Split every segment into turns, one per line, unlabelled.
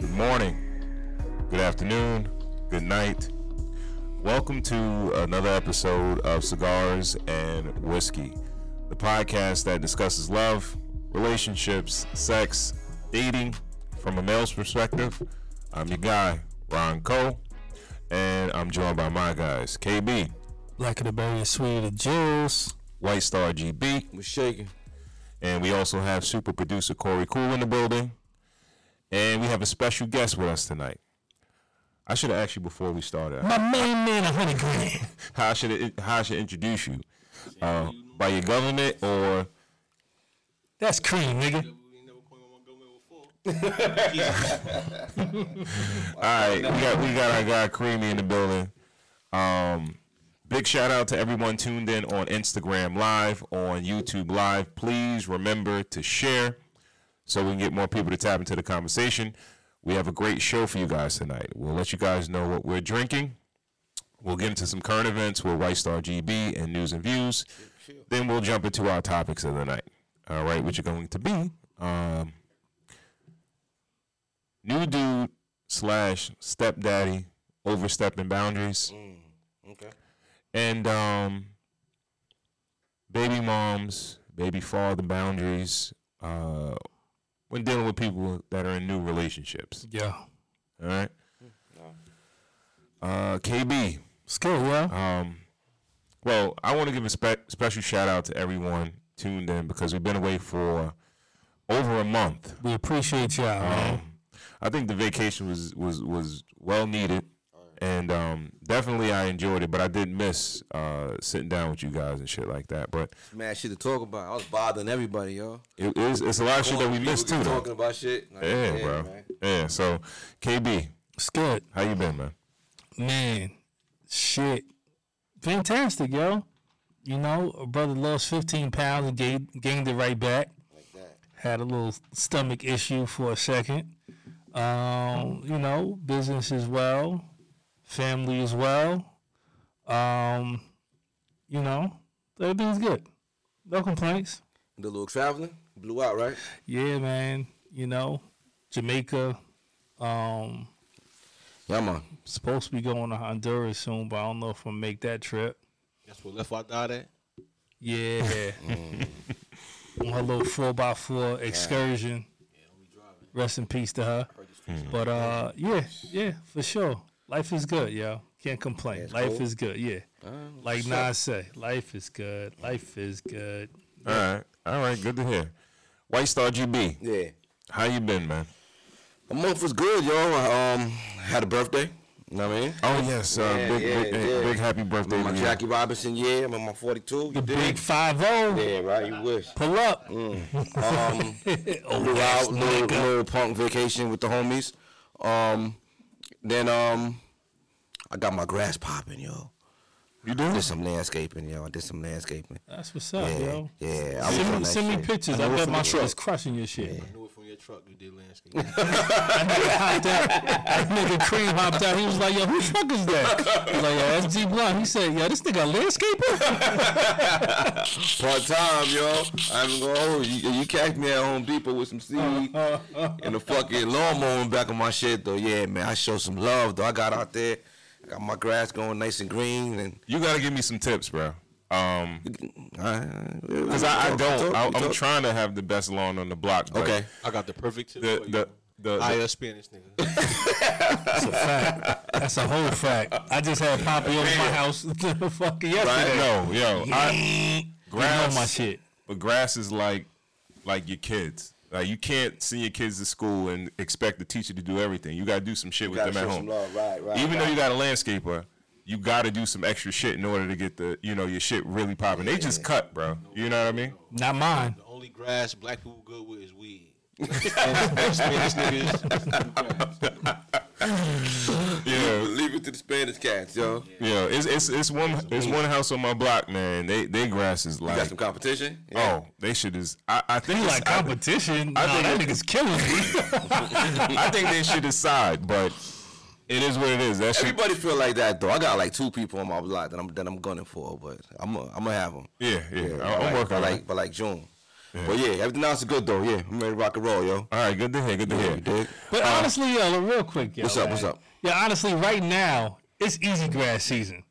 Good morning, good afternoon, good night. Welcome to another episode of Cigars and Whiskey, the podcast that discusses love, relationships, sex, dating from a male's perspective. I'm your guy, Ron Cole, and I'm joined by my guys, KB,
Black of the Berry and Sweet of the Juice.
White Star GB,
was shaking.
and we also have super producer Corey Cool in the building. And we have a special guest with us tonight. I should have asked you before we started.
My main man, a hundred grand.
how I should how I should introduce you uh, by your government or
That's cream, nigga.
all right we got we got our guy creamy in the building um big shout out to everyone tuned in on instagram live on youtube live please remember to share so we can get more people to tap into the conversation we have a great show for you guys tonight we'll let you guys know what we're drinking We'll get into some current events with White Star GB and news and views. Then we'll jump into our topics of the night. All right, which are going to be um, new dude slash stepdaddy overstepping boundaries
Okay.
and um, baby moms, baby father boundaries uh, when dealing with people that are in new relationships.
Yeah.
All right. Uh, KB,
It's good, yeah.
um, well, I want to give a spe- special shout out to everyone tuned in because we've been away for over a month.
We appreciate y'all, man.
Um, I think the vacation was was was well needed, and um, definitely I enjoyed it. But I did miss uh, sitting down with you guys and shit like that. But
Mad shit to talk about. I was bothering everybody, yo.
it is it's a lot of shit that we missed too, though.
Talking about shit. Like,
Yeah, bro.
man.
Yeah. So, KB,
It's good.
how you been, man?
Man, shit. Fantastic, yo. You know, a brother lost 15 pounds and gained, gained it right back.
Like that.
Had a little stomach issue for a second. Um, you know, business as well, family as well. Um, you know, everything's good. No complaints.
The little traveling blew out, right?
Yeah, man. You know, Jamaica. Um,
Yeah, man.
supposed to be going to Honduras soon, but I don't know if I'll make that trip.
That's what Left Eye died at.
Yeah.
Mm.
On her little four by four excursion. Rest in peace to her. But uh, yeah, yeah, for sure. Life is good, yo. Can't complain.
it's
life
cool.
is good, yeah.
Um,
Like Nas say, life is good. Life is good.
All right. All right. Good to hear. White Star GB,
yeah.
how you been, man?
The month was good, yo. I um, had a birthday. You know what I mean?
Oh yes, uh,
Yeah,
big,
yeah,
big,
yeah.
big happy birthday
My
to you.
Jackie Robinson, yeah. I'm on my 42. You
The big
dig?
five zero.
Yeah, right. You wish.
Pull up.
Mm.
Oh,
Um, blew out little, little punk vacation with the homies. Um, then um, I got my grass popping, yo.
You do?
Did some landscaping, yo. I did some landscaping.
That's what's up,
Yeah,
yo.
yeah. I was
Send
on
me,
that
send me
shit.
pictures. I, bet my shit is crushing your shit.
I knew it from your truck. You did landscape.
hopped out. That nigga Cream hopped out. He was like, yo, who the fuck is that? He was like, yo, that's G Blunt. He said, yo, this nigga a landscaper?
Part time, yo. I'm going home. You, you catch me at Home Depot with some
Uh,
seed and a fucking lawnmower in the back of my shit, though. Yeah, man. I show some love, though. I got out there. I got my grass going nice and green, and
You gotta give me some tips, bro. Um,
because
cause I, I don't. I, I'm trying to have the best lawn on the block. But
Okay.
I got the perfect tip.
The
for you.
the the,
I
the
a Spanish nigga.
That's a fact. That's a whole fact. I just had Poppy over my house fucking yesterday.
no, yo, I,
Grass.
grass.
my shit.
But grass is like like your kids. Like you can't send your kids to school and expect the teacher to do everything. You gotta do some shit with them at home.
Right, right.
Even though you got a landscaper, you gotta do some extra shit in order to get the you know your shit really popping. They just cut, bro. You know what I mean?
Not mine.
The only grass black people good with is weed. Spanish niggas.
Yeah.
leave it to the Spanish cats, yo.
Yeah, it's it's it's one it's one house on my block, man. They they grass is
You got
like
some competition?
oh they should is I I think
You
it's-
like
I,
competition?
I
nah,
think
that
it-
nigga's killing me.
I think they should decide, but it is what it is. That shit,
Everybody feel like that though. I got like two people on my block that I'm that I'm gunning for, but I'm i I'm gonna have them.
yeah yeah. I,
but
I'm
like,
working
but
on
like
like
but like June. But yeah, everything else is good though. Yeah, I'm ready to rock and roll, yo.
All right, good to hear. Good to hear.
You dig?
But honestly, yo, look, real quick, yo.
What's up, what's
man.
up?
Yeah, honestly, right now it's easy grass season.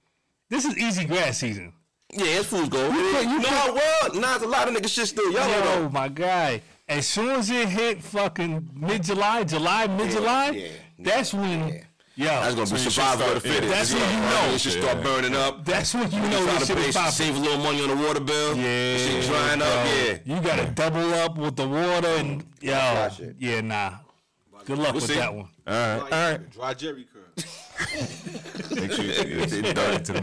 This is easy grass season.
Yeah, it's fool's gold. You know how well? Nah, it's a lot of nigga shit still. Y'all don't know.
Yo, Oh, my guy. As soon as it hit fucking mid July, July, mid July,
yeah,
that's when,
That's
yo,
gonna be
you should
survival
start-
of the fittest.
yeah.
That's what you know.
It should start burning up.
that's when you know
Try
this
to
shit
pay,
is popping.
save a little money on the water bill.
Yeah,
This shit drying up. Yeah.
You gotta double up with the water and yo,
shit.
yeah, nah. Good luck with
see.
that one.
All right, all right.
Dry Jerry curls.
Make sure you it's dark to the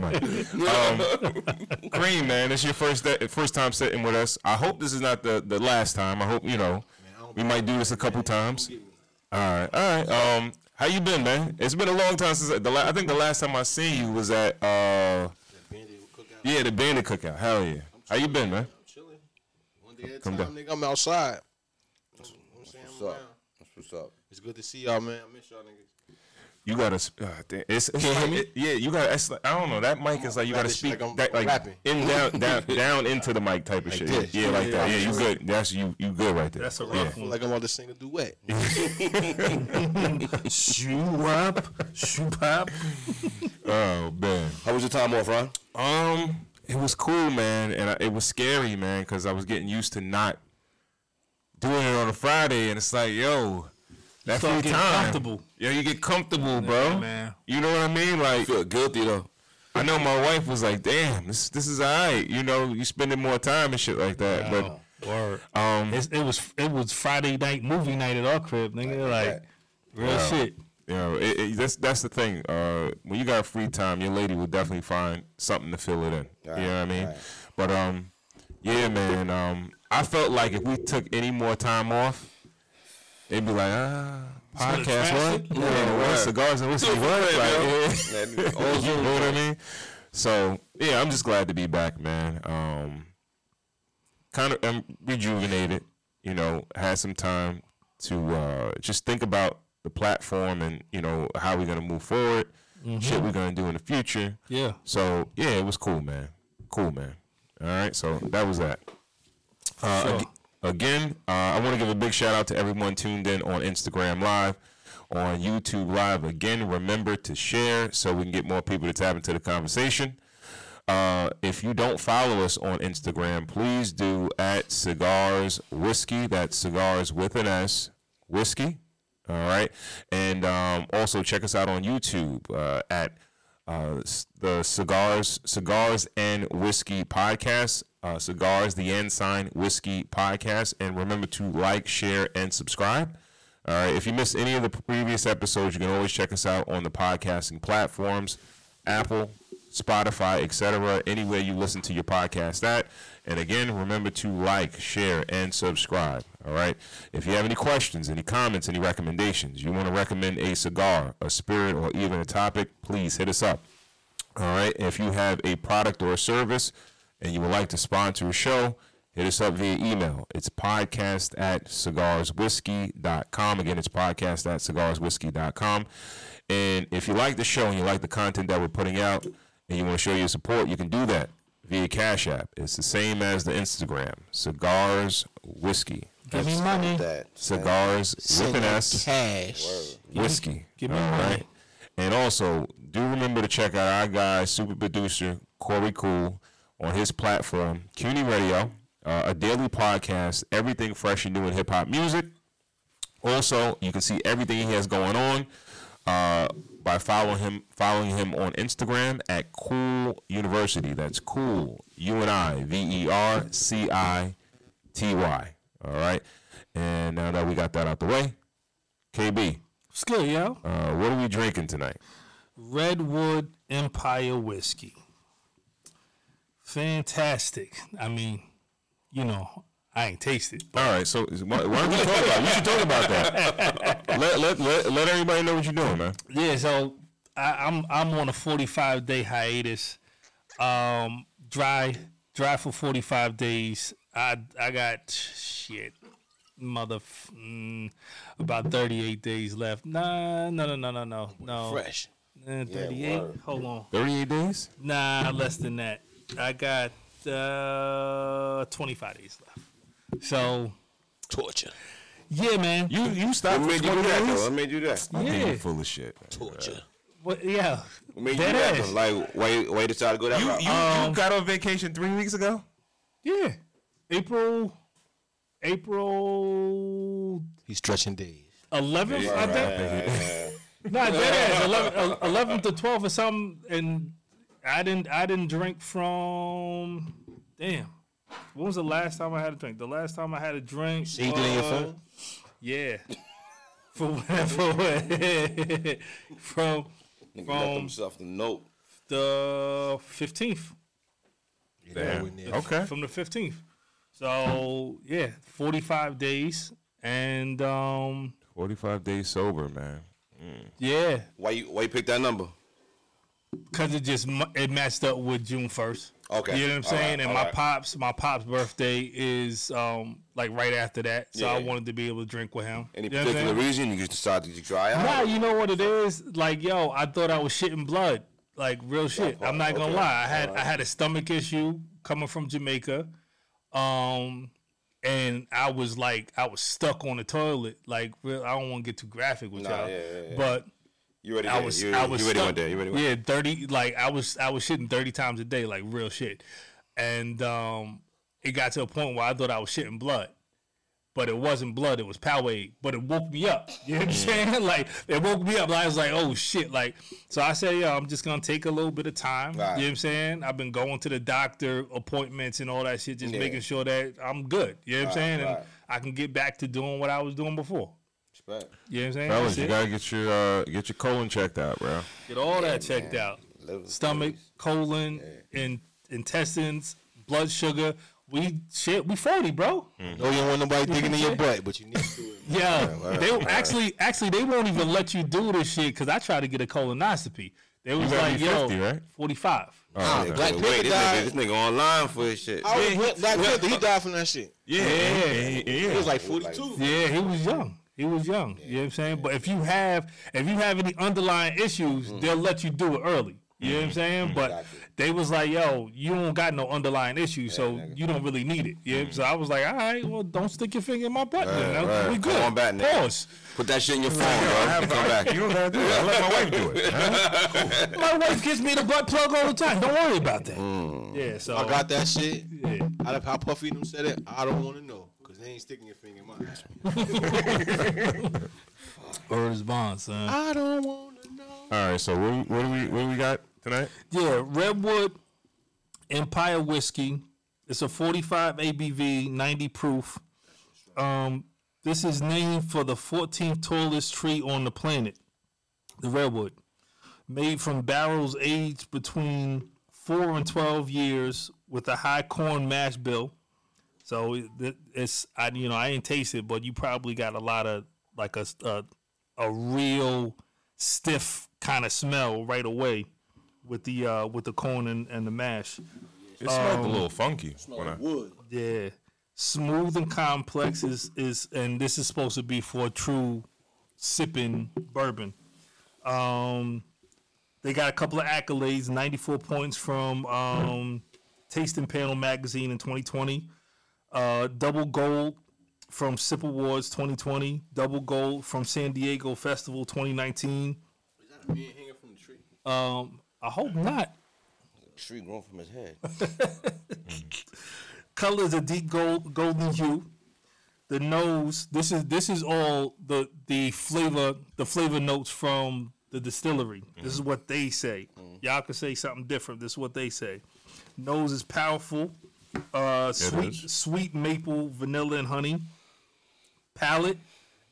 mic. Um, Green man, it's your first day, first time sitting with us. I hope this is not the, the last time. I hope you know we might do this a couple times. All right, all right. Um, how you been, man? It's been a long time since the la- I think the last time I seen you was at uh
Bandit will cook out.
yeah the bandit cookout. Hell yeah. How you been, man?
I'm chilling. One day at a
Come
time,
down.
nigga. I'm outside. You know what I'm saying? I'm
What's
around.
up? What's up?
It's good to see y'all, man. I miss y'all, niggas.
You gotta. sp- Uh, damn, it's, it's like, it- yeah, you gotta. It's like, I don't know. That mic is like you
Rap
gotta
this shit
speak
like I'm
that, like
rapping.
in down down down into the mic type of shit.
this.
Yeah, like that. Yeah, you good. That's you. You good right there.
That's a
yeah.
I feel like I'm about to sing a duet.
Shoe up, shoe pop.
Oh man.
How was your time off, Ron?
Um, it was cool, man, and I, it was scary, man, because I was getting used to not doing it on a Friday, and it's like, yo, that
start
free
getting
time.
comfortable.
Yo, you get comfortable, bro.
man.
You know what I mean? Like,
Feel guilty though.
I know my wife was like, damn, this this is alright. You know, you spending more time and shit like that, but.
Oh, Word.
Um,
It's, it was it was Friday night movie night at our crib, nigga. Like real shit.
You know, it, it, that's that's the thing. Uh, when you got free time, your lady will definitely find something to fill it in.
Right,
you know what I mean?
right.
But um, yeah, man. Um, I felt like if we took any more time off, they'd be like, ah, podcast
traffic?
what? Yeah, what?
right.
Cigars and whiskey what? Like, yeah.
That
you know what I mean? So yeah, I'm just glad to be back, man. Um, kind of I'm rejuvenated. You know, had some time to uh, just think about the platform and you know how we're gonna move forward, shit we're gonna do in the future.
Yeah.
So yeah, it was cool, man. Cool, man. All right, so that was that. Uh, ag- Again, uh, I want to give a big shout out to everyone tuned in on Instagram Live, on YouTube Live. Again, remember to share so we can get more people to tap into the conversation. Uh, if you don't follow us on Instagram, please do at Cigars Whiskey. That's Cigars with an S, Whiskey. All right. And um, also check us out on YouTube uh, at uh, s- the Cigars Cigars and Whiskey Podcast. Uh, Cigars, the Ensign Whiskey Podcast. And remember to like, share, and subscribe. All right. If you missed any of the previous episodes, you can always check us out on the podcasting platforms Apple, Spotify, etc. Anywhere you listen to your podcast at. And again, remember to like, share, and subscribe. All right. If you have any questions, any comments, any recommendations, you want to recommend a cigar, a spirit, or even a topic, please hit us up. All right. If you have a product or a service and you would like to sponsor a show, hit us up via email. It's podcast at cigarswhiskey.com. Again, it's podcast at cigarswhiskey.com. And if you like the show and you like the content that we're putting out and you want to show your support, you can do that via Cash App. It's the same as the Instagram, Cigars Whiskey.
Give me money.
That.
Cigars with an S
Cash.
whiskey.
Give me
all
money.
right? And also, do remember to check out our guy, super producer Corey Cool, on his platform, CUNY Radio, uh, a daily podcast, everything fresh and new in hip hop music. Also, you can see everything he has going on uh, by following him following him on Instagram at Cool University. That's Cool U N I V E R C I T Y. All right. And now that we got that out the way, KB,
It's good, yo.
uh, what are we drinking tonight?
Redwood Empire Whiskey. Fantastic. I mean, you know, I ain't tasted.
All right, so is- why, why don't we talk about? You should talk about that. Let let let, let everybody know what you're doing, man.
Yeah, so I, I'm I'm on a 45 day hiatus. Um, dry dry for 45 days. I I got shit, mother, f- mm, about 38 days left. Nah, no, no, no, no, no, no.
Fresh.
Eh, 38. Hold on.
38 days.
Nah, less than that. I got uh, 25 days left. So
Torture.
yeah, man.
You you
What
stopped for
made you do
20
that? Though?
days?
What made you do that?
I think
Yeah.
you full of shit.
Torture.
What, yeah.
What made you do
Dead
that?
ass.
Though? Like, why you, why you decide to go that
You,
route?
you, you got on vacation three weeks ago?
Yeah. April April
He's stretching days.
11th, I think. Nah, dead ass. 11, 11 to 12 or something. And I didn't I didn't drink from damn. When was the last time I had a drink? The last time I had a drink.
See, you did it on your
was-
phone?
Yeah. for what? For what? from
Nigga left
from
himself the note.
the 15th.
Damn.
Going there.
Okay.
From the 15th. So, yeah, 45 days. And um,
45 days sober, man.
yeah,
Why you why you pick that number?
because it just mu- it matched up with June first.
Okay.
you know what I'm
All right,
saying. and
all
my
right.
pops, my pops' birthday is um like right after that, so
Yeah,
I
yeah.
wanted to be able to drink with him.
Any
You know what I'm
particular
saying?
reason you just decided to try out?
Nah, you know what it is? Like, yo, I thought I was shitting blood. Like real shit. I'm not gonna
okay.
lie. I had I had a stomach issue coming from Jamaica. Um and I was like I was stuck on the toilet. Like real, I don't wanna get too graphic with
Nah,
y'all.
yeah, yeah, yeah.
But
You already
I
did.
was
you,
I
already-
was
you already
stuck,
went there. You already went
Yeah, thirty like I was I was shitting thirty times a day, like real shit. And um it got to a point where I thought I was shitting blood. But it wasn't blood, it was Poway. But it woke me up. You know what I'm saying? Like it woke me up. Like, I was like, oh shit. Like so I said, yo, I'm just gonna take a little bit of time. You
Right.
know what I'm saying? I've been going to the doctor appointments and all that shit, just
Yeah.
making sure that I'm good. You know what I'm
Right,
saying? And
right.
I can get back to doing what I was doing before.
Respect.
You know what I'm saying?
Fellas,
That's
you
it.
gotta get your uh, get your colon checked out, bro.
Get all that checked out.
Liver,
Stomach, colon, and intestines, blood sugar. We shit, we forty, bro.
Mm.
No, you don't want nobody digging in your butt, but you need to.
Yeah, they actually, actually, they won't even let you do this shit because I tried to get a colonoscopy. They was
gotta
like,
be
yo,
50, right?
forty-five.
Oh,
Nigga,
okay.
Black
Black Panther
wait, this nigga,
died.
this nigga online for his shit.
I was with Black Panther. He died from that shit.
Yeah, yeah, yeah.
He was like 42.
Yeah, he was young. He was young. You know what I'm saying? But if you have if you have any underlying issues,
Mm-hmm.
they'll let you do it early. You know what I'm saying? But
Exactly.
they was like, yo, you don't got no underlying issues, so you don't really need it. Yeah. So I was like, all right, well, don't stick your finger in my butt. then. That-
Mm-hmm. right.
We
Come
good.
on back, nigga.
Pause.
Put that shit in your
Yo,
phone,
I
bro.
have
and come back.
You don't gotta do that. I let my wife do it. Huh?
My wife gives me the butt plug all the time. Don't worry about that.
Mm.
Yeah, so
I got that shit.
yeah.
How, how Puffy them said it, I don't want to know. Because they ain't sticking your finger in my ass.
Or his bond, son.
I don't want to know.
All right, so what, what do we what do we got tonight?
Yeah, Redwood Empire Whiskey. It's a 45 ABV, 90 proof. Um, this is named for the 14th tallest tree on the planet, the redwood. Made from barrels aged between 4 and 12 years with a high corn mash bill. So it- it- it's I you know I didn't taste it, but you probably got a lot of like a s- a, a real stiff kind of smell right away with the uh, with the corn and, and the mash.
It smelled a little funky. When I,
Wood.
Yeah, smooth and complex is is and this is supposed to be for true sipping bourbon. Um, they got a couple of accolades: ninety four points from um, Tasting Panel magazine in twenty twenty, uh, double gold from Sip Awards twenty twenty, double gold from San Diego Festival twenty nineteen.
Is that a man hanging from the tree?
Um, I hope not.
Tree growing from his head.
color is a deep gold golden hue. The nose, this is this is all the the flavor the flavor notes from the distillery. This is what they say. Y'all can say something different. This is what they say. Nose is powerful. Uh, sweet
is.
sweet maple, vanilla, and honey. Palate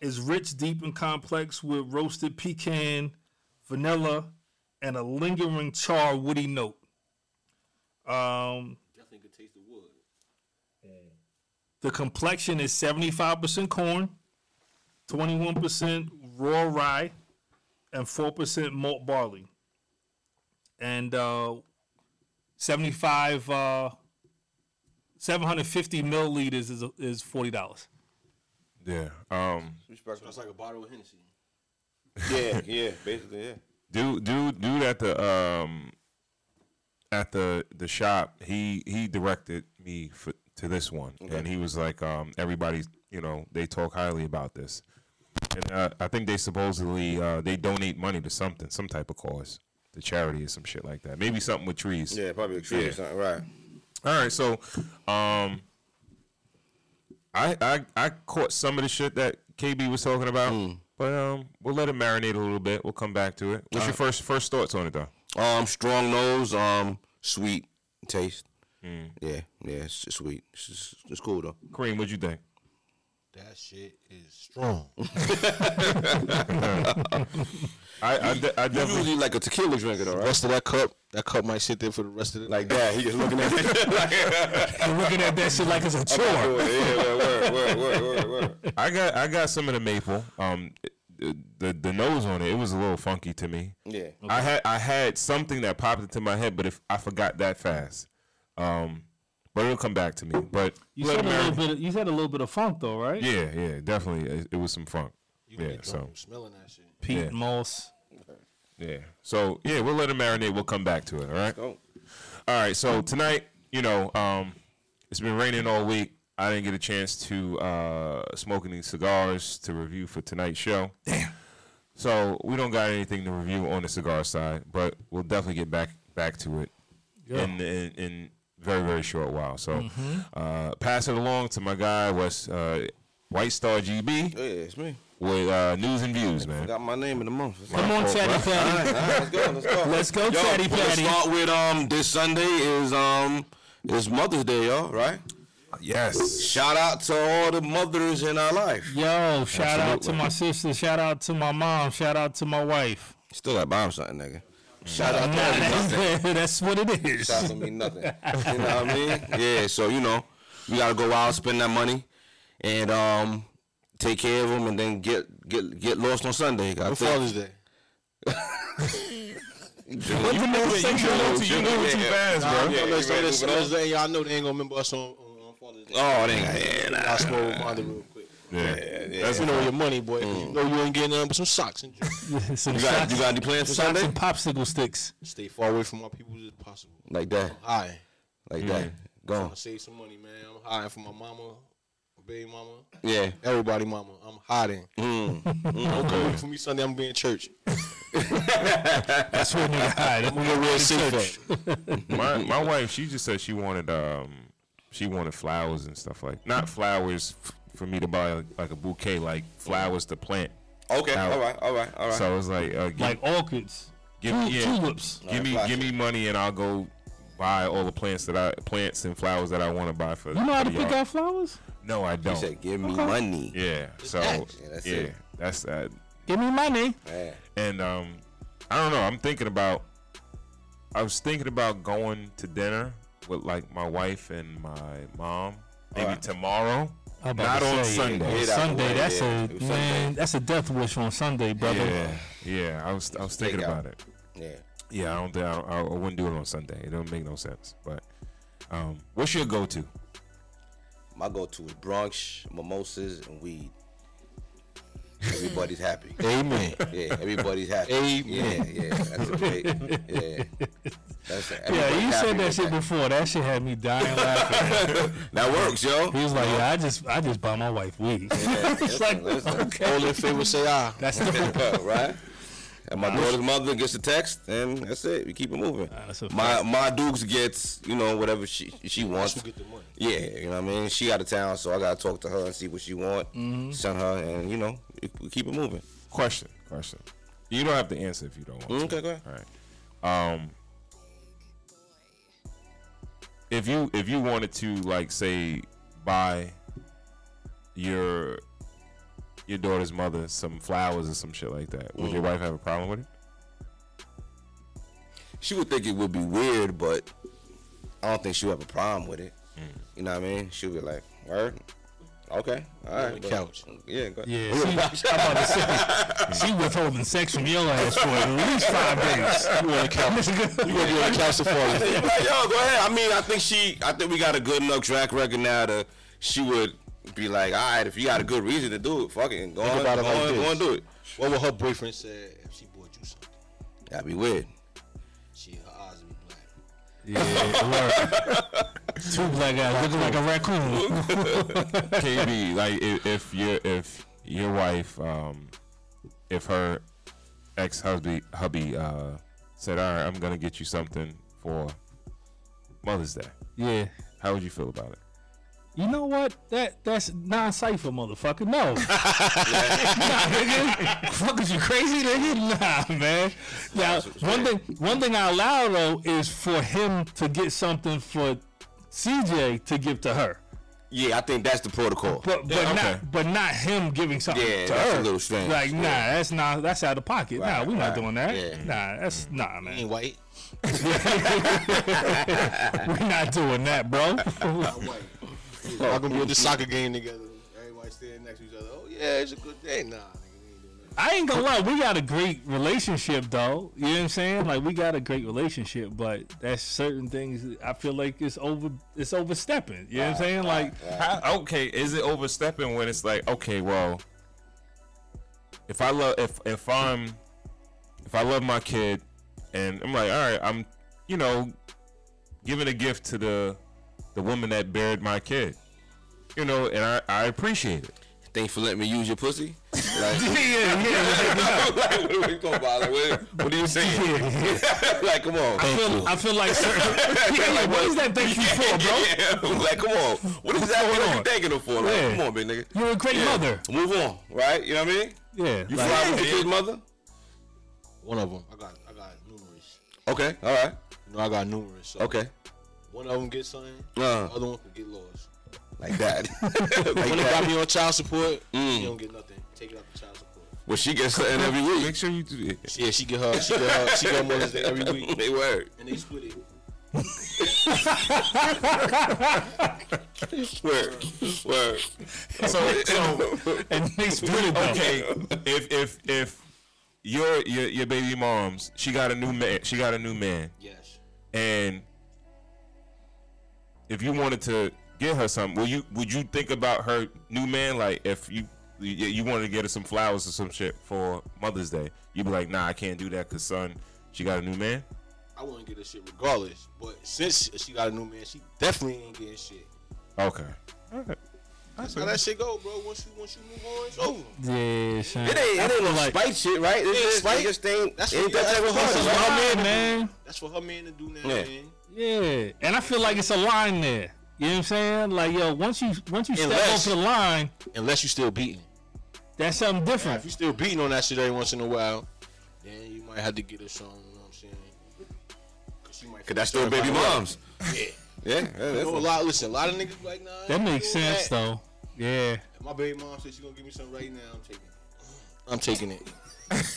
is rich, deep, and complex with roasted pecan, vanilla, and a lingering char woody note. Um,
Definitely could taste the wood.
The complexion is 75% corn, 21% raw rye, and 4% malt barley. And uh, 75, uh, 750 milliliters is, is $40.
yeah. Um.
Respect.
That's like a bottle of Hennessy.
Yeah, yeah, basically, yeah.
Dude, dude, dude at the um at the the shop, he he directed me for to this one, and he was like, um, everybody's, you know, they talk highly about this, and uh, I think they supposedly uh, they donate money to something, some type of cause, to charity or some shit like that. Maybe something with trees.
Yeah, probably a tree
Yeah.
or something. Right.
All right, so um, I, I I caught some of the shit that KB was talking about, but um, we'll let it marinate a little bit. We'll come back to it. What's your first first thoughts on it though?
Um, strong nose. Um, sweet taste.
Mm.
Yeah, yeah, it's, it's sweet. It's, it's, it's cool though.
Kareem, what'd you think?
That shit is strong.
I I, de- I definitely
Usually like a tequila drinker though, right?
Rest of that cup, that cup might sit there for the rest of the
Like
night.
that. He just looking at it.
You're looking at that shit like it's a chore.
yeah, word, word, word, word, word, word.
I got I got some of the maple. Um, the the, the nose on it it was a little funky to me.
Yeah.
I had I had something that popped into my head, but if I forgot that fast, um, but it'll come back to me. But
You
let
said
it
a little
marinate.
bit. Of, you said a little bit of funk though, right?
Yeah, yeah, definitely. It, it was some funk.
You
yeah,
yeah,
so.
so smelling that shit.
Pete
Yeah.
Moss.
Yeah. So yeah, we'll let it marinate. We'll come back to it. All right.
go.
All right. So tonight, you know, um, it's been raining all week. I didn't get a chance to uh, smoke any cigars to review for tonight's show. Damn. So we don't got anything to review on the cigar side, but we'll definitely get back back to it in, in in very very short while. So uh, pass it along to my guy West uh, White Star GB
Yeah, it's me.
with uh, news and views, man.
Got my name in the month. Let's
Come on, Teddy Patty.
Let's go. Let's go.
Let's go,
Yo,
Teddy
we're gonna
Patty.
start with um this Sunday is um is Mother's Day, y'all, right?
Yes.
Shout out to all the mothers in our life.
Yo, shout out to my sister. Shout out to my mom. Shout out to my wife.
Still got bomb something, nigga. Shout out
Nah,
to everybody.
that's, that's what it is.
Shots don't mean nothing. You know what I mean? Yeah. So you know, we gotta go out, spend that money, and um, take care of them, and then get get get lost on Sunday. I
What
think-
Father's Day?
You knew it too fast, bro.
Yeah,
Yeah,
you
look, so
ready to
listen,
move it
listen, y'all know they ain't gonna remember us on, on, on Father's Day.
Oh, they got yeah, nah.
I'll smoke reminder real quick.
Yeah.
That's you know your money, boy. 'cause You know you ain't getting nothing but some socks and junk.
Some
You got
shots,
you got any plans for
shots
Sunday?
and popsicle sticks.
Stay far away from my people as possible.
Like that,
Hi.
like that. Go
I'm
on.
gonna save some money, man. I'm hiding from my mama, my baby mama,
Yeah.
everybody mama. I'm hiding.
Mm.
Don't come looking for me Sunday. I'm gonna be in church.
That's where nigga hide. I'm gonna real safe.
my my wife, she just said she wanted um she wanted flowers and stuff like not flowers f- for me to buy like a bouquet, like flowers to plant.
Okay.
Now-
All right. All right. All right.
So I was like, uh, give,
Like orchids,
give,
tu-
yeah,
tulips.
give me
Alright,
give me money and I'll go buy all the plants that I plants and flowers that I want to buy for.
You know how to
for
pick
y'all.
out flowers?
No, I
he
don't.
said, "Give me money."
yeah. So
ask.
yeah, that's
Yeah, that's
yeah,
it.
that's uh, that.
Give me money.
Yeah.
And um, I don't know. I'm thinking about. I was thinking about going to dinner with like my wife and my mom maybe
Alright.
tomorrow.
I'm
Not
about to
on
say,
Sunday.
on
Get out the
Sunday,
way,
that's
yeah.
a
It was Sunday.
man. That's a death wish on Sunday, brother.
Yeah, yeah. I was I was thinking
Takeout.
about it.
Yeah.
Yeah, I don't think I, I, I wouldn't do it on Sunday. It don't make no sense. But um, what's your go-to?
My go-to is brunch, mimosas, and weed. Everybody's happy.
Amen.
Yeah, everybody's happy.
Amen.
Yeah, yeah, that's a great. Yeah, that's a,
Yeah, you said that shit
That.
before. That shit had me dying laughing.
that works, yo.
He was like, "Yeah, I just, I just buy my wife weed." it's like,
listen.
okay,
Only if they would say ah.
that's the
right? And my daughter's mother gets a text, and that's it. We keep it moving.
that's a
my my Dukes gets, you know, whatever she she wants.
You get the money.
Yeah, you know what I mean. She out of town, so I gotta talk to her and see what she want. Send her, and you know, it- we keep it moving.
Question, question. You don't have to answer if you don't want to.
Okay, go ahead.
All right. Um, if you if you wanted to like say buy your your daughter's mother some flowers or some shit like that, would your wife have a problem with it?
She would think it would be weird, but I don't think she would have a problem with it. You know what I mean? She'll be like, "Word, okay, all right."
the
but-
couch.
Yeah, go ahead.
yeah. She, I'm about to say, she withholding sex from your ass for at least five days. You want to count? You want to be on couch for
Like, yo, go ahead. I mean, I think she. I think we got a good enough track record now to. She would be like, all right, if you got a good reason to do it, fuck it, and go on,
about it
go,
like
on,
this.
go and do it.
What would her boyfriend say if she bought you something?
That'd be weird.
She her eyes would be black.
Yeah, it worked. Two black guys looking like a raccoon.
KB, like if, if your if your wife, um, if her ex hubby hubby uh, said, "All right, I'm gonna get you something for Mother's Day,"
yeah.
how would you feel about it?
You know what? That that's non-cipher, motherfucker. No, nah, nigga. Fuck is you crazy, nigga? Nah, man. Now, one thing, one thing I allow though is for him to get something for CJ to give to her,
Yeah, I think that's the protocol.
but but
okay.
not but not him giving something
Yeah,
to
that's
her.
a little strange.
Like, nah, that's not that's out of pocket.
Right,
nah, we're
right.
not doing that.
Yeah.
Nah, that's nah, man.
Ain't white.
We're not doing that, bro.
White.
I'm gonna be at the soccer game together.
Everybody standing next to each other. Oh yeah, it's a good day. Nah, nigga, we ain't doing that.
I ain't gonna lie, we got a great relationship though. You know what I'm saying? Like we got a great relationship, but that's certain things I feel like it's over it's overstepping. You know what I'm saying? Like
How, okay, is it overstepping when it's like, okay, well, if I love, if if I'm, if I love my kid, and I'm like, all right, I'm, you know, giving a gift to the the woman that buried my kid, you know, and I I appreciate it.
Thanks for letting me use your pussy.
Yeah,
Like,
yeah.
like, what are we talking about? Like, what, what are you saying? like, come on.
I feel, I feel like certain, yeah, yeah, what is that thank you for, bro?
Yeah, like, come on. What is that?
going
What are you
on?
thanking him for? Like,
Yeah.
come on, big nigga.
You're a great mother.
Move on, right? You know what I mean?
Yeah.
You
like-
fly with your kid's mother?
One of them.
I got, I got numerous.
Okay, all right,
You know, I got numerous. So
okay.
One of them get something.
Uh,
The other one could get lost.
like that. like
When they
that.
got me on child support,
She
Mm.
don't get nothing. Take it out the child support.
Well, she gets something every
Make
week.
sure you do it.
yeah, she get her, she get her, she get her Mother's Day every week.
They work.
And they split it.
Work. Work.
So, so
and they split it though.
okay, if if if your your your baby mom's she got a new man, she got a new man.
Yes.
and if you wanted to get her something, will you would you think about her new man? Like if you you, you wanted to get her some flowers or some shit for Mother's Day, you'd be like, nah, I can't do that because son, she got a new man.
I wouldn't get this shit regardless. But since she got a new man, she definitely ain't getting shit.
Okay.
That's how that shit go, bro. Once you once you move on, it's over.
Yeah, son.
It ain't, it ain't no spite shit, right? It ain't
ain't spite.
spite. Just ain't,
That's
ain't
what-
that
that's
type of
what-
hustle,
that's
right?
what-
Line, man.
That's for her man to do now,
Yeah.
man.
Yeah, and I feel like it's a line there. You know what I'm saying? Like, yo, once you once you step
Unless-
over the line,
Unless you still beating.
that's something
Now, if
different.
you still beating on that shit every once in a while,
Then you might have to get her some. You know what I'm saying? Cause she might.
Cause that's still baby moms.
Yeah.
Yeah, yeah,
You
that's
know, a lot. Listen, a lot of niggas be like nah. I
That
ain't
makes
doing
sense,
that.
though. Yeah.
If My baby mom said she gonna give me something right now. I'm taking. it.
I'm taking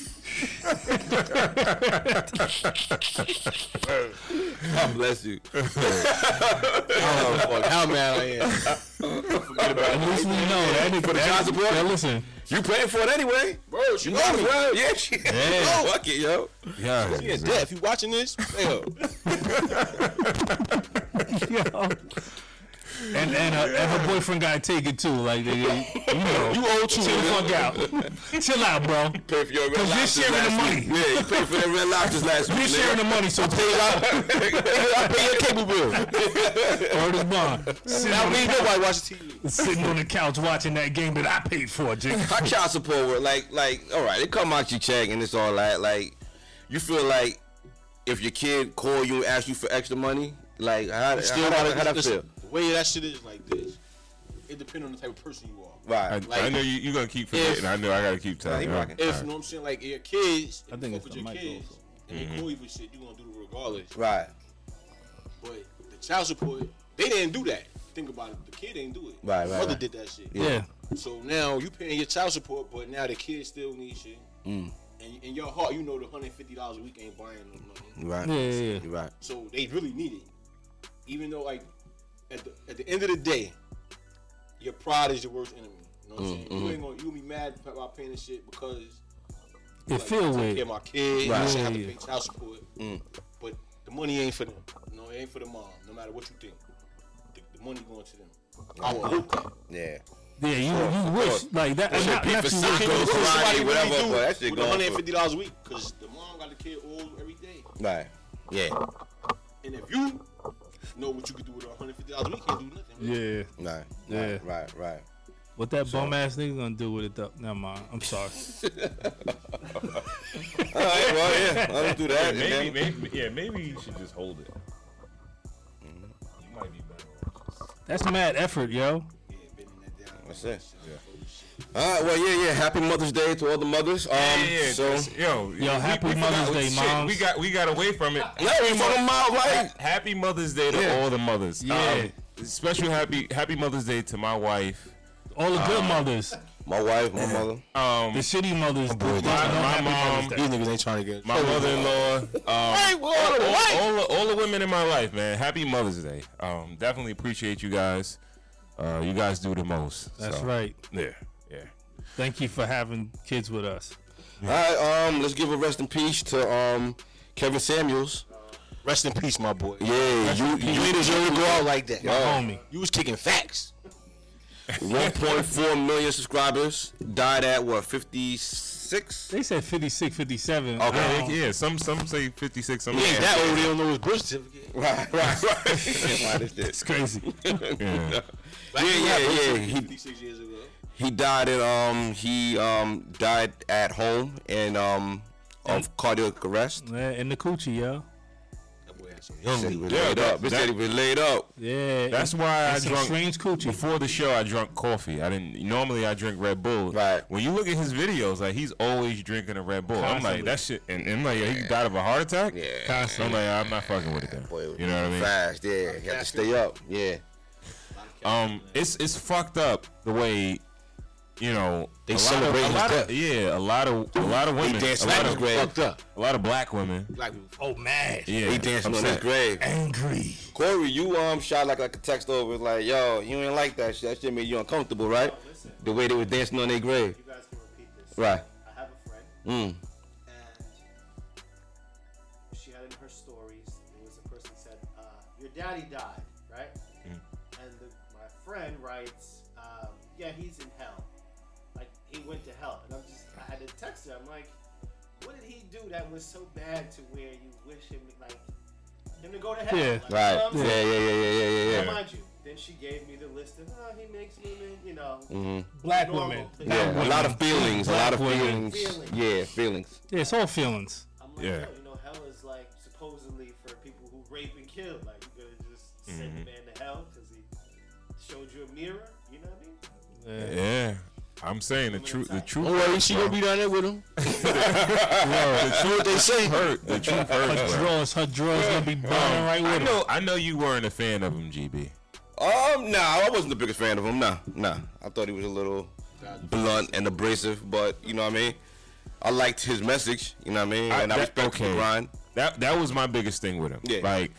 it.
God bless you. Um,
Fuck, how mad I am.
At least we know that. For
the child support?
Yeah, listen.
You paying for it anyway, bro.
she
you know, me. bro. Yeah, she. Oh,
Yeah.
Fuck it, yo.
Yeah.
Yeah, Dad, if you watching this, pay up.
Yo. And and her, and her boyfriend got taken too. Like, they, you know,
You owe two.
chill the
nigga.
fuck out. chill out, bro.
Pay for your red
Cause you're
lobsters
sharing the
last
money.
week. Yeah, you paid for that red lobsters last week.
You're sharing the money, so pay out
I pay your cable bill.
or this bond. Sitting,
Now
on
we
the,
ain't nobody watching TV.
cou- sitting on the couch watching that game that I paid for, Jake.
How child support work? Like, like, all right, it come out your check and it's all that. Like, you feel like if your kid call you and ask you for extra money, like, how,
Still
how, how, how
gotta
that feel?
listen.
The way that shit is like this. It depends on the type of person you are.
I,
Right.
I know you, you're gonna keep forgetting. I know I gotta keep
Nah, he
telling you.
rocking.
If you know what I'm saying, like your kids, if
I think
you
it's
fuck with
the
your
mic
kids,
also.
and they call you for shit, you gonna do it regardless.
Right.
But the child support, they didn't do that. Think about it. The kid didn't do it.
Right, right,
Mother
right.
did that shit.
Yeah.
So now you paying your child support, but now the kid still needs shit.
Mm.
And in your heart, you know the hundred fifty dollars a week ain't buying them nothing.
You right.
Yeah, yeah, yeah.
You right.
So they really need it. Even though, like, at the at the end of the day, your pride is your worst enemy. You know
Mm,
what I'm saying? You ain't gonna you gonna be mad about paying this shit because
It
like,
feel
take
weird.
care of my kids.
Right.
I shouldn't have
Yeah,
to
yeah.
pay child support.
Mm.
But the money ain't for them. No, it ain't for the mom. No matter what you think, the, the money going to them. I would hope that.
Yeah.
Yeah, you, you wish like that. and not, not
People
you
suck
wish.
on Friday,
Somebody
whatever,
really do
but that shit
with one
going
hundred and
for
fifty dollars a week because the mom got the kid all every day.
Right. Yeah.
And if you
know what you could do with $150. We can't do nothing.
Yeah.
Right.
Yeah.
Right. Right. Right.
What that bum ass nigga gonna do with it though? Never mind. I'm sorry.
All right. Well, yeah. Let him do that. and
Maybe,
then-
maybe, yeah, maybe you should just hold it. Mm-hmm. You might be better. off just-
That's mad effort, yo.
Um,
That's it. All right. Well, yeah, yeah. Happy Mother's Day to all the mothers. Um,
Yeah, yeah, yeah,
so
that's- yo, yo,
happy Mother's Day,
shit,
moms.
We got, we got away from it.
yeah, we talking about like
Happy Mother's Day to
Yeah.
all the mothers.
Yeah.
Um, special happy, happy Mother's Day to my wife.
All the
uh,
good mothers,
my wife, my mother.
the shitty mothers. there's
um, My,
no
my
happy
mom,
Mother's Day. Oh.
niggas ain't trying to get.
my mother-in-law, um,
Hey, well, all the white.
all, all, all the women in my life, man. Happy Mother's Day. Um, definitely appreciate you guys. Uh, you guys do the most.
That's
so,
right.
Yeah, yeah.
Thank you for having kids with us.
oh.
All right. Um, let's give a rest in peace to um Kevin Samuels.
Rest in peace, my boy.
Yeah, you
You
you
deserve to go out like
Uh,
that.
Uh,
Homie.
You was kicking facts.
1.4 million subscribers died at what 56.
They said 56, 57.
Okay.
Yeah,
Um,
they- yeah, some some say 56, some
He ain't
say-
that old. Oh, They don't know his birth certificate.
Right, right, right. Why is this?
It's crazy.
yeah.
Yeah, yeah, yeah. He
56 years ago.
he died at um he um died at home and um of cardiac arrest.
Man, and the coochie, yo.
That boy had some
Said he
young
was
Yeah,
laid
that-
up. He
that-
said he was laid up.
Yeah.
That's why I
it's some
drunk
strange coochie.
before the show. I drunk coffee. I didn't normally. I drink Red Bull.
Right.
When you look at his videos, like he's always drinking a Red Bull. I'm
Constantly.
like that shit. And, and I'm like, yo, he died of a heart attack.
Yeah.
Constantly. I'm like, I'm not fucking with it then.
Boy,
You know what I mean?
Fast, yeah. You have to stay up. Yeah.
Um, it's it's fucked up the way, you know,
They
a lot of-
celebrate
a
his
lot of-
death.
Yeah, a lot of a lot of women,
danced
a
like
lot
his
of,
grave.
Fucked up.
a lot of black women.
Black people.
Oh, mad.
Yeah,
He dancing on his
upset.
grave.
Angry.
Corey, you um shot like, like a text over It's like, yo, you ain't like that shit. That shit made you uncomfortable, right? The way they were dancing on their grave.
You guys can repeat this.
Right.
I have a
Mm.
friend, and she had in her stories, it was a person said, uh, "Your daddy died, right?" And the, my friend writes, um, "Yeah, he's in hell. Like he went to hell." And I'm just, I had to text her. I'm like, "What did he do that was so bad to where you wish him like him to go to hell?"
Yeah.
Like, you know
Right.
what I'm
Yeah,
saying?
yeah, yeah, yeah, yeah, yeah, yeah.
Now, mind you, then she gave me the list of, "Oh, he makes women, you know,
Black
normal
women.
things."
Mm-hmm. Yeah, a lot of feelings, a lot of
Black women.
feelings. Yeah, feelings.
Yeah, it's all feelings.
I'm like,
Yeah.
yo, you know, hell is like supposedly for people who rape and kill. Like, you gonna just send the man to hell because he showed you a mirror? You know what I mean?
Yeah, I'm saying the truth. The truth.
she gonna be down there with him.
the truth they say hurt. The truth hurts.
Her
bro.
drawers, her drawers gonna be burning
Um,
right
I
with her.
know. I know you weren't a fan of him, GB.
Um, nah, I wasn't the biggest fan of him. Nah, nah. I thought he was a little blunt and abrasive, but you know what I mean. I liked his message. You know what I mean.
I-
And I,
that-
respect
okay.
the grind.
That that was my biggest thing with him.
Yeah.
Like,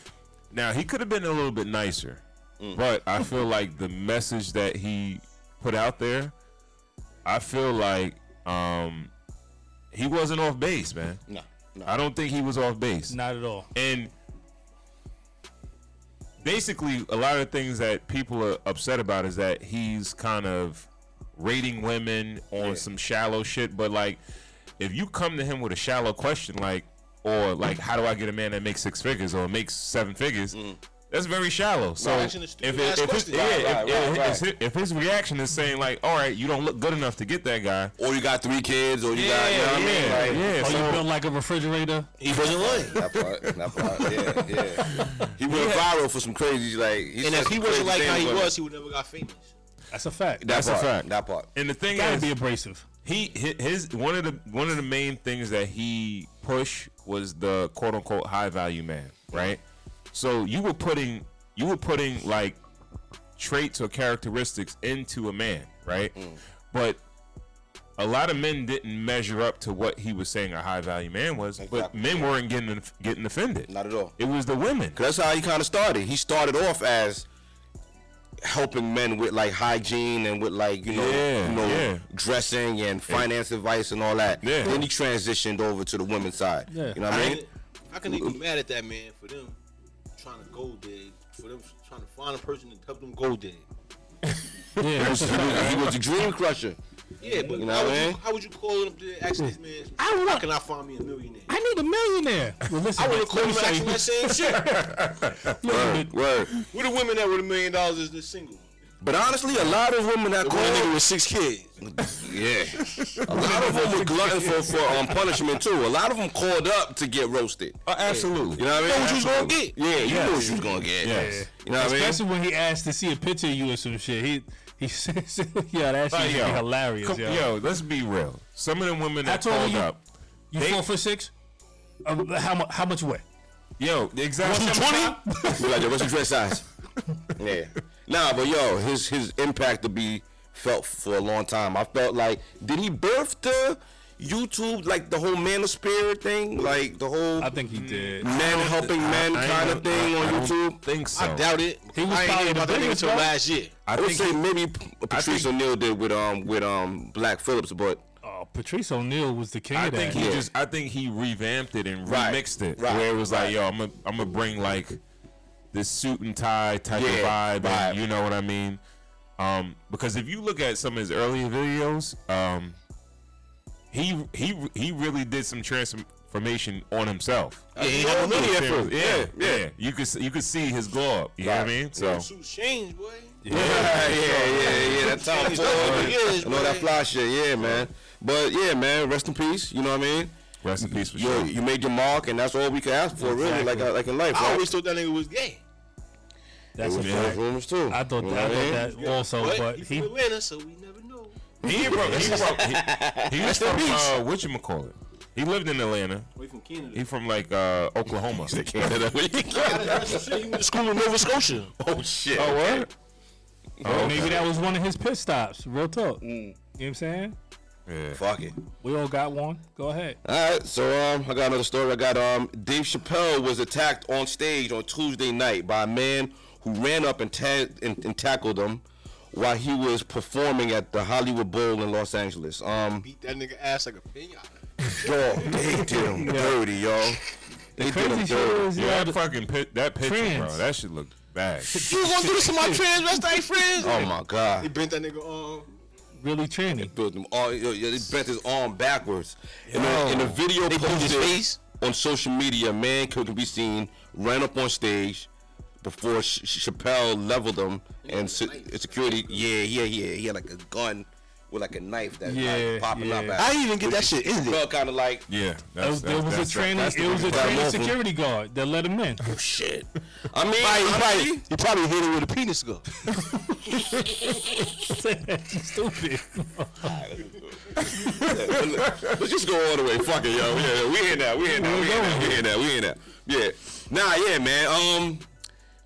now he could have been a little bit nicer,
Mm.
but I feel like the message that he put out there, I feel like um, he wasn't off base, man.
No, no.
I don't think he was off base.
Not at all.
And basically, a lot of things that people are upset about is that he's kind of rating women on some shallow shit. But like, if you come to him with a shallow question, like, or like, how do I get a man that makes six figures or makes seven figures? That's very shallow. So
Right.
if,
Asking a
it,
stupid
if,
ass
it's-
question.
yeah,
Right,
if-
right,
if-
right,
if his- if his reaction is saying like, all right, you don't look good enough to get that guy.
Or you got three kids, or you got, you know
yeah,
what I mean? Like,
yeah.
Oh,
so-
you built like a refrigerator?
He wasn't lying.
That part, that part, yeah, yeah. He went viral for some crazy, like. He
And
said
if he
some
wasn't
crazy
like how
things,
he
but-
was, he would never got famous.
That's a fact.
that
That's a
part,
fact.
That part.
and the thing
gotta
is,
be abrasive.
he hi- his one of the one of the main things that he pushed was the quote unquote high value man, right? So you were putting you were putting like traits or characteristics into a man, right?
Mm.
But a lot of men didn't measure up to what he was saying a high value man was, but
Exactly.
men weren't getting getting offended.
Not at all.
It was the women.
Cause that's how he kind of started. He started off as helping men with like hygiene and with like you know,
Yeah,
you know
yeah.
dressing and finance advice and all that.
Yeah.
Then he transitioned over to the women's side.
Yeah.
You know what I mean?
How can they be mad at that man for them trying to gold dig? For them trying to find a person to help them gold dig?
Yeah, that's a fact.
he was a dream crusher.
Yeah, but
You know what I
how, would you,
mean?
how would you call up to ask this man?
I don't
How
know.
can I find me a millionaire?
I need a millionaire. Well, listen,
I would have
let me
called him and
tell
asked
you-
him that same shit.
Word, word.
Who the women that with a million dollars is the single?
But honestly, a lot of women that call
with six kids.
Yeah. A lot of them were glutton for, for um, punishment too. A lot of them called up to get roasted.
absolutely.
You know what I mean?
Know what you was gonna
Absolutely. Yeah, you knew what you was gonna get.
Yes.
You know what I mean?
Especially when he asked to see a picture of you or some shit. He he says, "Yeah, that
Like,
shit would be
yo,
hilarious,
Come-
yo.
yo, let's be real. Some of them women that
told
called
you-
up,
You
They-
four for six? Uh, how much? How much weight?
yo, exactly.
Be like, yo, what's your dress size? yeah. Nah, but yo, his his impact to be felt for a long time. I felt like did he birth the YouTube like the whole man of spirit thing, like the whole
I think he did.
men helping men
I- I
kind
ain't
of
gonna-
thing
I- I
on
don't
YouTube?
think so.
I doubt it.
He was
I ain't
probably
hear about
the
that nigga
biggest,
until
bro.
last year.
I
I would
think
say maybe Patrice O'Neal did with um with um Black Phillips, but
Oh, Patrice O'Neal was the king
I
of that.
think he
Yeah.
just I think he revamped it and
Right,
remixed it
right,
where it was
right.
like yo I'm gonna I'm gonna bring like this suit and tie type
Yeah,
of vibe
vibe.
and you know what I mean um because if you look at some of his earlier videos um he he he really did some transformation on himself
yeah, he
yeah
had money at first.
yeah, you could s- you could see his glow up you know what I
Right,
mean so
Two change, boy.
Yeah, yeah, yeah, yeah. That Tom
He's
Ford,
done for years,
and all that
man.
fly shit. Yeah, man. But yeah, man. Rest in peace. You know what I mean?
rest in peace for
Yo,
sure
you made your mark, and that's all we could ask for, really. Like, uh, like in life.
I
Right?
always thought that nigga was gay.
That's a
It was those
fact.
rumors too.
I thought
You know
that, I
what mean?
thought that also,
but,
but
he's
he
from Atlanta, so we never know.
he from he from he, he was
in
from
peace.
uh, what you call it he lived in Atlanta
Away from Canada.
he from like uh, Oklahoma
Shit, he went to school in Nova Scotia.
Oh shit.
Oh, what? Oh,
maybe that was one of his pit stops. Real talk. You know what I'm saying?
Yeah.
Fuck it.
We all got one. Go ahead.
All right, so um, I got another story. I got um, Dave Chappelle was attacked on stage on Tuesday night by a man who ran up and, ta- and, and tackled him while he was performing at the Hollywood Bowl in Los Angeles. Um,
Beat that nigga ass like a pinata.
yo, they did him dirty, yo. They did him
Crazy shit
dirty.
is,
Yeah,
yo,
that fucking pit, that picture,
Trans.
bro. That shit look bad.
You gonna do this to my transvestite friends?
Oh my
He
god.
bent that nigga um, on.
really training.
Built him all, yo, yo, they bent his arm backwards. In a, in a video
They pulled his
posted
face.
on social media, a man could can be seen ran up on stage before Ch- Ch- Chappelle leveled him and se- security. Yeah, yeah, yeah. He had like a gun with like a knife that
Yeah,
like popping up.
yeah.
At
I didn't even get that shit in there.
Chappelle kind of like
Yeah,
It
that's,
was, it
that's,
was
that's,
a training.
That's the
It was a
thing.
training
That's the-
security guard that let him in.
shit. I mean,
He
honestly,
probably, he probably hit it with a penis go.
Stupid.
Let's just go all the way. Fuck it, yo. Yeah, yeah, we in that. We in that. We in that. We in that. We in that. Yeah. Nah, yeah, man. Um,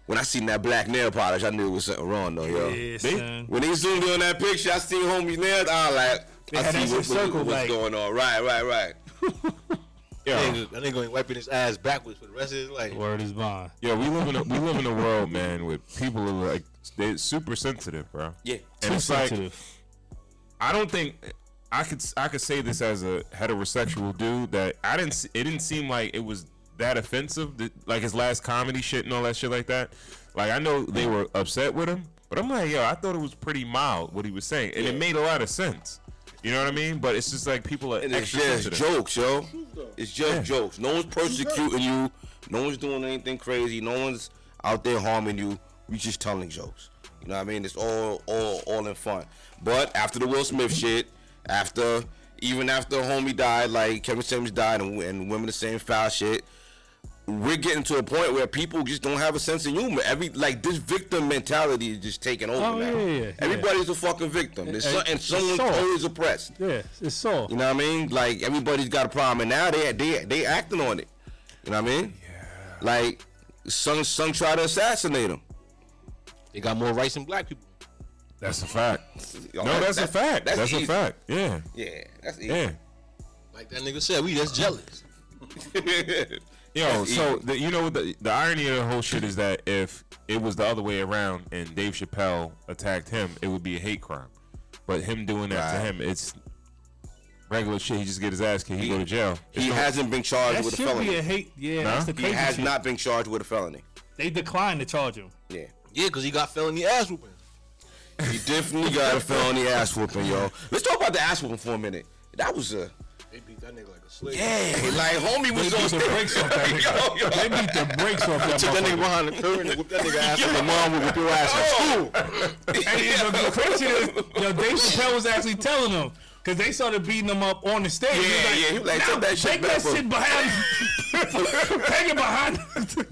when I seen that black nail polish, I knew it was something wrong though, yo.
They-
Yeah, son.
When they zoomed in on that picture, I seen homies nails. I like. I
had that
see
shit
what, what-
circled,
what's
like-
going on. Right, right, right.
yeah.
Nigga, that nigga ain't wiping his ass backwards for the rest of his life.
Word is bond.
yeah, we live in a we live in a world, man, with people who are like they super sensitive, bro.
Yeah.
and
Too
it's like
sensitive.
I don't think I could I could say this as a heterosexual dude that I didn't s- it didn't seem like it was that offensive, that, like his last comedy shit and all that shit like that. Like I know they were upset with him, but I'm like, yo, I thought it was pretty mild what he was saying, and it made a lot of sense. You know what I mean? But it's just like people are
And it's
extra
just
sensitive.
jokes, yo. It's just jokes. No one's persecuting you. No one's doing anything crazy. No one's out there harming you. We just telling jokes. You know what I mean? It's all all all in fun. But after the Will Smith shit, after even after homie died, like Kevin Simmons died, and, and women the same foul shit. We're getting to a point where people just don't have a sense of humor. Every like this victim mentality is just taking over
Oh,
now.
yeah, yeah, yeah.
Everybody's a fucking victim. There's
And-
so- and
and
someone's
soft.
always oppressed.
Yeah, it's so.
You know what I mean? Like everybody's got a problem, and now they they they acting on it. You know what I mean? Yeah. Like some some try to assassinate him.
They got more rights than black people.
That's a fact.
Yo,
No,
that-
that's, a
that-
fact. That's, a
easy.
fact. Yeah,
Yeah, that's easy.
yeah.
Like that nigga said, we just jealous.
Yo,
That's
so
easy.
the, you know what the, the irony of the whole shit is that if it was the other way around and Dave Chappelle attacked him, it would be a hate crime. But him doing that
Right.
to him, it's regular shit. He just get his ass kicked. He, go to jail. It's
he
no-
hasn't been charged
That
with a
should be
felony.
a hate. Yeah,
Nah.
that's the
he
crazy
has
shit.
not been charged with a felony.
They declined to charge him.
Yeah.
Yeah, because he got felony ass whooping.
He definitely got a felony ass whooping, yo. Let's talk about the ass whooping for a minute. That was
They
a
beat that nigga like a slave.
yeah, like homie was
They
on
beat the brakes off that nigga.
Yo, yo.
They beat the brakes off that
That
motherfucker.
nigga behind the curtain.
Whip that nigga ass.
Your mom would whip your ass at school.
And you know, the crazy thing is, yo, Dave Chappelle was actually telling them because they started beating them up on the stage. He was
Yeah, yeah, he was like,
"Now
"Take that shit
take
back,
that
bro."
shit behind, take it behind.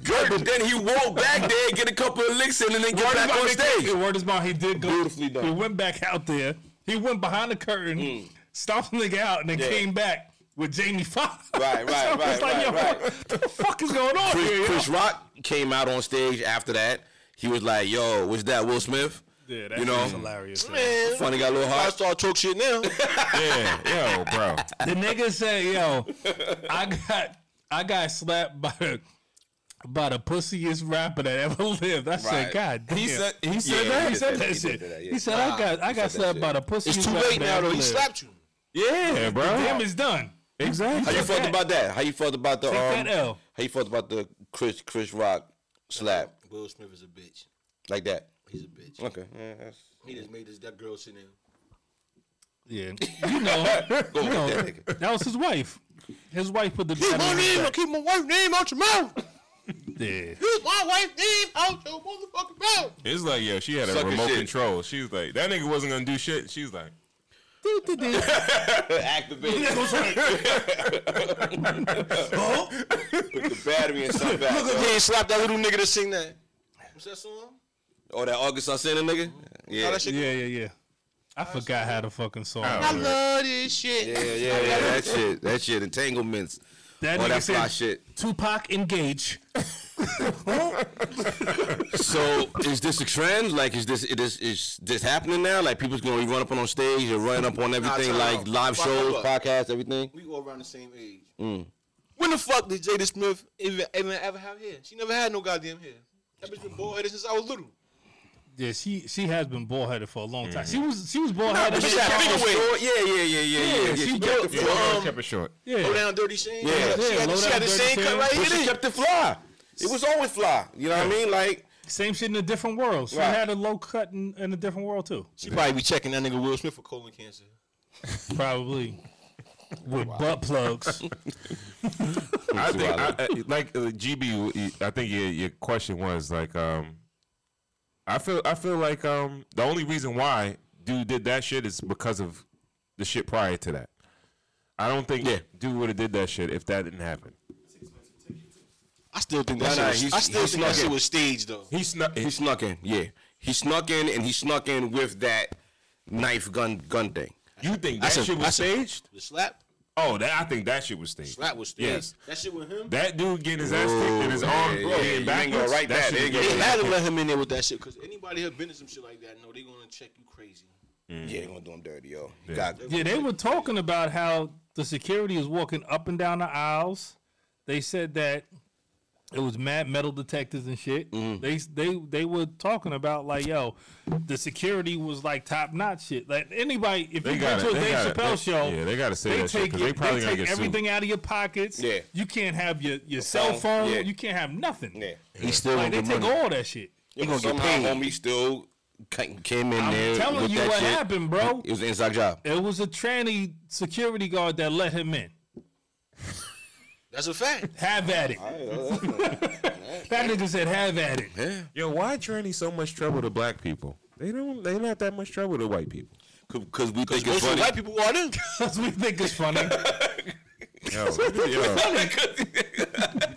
Good, but then he walked back there, get a couple of licks in, and then get
Word
back
is
on
my-
stage.
Word is my he did go.
Beautifully done.
He went back out there. He went behind the curtain,
Mm.
stomped the nigga out, and then came back with Jamie Foxx.
Right, right,
so
right,
It's like,
right,
yo,
right.
what the fuck is going on here?
Chris,
yo?
Chris Rock came out on stage after that. He was like, "Yo, was that Will Smith?"
Yeah, that
you know,
shit's hilarious. yo.
Man,
funny got a little
I
hot.
start talk shit now.
Yeah, yo, bro.
The nigga said, "Yo, I got I got slapped by the by the pussiest rapper that ever lived." I said,
Right.
"God damn."
He said he said
Yeah.
that.
He said that
He did
shit.
that, yeah.
He said, "I got, I got
said that
slapped
shit.
by the pussiest."
It's too
rapper
late
that
now
ever
though. He
lived."
slapped you.
Yeah, bro.
Damn, it's done.
Exactly.
How you felt
that.
about that? How you felt about the
Take
um,
that L.
How you felt about the Chris Chris Rock slap
Will Smith is a bitch.
like that?
He's a bitch.
Okay, yeah, that's-
He just made this that girl sit in.
Yeah, you know,
go
you
with
know,
that nigga.
that was his wife. His wife put the
Keep
dab
my
in his
name,
back.
keep my wife's name out your mouth.
Yeah.
Keep my wife's name out your motherfucking mouth.
It's like, yo, she had a
Sucker
remote
shit. Um,
control. She was like, that nigga wasn't gonna do shit. She was like,
Activate. Put the battery in something back.
He ain't slapped that little nigga that sing that.
What's that song?
Oh, that August Santana nigga.
How
Yeah,
that shit
Yeah, yeah, yeah. I forgot how the fucking song.
I
I
don't know.
love this shit.
yeah, yeah, yeah. That shit. That shit. Entanglements.
That
All
nigga
that fly
said,
shit.
"Tupac engage."
So is this a trend? Like, is this it is is this happening now? Like, people's gonna run up on stage and run up on everything,
time
like
out.
live
Fuck
shows,
up.
podcasts, everything.
We all around the same age.
When the fuck did Jada Smith?
Even, even ever have hair? She never had no goddamn hair. That bitch been bald headed since I was little.
Yeah, she she has been ball headed for a long time.
Mm-hmm.
She was she was ball headed.
but she had bigger wig.
Yeah, yeah, yeah, yeah, yeah. yeah,
she
She
built-
kept it
Yeah,
fly.
kept it short.
yeah,
Go down, dirty Shane.
Yeah.
She
low
had, she
down
had the
dirty
same cut
Sam.
right
But
here.
she
then.
kept it fly. It was always fly. You know what I mean? Like,
same shit in a different world. She
Right.
had a low cut in, in a different world too.
She probably be checking that nigga Will Smith for colon cancer.
Probably
Oh,
with butt plugs.
I think, I, I- like uh, GB, you- I think your, your question was like, um, I feel I feel like um, the only reason why dude did that shit is because of the shit prior to that. I don't think dude would have did that shit if that didn't happen.
I still think
Nah,
that
nah,
shit.
he's-
Was, I still
he's
think that
snuck
shit
it.
was staged though.
He snuck.
He snuck in, yeah. He snuck in, and he snuck in with that knife, gun, gun thing.
you think that
said-
shit
I
was
said-
staged?
The slap?
Oh, that I think that shit was staged.
Slap was staged.
Yes.
That shit with him?
That dude getting his ass kicked and his arm
yeah,
yeah,
yeah, you
being
ain't
backwards.
gonna write that,
shit
nigga.
is
They
getting-
had to let him in there with that shit because anybody who been in some shit like that, no, they gonna check you crazy.
Yeah, he gonna do him dirty, yo. He got-
Yeah, they were talking about how the security is walking up and down the aisles. They said that it was mad metal detectors and shit.
Mm.
They they they were talking about like, yo, the security was like top notch shit. Like anybody, if
They
you
got
went
it.
to a
They
Dave
got it.
Chappelle
They-
show,
yeah, they gotta say
they
that shit,
take
'cause
your-
they probably gonna
take
get sued.
everything out of your pockets.
Yeah.
you can't have your your cell
phone,
phone.
yeah.
You can't have nothing.
yeah.
He still
Like they take all that shit.
Yo,
gonna get
somehow,
paid.
homie still ca- came in
I'm
there.
telling
with
you
that
what
shit.
happened, bro.
It was an inside job.
It was a tranny security guard that let him in.
That's a fact.
Have at it. That nigga said, "Have at it."
Yo, why tranny so much trouble to black people? They don't. They not that much trouble to white people.
Because we think it's
Most of
funny.
the white people are in.
That's what we think is funny.
Yo, yo.
You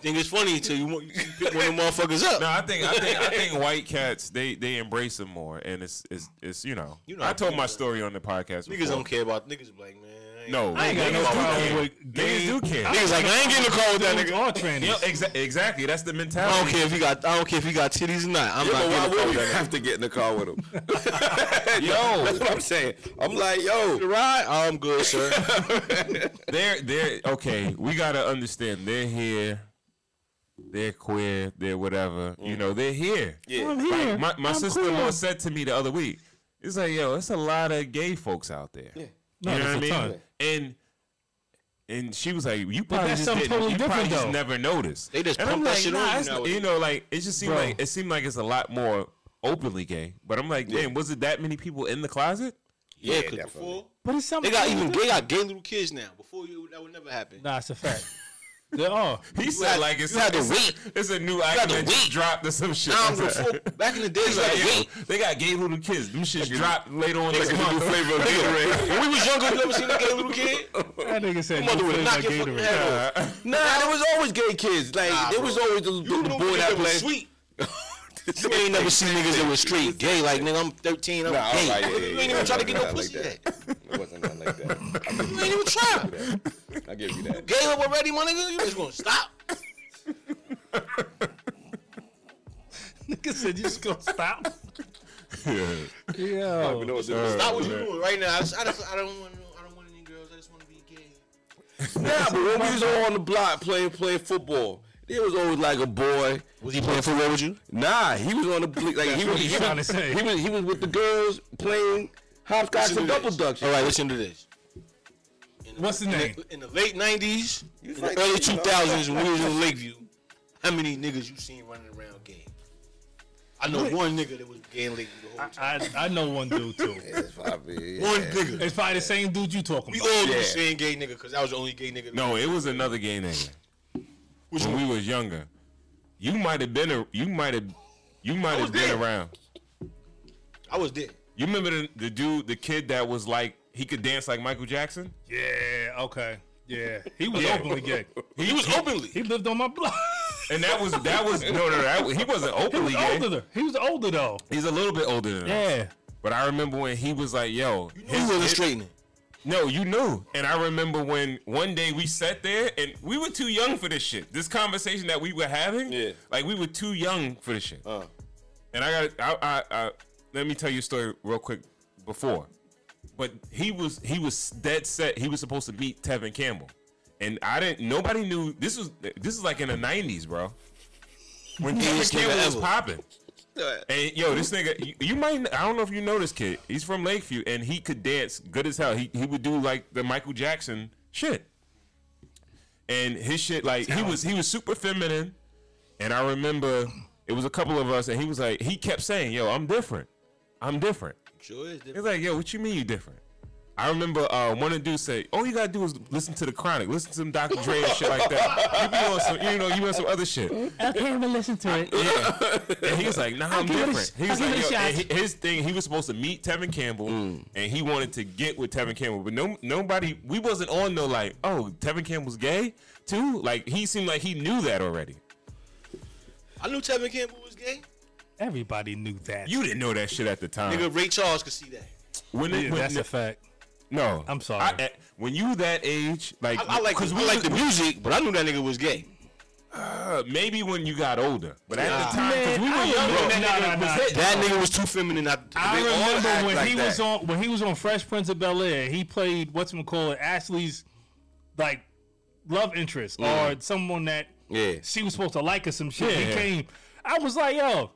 think it's funny until you, want- you pick one of them motherfuckers up.
No, I think I think I think white cats they they embrace them more, and it's it's it's you know.
You know
I
how
told my
niggas-
story on the
Niggas
podcast. before.
don't care about niggas be like, man.
No,
I ain't got no
niggas do
problem
care.
with gay-
niggas do care.
Niggas like, I ain't getting in the car with that
Dudes
nigga.
are trannies.
Yo, exa- exactly. That's the
I don't
mentality.
care if he got, I don't care if he got titties or not. I'm
Yeah,
not
but
getting
why
in the
would
car
we
with that
have to get in the car with him? yo, that's what I'm saying. I'm like,
nigga.
yo,
Right? I'm good, sir.
They're they're okay. We gotta understand. They're here. They're queer. They're whatever. You know. They're here. Like,
I'm here.
my my
I'm
sister in
queer.
law said to me the other week, it's like, yo, it's a lot of gay folks out there.
No,
you know what I
there's
mean?
a ton.
And and she was like, you probably just
that's something
didn't,
totally
you probably
different,
just
though.
never noticed.
They just
and
pump
I'm
that
like,
shit on
nah,
you
it's-
nowadays.
you know, like it just seemed
Bro.
like it seemed like it's a lot more openly gay, but I'm like, damn, was it that many people in the closet?
Yeah, 'cause
definitely.
before
But it's something.
they got even they got gay little kids now. Before you, that would never happen.
Nah, it's a fact. there are.
He said
had-
like it's,
you had to
it's,
wait.
it's a new item
to
that just
wait.
dropped or some shit.
Now I'm before, back in the days,
He's
like,
like, yo,
wait.
they got gay little kids. Them shits dropped later on this month.
flavor of Gatorade.
When we was younger, you ever seen a gay little kid?
That nigga said
Mother
no
would
flavor
knock your fucking
Gatorade.
head off.
Nah, there was always gay kids. Like
Nah,
there
bro.
was always the,
You
the
don't
boy
think
that
that
played.
was sweet. You ain't never seen niggas that was straight gay. Like nigga, I'm 13, I'm
Nah,
gay.
alright, yeah, yeah,
you
yeah,
ain't even
it
try to get no
wasn't
pussy
nothing
yet.
like It wasn't nothing like that. I'll give
You ain't even try.
you that. I'll give you that.
Gay up already, my nigga. You just gonna stop?
Nigga said you just gonna stop. Yeah.
You know what
Stop what you're doing right now. I, just, I, just, I don't want. I don't want any girls. I just want to be gay.
Nah, but when we was all on the block playing playing football, there was always like a boy.
Was he playing football with you?
Nah, he was on the ble- like he
what
was
he's
he
trying to
was,
say.
he was he was with the girls playing hopscotch and double duck.
All right, listen to this. In
What's the name?
In the late '90s, in
like,
the early
you know.
2000s, when we was in Lakeview, how many niggas you seen running around gay? I know one nigga that was gay in Lakeview the whole time.
I, I know one dude too.
That's probably
One nigga.
It's probably the same dude you talking
We
about.
all
Yeah.
the same gay nigga because I was the only gay nigga.
No, it was another gay nigga.
Which
when we was younger, you might have been a, you might have you might have been around.
I was there.
You remember the, the dude, the kid that was like he could dance like Michael Jackson?
Yeah. Okay. Yeah. He was
Yeah.
openly gay.
He was openly.
He lived on my block.
And that was that was no no, no that, he wasn't
He
openly
was
gay.
older. though. He was older though.
He's a little bit older than us.
Yeah.
But I remember when he was like, "Yo,
He
his-
wasn't
his-
straightening.
No, you knew. And I remember when one day we sat there and we were too young for this shit. This conversation that we were having,
Yeah.
like we were too young for this shit.
Uh.
And I got, I, I, I, let me tell you a story real quick before. But he was, he was dead set. He was supposed to beat Tevin Campbell, and I didn't. Nobody knew this was. This is like in the nineties, bro. When Tevin
Biggest nigga
Campbell was
ever.
popping. And yo, this nigga, you, you might, I don't know if you know this kid. He's from Lakeview, and he could dance good as hell. He he would do like the Michael Jackson shit, and his shit like he was he was super feminine. And I remember it was a couple of us, and he was like, he kept saying, "Yo, I'm different, I'm different."
Sure is.
It's like, "Yo, what you mean you different?" I remember uh, one of the dudes say, "All you gotta do is listen to the Chronic, listen to some Dr. Dre and shit like that. You be on some, you know, you on some other shit."
I can't even listen to it.
Yeah. and he was like, nah, I'm
give it a
different.
sh-
He was
I'll
like,
give it a
yo,
shot.
and hi- his thing, he was supposed to meet Tevin Campbell
Mm.
and he wanted to get with Tevin Campbell. But no nobody we wasn't on though like, oh, Tevin Campbell's gay too? Like he seemed like he knew that already.
I knew Tevin Campbell was gay.
Everybody knew that.
You didn't know that shit at the time.
Nigga, Ray Charles could see that.
when
Yeah,
it, when,
that's a fact.
no,
I'm sorry.
I- at- when you that age, like,
I, I like
because
because we like the music, but I knew that nigga was gay.
uh, maybe when you got older, but at
Nah.
the time, because we were young, when that
nah, nah,
nigga was
nah.
hitting.
That nigga was too feminine. I,
I
they all act
remember when
like
he
that.
was on when he was on Fresh Prince of Bel Air. He played what's call it Ashley's like love interest
Mm.
or someone that
Yeah.
she was supposed to like or some shit. He
Yeah.
came. I was like, yo,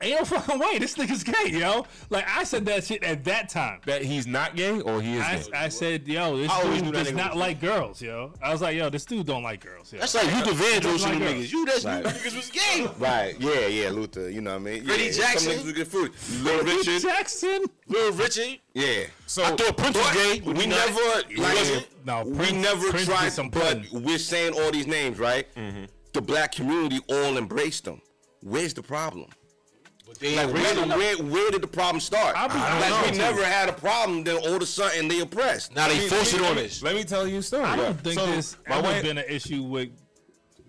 ain't no fucking way. This nigga's gay, yo. Like I said that shit at that time.
That he's not gay or he is
I,
gay.
I said, yo, this
I always
dude
knew that
does
nigga
not
was-
like girls, yo. I was like, yo, this dude don't like girls, yo.
That's like you DeVandro's
Just
and the
like
niggas. You that's
Right.
you niggas was gay.
Right, yeah, yeah, Luther, you know what I mean?
Freddie
yeah,
Jackson.
Some niggas was good food. Little
Hugh
Richard,
Jackson.
Little Richard,
yeah.
So
I thought Prince was gay.
We,
but he not.
never, like,
No,
we
Prince-
never
Prince
tried,
did some
but
putting.
we're saying all these names, right?
Mm-hmm.
The black community all embraced them. Where's the problem?
But they
Like,
ain't
where,
raised
did-
him.
where, where did the problem start?
I be- I
like,
don't
we
know.
never had a problem, then all of a sudden they oppressed.
Now they force it on
Let me-
us.
Let me tell you a story.
I don't think
So,
there's
my
ever
wife-
been an issue with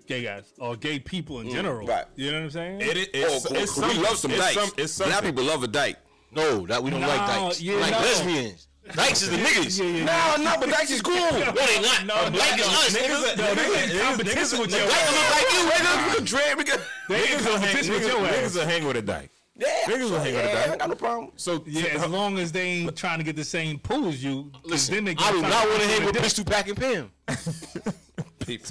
gay guys or gay people
Mm,
in general.
right.
You know what I'm saying?
It is. It's,
oh,
it's
we
something.
love some
it's
dykes.
Some, it's something.
Black people love a dyke.
No, that we don't
Nah,
like dykes.
yeah,
like
no.
lesbians. Dykes is the niggas.
yeah, yeah.
No, no, but dykes is cool.
No, they not.
No, no,
like is
no.
us,
Niggas,
nigga.
no, niggas, niggas, niggas,
with
niggas,
your
Dyke
niggas,
look like you.
Niggas, we can dread, we can.
niggas, will hang-
competition with your
niggas,
ass.
niggas will hang with a dyke.
Yeah,
Niggas will hang with a
yeah, I
dyke.
ain't got no problem.
So
Yeah,
uh,
as long as they ain't trying to get the same pool as you, 'cause then they
I do
trying
not want to
compete
hang with
different-
Pistol Pack and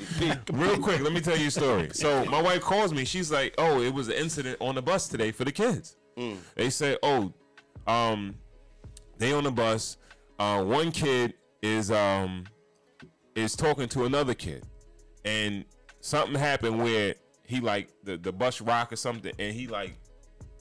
Pam.
real quick, let me tell you a story. So my wife calls me. She's like, "Oh, it was an incident on the bus today for the kids." They said, "Oh, um, they on the bus. Uh, one kid is um is talking to another kid, and something happened where he like the the bus rock or something, and he like."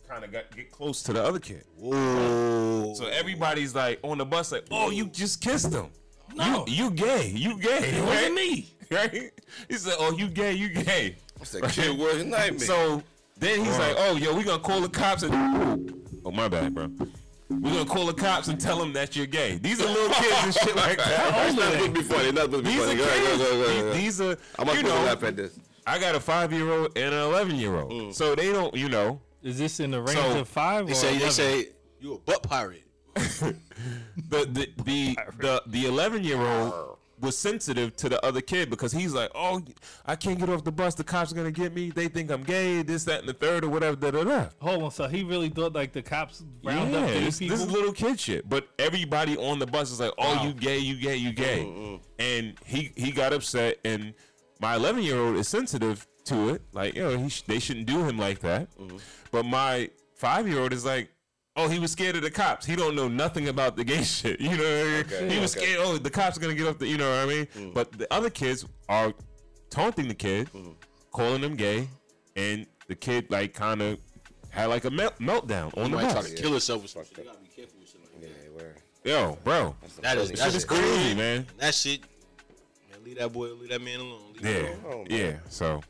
kind of got get close to the other kid.
Ooh.
So everybody's like on the bus, like, "Oh, you just kissed him.
No.
You gay. You gay.
It
right?
wasn't me.
Right? He said, "Oh, you gay. You gay."
What's that kid worth his nightmare?
So then he's like, "Oh, yo, we gonna call the cops and oh my bad, bro. We gonna call the cops and tell them that you're gay. These are little kids and shit like that.
That's not supposed to be funny. Not supposed to be
These are
funny. Go ahead,
kids.
go ahead, go ahead, go
These-
ahead.
These are
I'm not
you
supposed to
know.
laugh at this.
I got a five year old and an eleven year
Mm.
old, so they don't, you know.
Is this in the range
So,
of five or
They say, they
11?
say you a butt pirate.
the the the the, the 11 year old was sensitive to the other kid because he's like, oh, I can't get off the bus. The cops are gonna get me. They think I'm gay. This, that, and the third, or whatever. Da da da.
Hold on. So he really thought like the cops round
yeah,
up these
this,
people.
this is little kid shit. But everybody on the bus is like, oh, you gay, you gay, you gay, and he he got upset. And my 11 year old is sensitive to it. Like, yo, he sh- they shouldn't do him like that. But my five year old is like. Oh, he was scared of the cops. He don't know nothing about the gay shit. You know, what I mean? he was
okay.
scared. Oh, the cops are gonna get up. The, you know what I mean? But the other kids are taunting the kid, calling him gay, and the kid like kind of had like a melt- meltdown on the
Might
bus.
try to kill herself with some shit.
You gotta be careful with shit like that.
Yeah, where?
Yo, bro,
That is
that
that
is
is
crazy, man.
that shit. Man, leave that boy, leave that man alone. Leave him
Yeah,
alone.
Oh, man.
yeah. So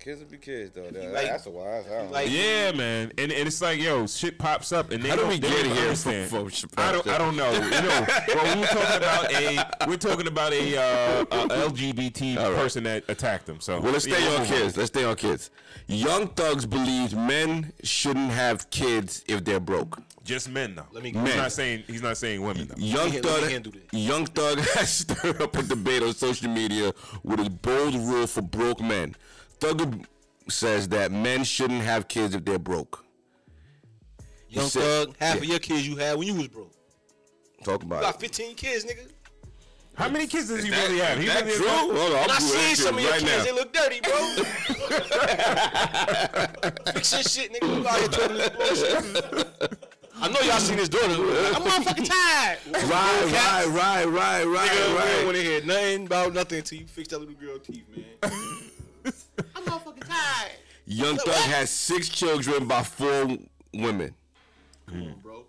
Kids will be kids, though. That-
like-
That's a wise. I don't know.
Like,
yeah, man, and, and it's like yo, shit pops up, and they
How do
don't,
we
they
get
don't
here from,
understand.
from
I don't, I don't know. You know, well, we were talking about a, we're talking about a, uh, a LGBT
All right.
person that attacked him. So
Well, let's stay
Yeah,
on
move on.
kids. Let's stay on kids. Young thugs believe men shouldn't have kids if they're broke.
Just men, though.
Let me-
He's
Men.
not saying he's not saying women. Though.
Young
Let me- let me
Thug,
handle this.
Young Thug has stirred up a debate on social media with a bold rule for broke men. Thug says that men shouldn't have kids if they're broke.
young
said-
thug, half of
yeah. Uh,
your kids you had when you was broke.
Talk
You
about
got
it.
15 kids, nigga.
How many kids does he really have? He
That
really has
true?
like-
Hold on, I'm
And I
Googling
seen
that
some of
shit
your
right
kids.
now.
They look dirty, bro. Fix your shit, nigga. You out here talking this bullshit. I know y'all seen his daughter. I'm motherfucking tired.
Right, right, right, right,
Nigga, we don't
right,
want
right.
to hear nothing about nothing until you fix that little girl teeth, man. I'm motherfucking tired.
Young Thug has six children by four women,
Come on, bro.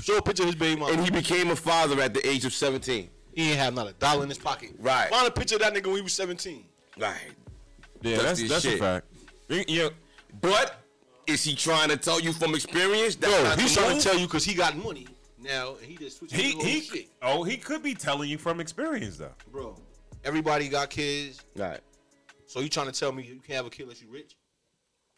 Show a picture of his baby mama.
and he became a father at the age of 17.
He ain't have not a dollar in his pocket.
Right.
Find a picture of that nigga when he was 17.
Right.
Yeah, that's
Dusty
that's a
shit.
fact. You- you-
But is he trying to tell you from experience? That's
Bro,
not
he's
the
trying
move?
to tell you because he got money now, and he just switched
he
the whole
he
shit,
oh he could be telling you from experience though.
bro. Everybody got kids,
Right.
so you trying to tell me you can't have a kid unless you rich?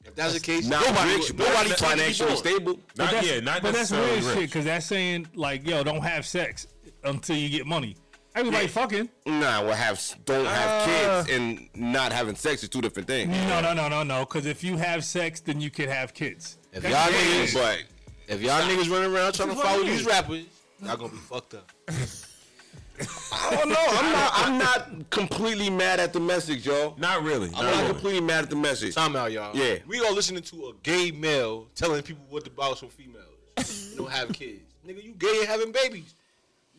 If that's the case,
Not
nobody,
rich, but
nobody can't be
financially
born.
stable.
Not
that's,
yeah, not
but that's
necessarily
weird
rich.
shit because that's saying like, yo, don't have sex until you get money. Everybody fucking.
Nah, well, have don't
Uh,
have kids and not having sex is two different things.
No, no, no, no, no. Because if you have sex, then you can have kids.
If
That's
y'all
the
niggas-
case.
But
If y'all niggas running around trying to
That's what
follow
it
these
is.
rappers, y'all gonna be fucked up.
I don't know. Oh, I'm not. I'm not completely mad at the message, y'all.
Not really.
I'm
not
not
really.
completely mad at the message.
Time out, y'all.
Yeah.
We all listening to a gay male telling people what to buy some females. You don't have kids. Nigga, you gay and having babies.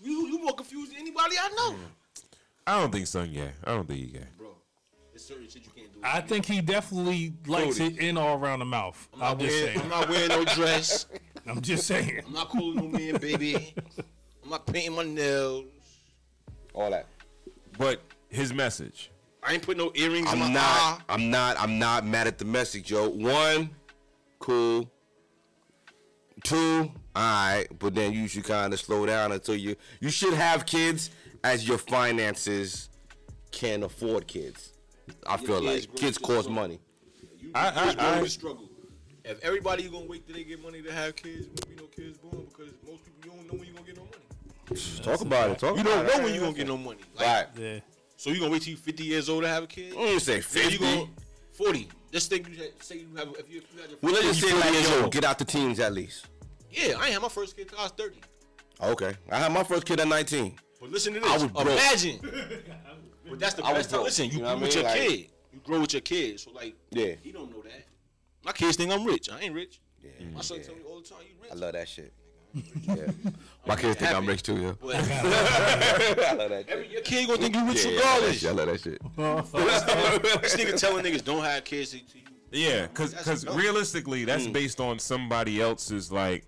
You you more confused than anybody I know.
I don't think so. Yeah, I don't think you gay.
Bro, there's certain shit you can't do.
I think he definitely likes it in all around the mouth.
I'm
I'm
not,
just
wearing, I'm
saying.
not wearing no dress.
I'm just saying.
I'm not calling no man baby. I'm not painting my nails.
All that.
But his message.
I ain't putting no earrings in my
I'm
eye.
not. I'm not. I'm not mad at the message, yo. One, cool. Two, alright, but then you should kind of slow down until you you should have kids as your finances can afford kids. I feel
kids
like
grow
kids
to
cost
grow.
money.
You
I- I-
just
I-
going to struggle. If everybody gonna wait till they get money to have kids, won't be no kids born because most people you don't know when you gonna get no money.
Talk about it. Talk
You
about
don't
it.
know when you gonna get no money. Like,
Right.
Yeah.
So you gonna wait till you 50 years old to have a kid?
I'm gonna say
Then
50.
you gonna 40. Let's Mm. think you had, say you have if you, if you had your
well, let's just say like,
years
yo,
old.
get out the teens at least.
yeah, I ain't had my first kid till I was 30.
Okay. I had my first kid at 19.
But listen to this.
I was broke.
Imagine. but that's the
I was
best time.
broke.
Listen, you,
You know what I
you with
mean?
your
Like-
kid. You grow with your kids. So like,
Yeah.
he don't know that. My kids think I'm rich. I ain't rich.
Yeah.
My son tell me all the time, you rich.
I love that shit. Yeah. My kids think I'm rich too, yo.
But
I love that shit.
every, your kid gonna think you rich
Yeah, yeah, I love that
regardless.
shit. I love that shit.
this nigga telling niggas don't have kids till till you
Yeah, because because realistically, that's
Mm.
based on somebody else's like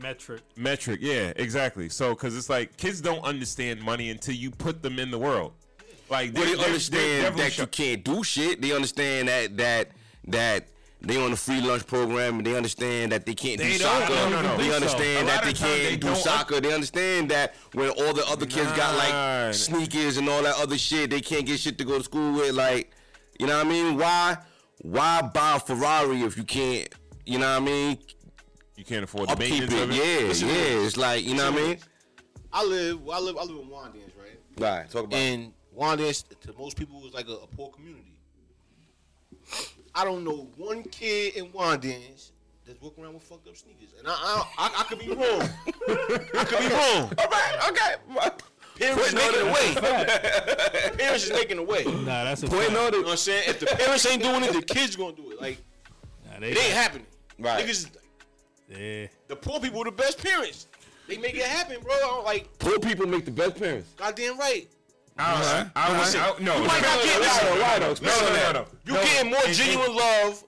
Metric.
metric. Yeah, exactly. So because it's like kids don't understand money until you put them in the world. Like they're-
Well, they
they're- they're
understand
devil
that you
shop-
can't do shit. They understand that that that they on the free lunch program and they understand that they can't do
They don't.
soccer.
No, no, no.
They
So,
understand
a lot
that they
of times
can't
they
do
don't-
soccer. They understand that when all the other kids got
Nah.
like sneakers and all that other shit, they can't get shit to go to school with. Like, you know what I mean? Why why buy a Ferrari if you can't? You know what I mean?
You can't afford the
Upkeep it.
maintenance of it.
Yeah, Uh-huh.
Listen,
yeah. It's like you know what I mean?
I live, well, I live, I live in Wandans, right?
Right. Talk about. it.
And Wandans, to most people, is like a, a poor community. I don't know one kid in Wandans that's walking around with fucked up sneakers, and I, I, I, I could be wrong. I could be wrong.
All right. Okay.
Parents
Putting on
making
it
a
away.
way. Parents is making a way. You know
Nah, that's a
Putting
fact.
on
what
it.
I'm saying? If the parents ain't doing it, the kids gonna do it. Like
Nah, they
it ain't happening.
Right.
Niggas,
yeah.
the poor people are the best parents. They make it happen, bro. I'm like,
Poor people make the best parents.
goddamn right.
I, I,
Uh-huh.
I, I, no,
might not get- listen.
Why though?
no, no, no, no, no.
You getting more genuine love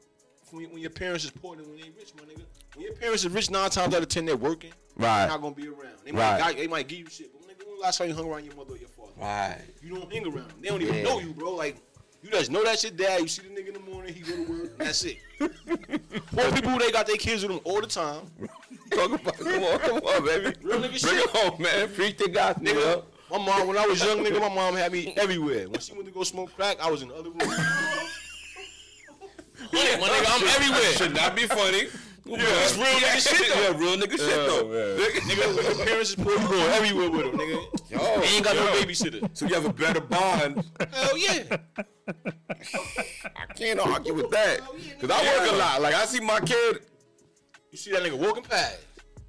when, when your parents is poor than when they rich, my nigga. When your parents is rich, nine times out of ten they're working. They're
Right.
not gonna be around. They
Right.
might got, they might give you shit, but nigga, when the last time you hung around your mother or your father?
Right.
You don't hang around. They don't even
Yeah.
know you, bro. Like you just know that's your dad. You see the nigga in the morning, he go to work. and That's it. poor people, they got their kids with them all the time.
Talk about come on, come on, baby.
Real nigga
Bring it
shit.
home, man. Preach the gospel.
Nigga,
Nigga.
my mom, when I was young, nigga, my mom had me everywhere. When she went to go smoke crack, I was in the other room. yeah, my nigga, I'm everywhere.
Should not be funny. Yeah,
That's real nigga shit, though.
real nigga shit though.
nigga, when your parents is poor, you going everywhere with them, nigga.
Yo,
They ain't got no babysitter.
so you have a better bond.
Hell yeah.
I can't argue with that.
Oh,
Cause I work a lot. Like I see my kid.
You see that nigga walking past.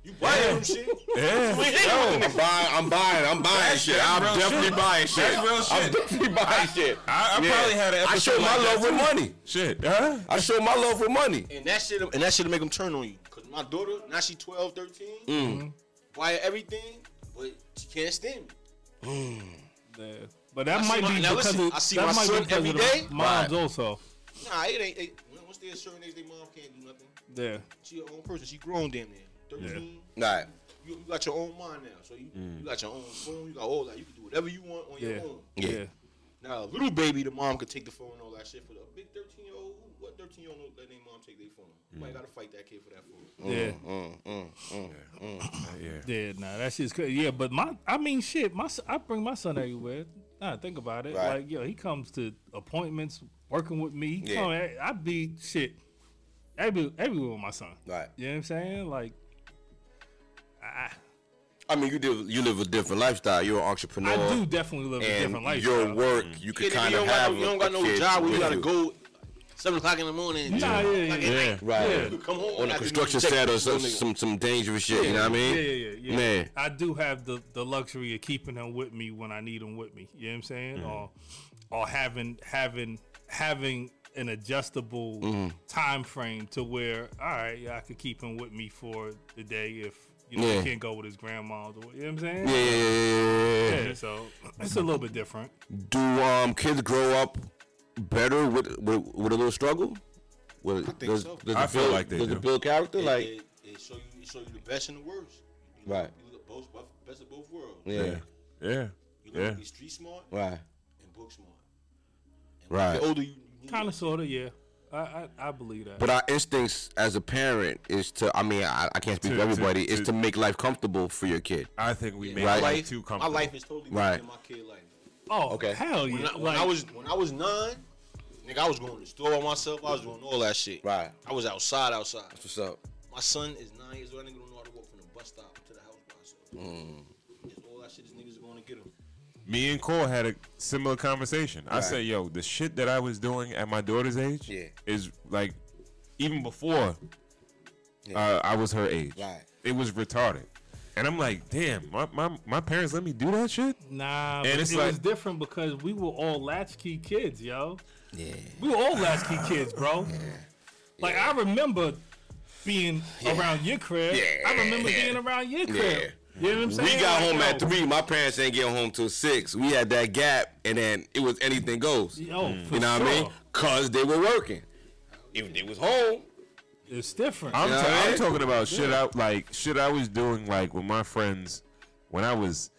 You buying him shit. You
Yeah.
ain't hanging
Yo,
with
I'm buying, I'm buying, I'm buying shit. I'm
real
definitely
shit.
buying shit.
That's real
I'm
shit.
definitely buying shit.
I, I
Yeah.
probably had an episode
I show my
like that,
love with
too.
money.
Shit, huh?
I show my love with money.
And that shit, and that shit make them turn on you. Cause my daughter, now she 12, 13,
Mm-hmm.
buy her everything, but she can't stand me.
Yeah. But that
I see
might
my-
be
now
because
listen,
of,
I see
that
my
might
son
be because
every
of
day.
the moms also.
Nah, it ain't. It, once they're a certain age, their mom can't do nothing.
Yeah.
She her own person. She grown damn near. 13.
Right.
You, you got your own mind now. So you,
Mm.
you got your own phone. You got all that. You can do whatever you want on
Yeah.
your own.
Yeah.
Now, a little baby, the mom could take the phone and all that shit. For the a big 13 year old, what 13 year old know let their mom take their phone? You
Mm.
might got to fight that kid for that phone.
Yeah.
mm,
Yeah.
Yeah, nah, that shit's crazy. Yeah, but my, I mean, shit, my, son- I bring my son everywhere. Nah, think about it.
Right.
Like, yo, he comes to appointments, working with me.
Yeah.
Yeah. I, I be shit, every everywhere with my son.
Right.
You know what I'm saying? Like, I,
I mean, you live you live a different lifestyle. You're an entrepreneur.
I do definitely live a
and
different life.
your work, you can
Yeah, nigga,
kind
you
of
don't got
have.
no, you don't got
a
no
kid
job where
with
you got to go 7 o'clock in the morning.
Nah, yeah, yeah, yeah.
yeah.
right
Yeah.
Come home
on a
after
construction
you take-
set or some, some some dangerous shit. You know what I mean?
Yeah, yeah, yeah, yeah.
Man.
I do have the, the luxury of keeping them with me when I need them with me. You know what I'm saying?
Mm.
Or or having having having an adjustable
Mm.
time frame to where all right, yeah, I could keep him with me for the day if you know
Yeah.
he can't go with his grandma's or you know what I'm saying?
Yeah, yeah, yeah, yeah, yeah, yeah.
Yeah, so it's a little bit different.
Do um kids grow up better with with, with a little struggle? With, I
think
does,
so.
does
I
it
feel
build,
like they
does
do.
it build character? like
it, it show you, it show you the best and the worst. You
Right.
You look both, both- best of both worlds.
yeah,
Yeah. Yeah.
You learn
Yeah.
to be street smart
right,
and book smart. And when
right.
you get older, you, you need
Kind of, sort of, yeah. I, I, I believe that.
But our instincts as a parent is to, I mean, I, I can't speak
To-
for everybody,
to-
is
to-
to make life comfortable for your kid.
I think we made
Right.
it
my
life
life.
too
my
comfortable.
life is totally
Right.
different than my kid life.
oh,
okay.
hell yeah!
When, I, when
like,
I was when I was nine, nigga, I was going to the store by myself. I was doing all that shit.
Right.
I was outside, outside.
What's up?
My son is nine years old. That nigga don't know how to walk from the bus stop to the house by himself.
Mm.
It's all that shit. This niggas going to get him.
Me and Cole had a similar conversation. I said, "Yo, the shit that I was doing at my daughter's age
Yeah.
is like even before uh, I was her age.
Right.
It was retarded." And I'm like, "Damn, my, my my parents let me do that shit."
Nah,
And
but
it's
it was
like-
different because we were all latchkey kids, yo.
Yeah.
We were all latchkey kids, bro. Like I remember being around your crib. I remember
Yeah.
being around your crib. You know what I'm
We
saying?
got
Like,
home at
yo,
three. My parents ain't get home till six. We had that gap, and then it was anything goes.
Yo, for
Mm.
You know what I mean?
sure.
Cause they were working.
If they was home,
It's different.
I'm,
You know
ta-
what I
I'm
mean?
talking about shit I like shit I was doing like with my friends when I was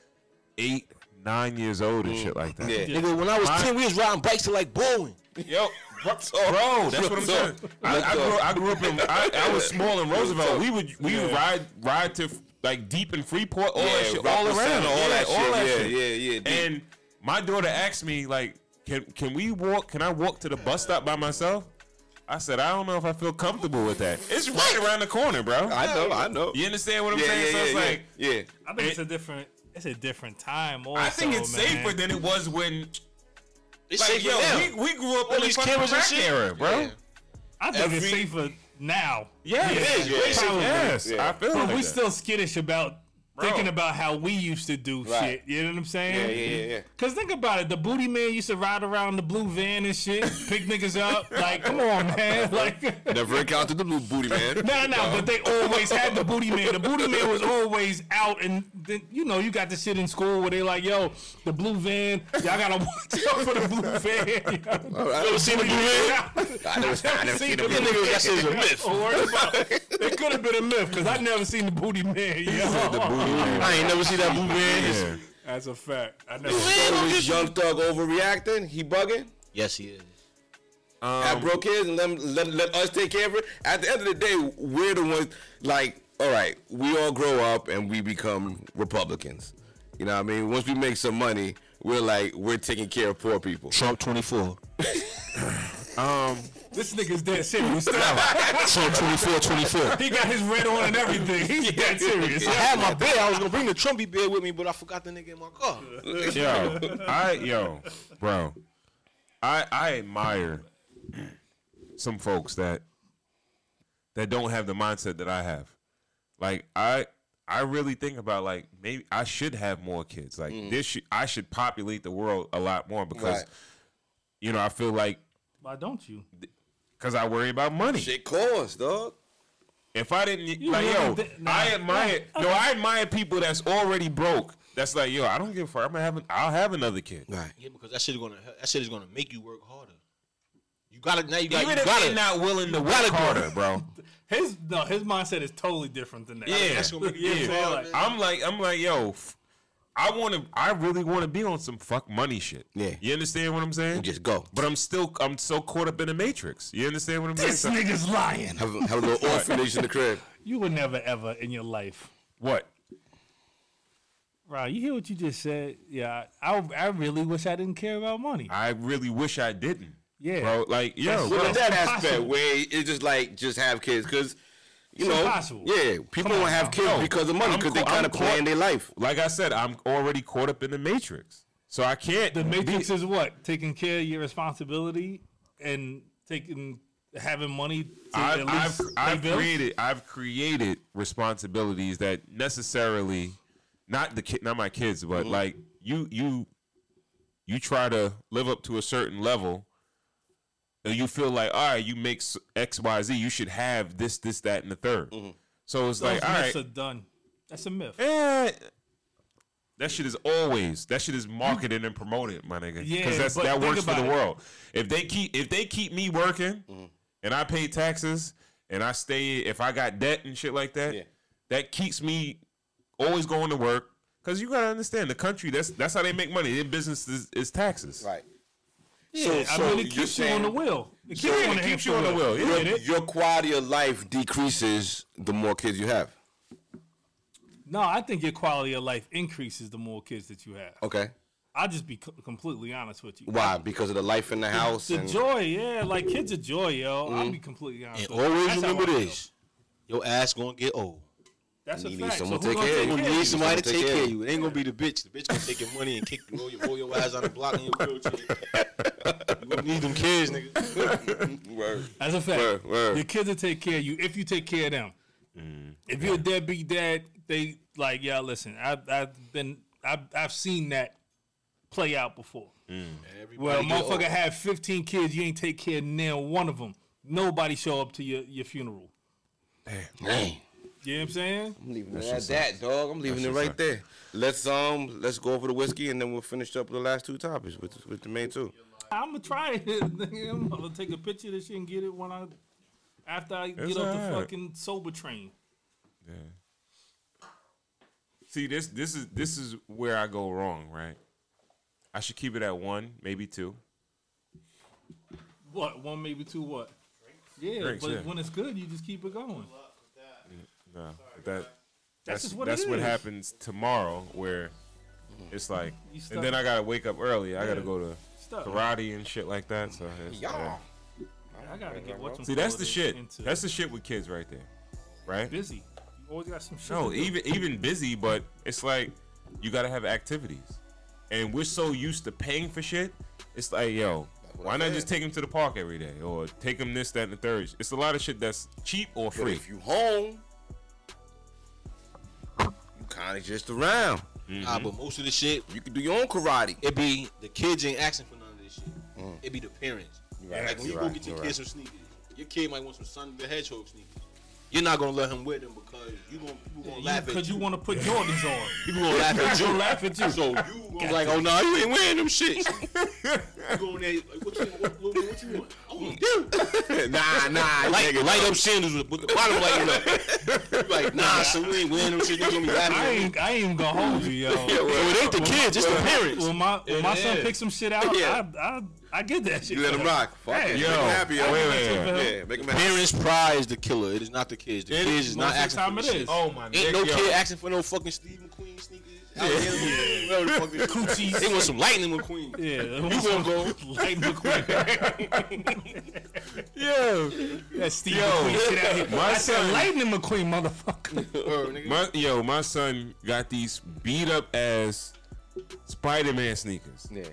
eight, nine years old
Mm.
and shit like that.
Yeah.
nigga, when I was
My-
ten, we was riding bikes to like Bowen.
Yo, Oh,
Bro, that's what I'm saying. I, I, grew, I grew up in I, I was small in Roosevelt. We would we would ride ride to like deep in Freeport, all that shit, all around,
all
Yeah,
that shit.
all that
yeah,
shit.
yeah, yeah. Deep.
And my daughter asked me, like, can can we walk? Can I walk to the bus stop by myself? I said, I don't know if I feel comfortable with that. It's right around the corner, bro.
I know, I know.
you understand what I'm
yeah,
saying?
yeah,
so it's
yeah,
like,
yeah, yeah.
I think
it-
it's a different. It's a different time. Also,
I think it's
man.
safer than it was when.
It's
Like, yo,
now.
we, we grew up
All
in the
these
fucking
cameras and
crack
shit.
era, bro.
Yeah.
I think it's
Every-
safer now.
Yeah,
is, yeah.
Probably.
Yes, I feel
But
like
we
that.
still skittish about
Bro.
thinking about how we used to do
Right.
shit. You know what I'm saying?
Yeah, yeah, yeah, yeah.
Cause think about it, the booty man used to ride around the blue van and shit, pick niggas up. Like, come on, man. Like,
Never encountered the blue booty man.
no, no, but they always had the booty man. The booty man was always out, and then, you know you got the shit in school where they like, yo, the blue van, y'all gotta watch out for the blue van.
All right.
seen the blue man?
I never, I never seen the blue
That nigga, that shit is a
man.
myth.
Don't worry about it. It could have been a myth because I never seen the booty man. Yo.
I ain't never seen that blue man.
Yeah.
That's a fact. I never.
So is Young Thug overreacting? He bugging?
Yes, he is. Um,
Have broke kids and let, 'em- let, let us take care of it. At the end of the day, we're the ones, like, all right, we all grow up and we become Republicans. You know what I mean? Once we make some money, we're like, we're taking care of poor people.
Trump 24.
This nigga's dead serious. now.
Trump 24, 24.
He got his red on and everything. He's dead serious.
I had my beer. I was gonna bring the Trumpy beer with me, but I forgot the nigga in my car.
yo, I yo, bro, I I admire some folks that that don't have the mindset that I have. Like I I really think about like maybe I should have more kids. Like this, should, I should populate the world a lot more because
Mm. Right.
you know I feel like
Why don't you?
because I worry about money.
Shit costs, dog.
If I didn't
You
like
really
yo,
did- nah.
I admire no, I admire people that's already broke. That's like yo, I don't give a fuck. I'm gonna have an, I'll have another kid.
Right.
Yeah, because that shit is gonna that shit is gonna make you work harder. You gotta now you gotta
Even
you
if
gotta
they're not willing to work harder, bro.
His no, his mindset is totally different than that.
Yeah,
That's gonna be
Yeah,
yeah.
man,
hard,
like-
man.
I'm like, I'm like, yo, f- I want to, I really want to be on some fuck money shit.
Yeah.
you understand what I'm saying?
Just go.
but I'm still, I'm so caught up in the matrix. You understand what I'm
This
saying? So-
nigga's lying.
Have, a- have a little orphanage in the crib.
You would never ever in your life.
what?
Right, you hear what you just said? Yeah, I, I I really wish I didn't care about money.
I really wish I didn't.
Yeah.
bro. Like, yo,
That's-
bro,
Well, in that aspect,
impossible.
where it's just like just have kids, cause you know,
impossible.
yeah, people
on
don't
now.
have kids
No,
because of money,
I'm
because they
caught-
kind
I'm
of plan
caught-
their life.
like I said, I'm already caught up in the matrix, so I can't.
The matrix
be-
is what taking care of your responsibility and taking having money. To
I've,
at least
I've, I've
pay bills?
created, I've created responsibilities that necessarily, not the kid, not my kids, but like you, you, you try to live up to a certain level, and you feel like, all right, you make s- X, Y, Z, you should have this, this, that, and the 3rd So it's
Those
like, all right,
myths are done. That's a myth.
eh, that shit is always that shit is marketed and promoted, my nigga.
Yeah,
because that's
but
that
think
works for
about
the
it. Mm-hmm.
world. If they keep if they keep me working and I pay taxes and I stay if I got debt and shit like that,
Yeah.
that keeps me always going to work. Cause you gotta understand the country. That's that's how they make money. Their business is, is taxes.
Right.
Yeah, I
so
mean,
you're
it keeps you
saying-
on the wheel. It keeps
Yeah,
you on the
it keeps
hamster
you on the wheel. Yeah.
Your, your quality of life decreases the more kids you have.
No, I think your quality of life increases the more kids that you have.
Okay.
I'll just be co- completely honest with you.
Why? Because of the life in the house
The
and
joy, yeah, like kids are joy, yo. I'll be completely honest.
And
with you.
always
That's how
remember
I feel.
this: your ass gonna get old.
That's
you
a
need
fact. So
someone
who's
to take
gonna
care of
take
you.
care
You
of
need somebody to
Take
take
care.
care of you. It ain't gonna be the bitch. The bitch gonna take your money and kick roll your roll your ass on the block in your wheelchair. You gonna need them kids, nigga.
Word.
That's a fact.
Word, word.
Your kids will take care of you if you take care of them. if you're a deadbeat dad, they like, yeah, listen, I, I've been, I've, I've seen that play out before. Well, motherfucker had 15 kids, you ain't take care of near one of them. Nobody show up to your, your funeral.
Man,
You know what I'm saying?
I'm leaving it at that, dog. I'm leaving it right there. Let's um, let's go over the whiskey and then we'll finish up with the last two topics with with the main two.
I'm gonna try it. nigga. I'm gonna take a picture of this shit and get it when I after I get off the
alright.
fucking sober train.
Yeah. See this this is this is where I go wrong, right? I should keep it at one, maybe two.
What one maybe two what? Yeah,
Drinks,
but
yeah.
when it's good, you just keep it going.
No, that that's
just
that's
what
what,
it is.
happens tomorrow where
Mm.
it's like,
You stuck.
and then I gotta wake up early. I gotta
Yeah.
go to
Stuck.
karate and shit like that. So it's, yeah.
I gotta get what
see, that's the shit. That's the shit with kids right there, right?
busy. You always got some shit.
No,
to do.
even even busy, but it's like you gotta have activities, and we're so used to paying for shit. It's like, yo,
what
why
I'm
not
saying.
just take him to the park every day, or take him this, that, and the third? It's a lot of shit that's cheap or
But
free.
if you home, you kind of just around.
Ah, but most of the shit,
You can do your own karate.
it be the kids ain't asking for none of this shit. It be the parents.
right,
Like when Mm. you
you're
go
right,
get your
you're
kid some sneakers, your kid might want some Sonic the Hedgehog sneakers. You're not gonna let him wear them because you gonna people gonna laugh at
because
you.
you want to put Jordans on.
People gonna laugh at you.
Don't laugh at you.
So you gonna be like, oh no, you ain't wearing them shits. you going there? Like, what you what, what, what you want? I want them.
nah, nah,
Light,
nigga.
light up sandals with, with the bottom light up. You like, nah, so we ain't wearing them shit. You gonna be laughing
I
at me.
ain't, I ain't gonna hold you, yo.
So it ain't the kids, it's the parents.
When my when my
It
son
is.
picks some shit out,
Yeah.
I, I I get that shit.
You let him rock. Fuck
Hey,
it.
yo,
Make him happy. yo.
wait, wait, wait.
Yeah, make him happy.
Parents' pride is the killer. It is not the kids. The
It-
kids is not
most of the
asking
time it
for this
is.
shit.
Oh my
Ain't
neck,
no
yo.
kid asking for no fucking Steve McQueen sneakers. Yeah. Whatever the fuck this-
Coochies.
They want some Lightning McQueen.
Yeah,
You gonna go?
Lightning McQueen. That Steve McQueen shit out here.
my
I said
son-
Lightning McQueen, motherfucker.
My yo, my son got these beat up ass Spider Man sneakers. Yeah.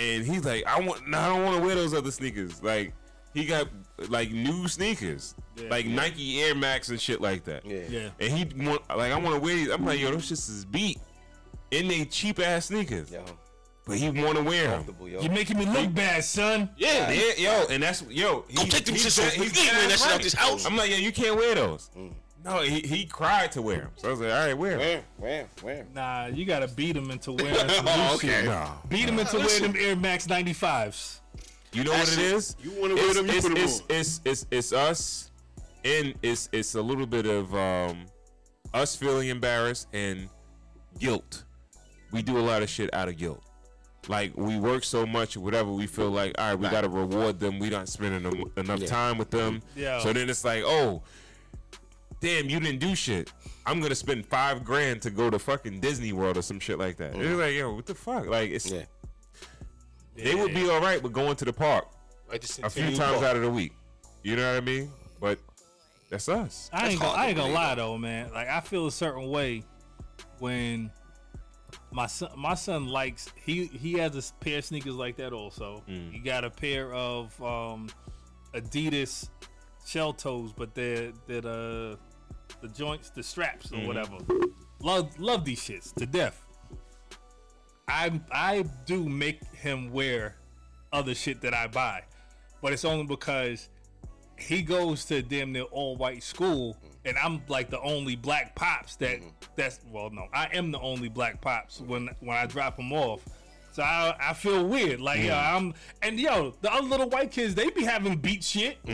And he's like, I want, no, I don't want to wear those other sneakers. Like, he got like new sneakers, like Nike Air Max and shit like that. Yeah.
Yeah.
And he want, like, I want to wear these. I'm like, yo, those shits is beat, and they cheap ass sneakers.
Yo,
But he want to wear them.
comfortable, yo.
You're making me look bad, son.
Yeah, yo, and that's yo. He,
take them
he
shits
said-
off.
he
You can't
said
wear that shit out
right.
this house.
I'm like, yeah, you can't wear those. No, he, he cried to wear them. So I was like, all right, Mm. wear 'em.
Where, where, where?
Nah, you gotta beat him into wearing some
Oh,
new
okay.
shit. Beat him into wearing them Air Max 95s.
You know what it is?
You wanna wear them, you
it's,
put 'em
it's, it's, it's, it's us, and it's it's a little bit of um, us feeling embarrassed and guilt. We do a lot of shit out of guilt. Like we work so much, or whatever. We feel like, all right, we gotta reward them. We not spending em- enough time with them.
Yeah.
So then it's like, oh, damn, you didn't do shit. I'm gonna spend five grand to go to fucking Disney World or some shit like that.
Mm.
It's like, yo, what the fuck? Like, it's
Yeah.
they would be all right with going to the park
Like the
a few
Centennial
times
Park.
out of the week. You know what I mean? But that's us.
I ain't,
hard
gonna, I
to
ain't gonna
believe.
lie though, man. Like I feel a certain way when my son, my son likes he he has a s- pair of sneakers like that. Also,
Mm.
he got a pair of um, Adidas shell toes, but they're they're the the joints, the straps, or
Mm-hmm.
whatever. Love love these shits to death. I I do make him wear other shit that I buy, but it's only because he goes to damn near all white school, and I'm like the only black pops that that's well, no, I am the only black pops when when I drop him off. So I, I feel weird, like yo, I'm and yo, the other little white kids they be having beat shit, but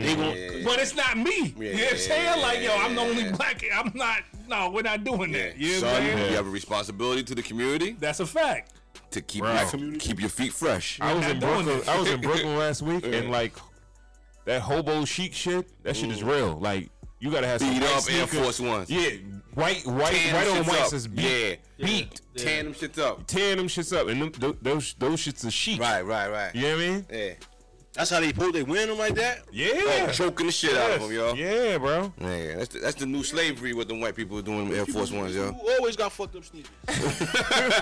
it's not me. you know what I'm saying? like yo, I'm the only black. I'm not. No, we're not doing that. You know what
Son,
I'm saying?
you have a responsibility to the community
That's a fact.
to keep
Bro.
your, keep your feet fresh.
I was
not
in
doing
Brooklyn.
this.
I was in Brooklyn last week, and like that hobo chic shit. That shit is real. Like you gotta have some
Beat
white
up Air
sneakers.
Force Ones.
Yeah, white, white,
Tan
white
them
on
shits
whites
up.
is beat.
Yeah.
Beat.
Tan them shits up.
Tearing them shits up, and them, th- those those shits are chic.
Right, right, right.
You know what I mean?
Yeah.
That's how they pull. They win them like that.
Yeah.
Like choking the shit out of them, yo.
Yeah, bro.
Yeah, that's the, that's the new slavery what the white people are doing with Air Force Ones, yo. Um,
Who always got fucked up sneakers?
All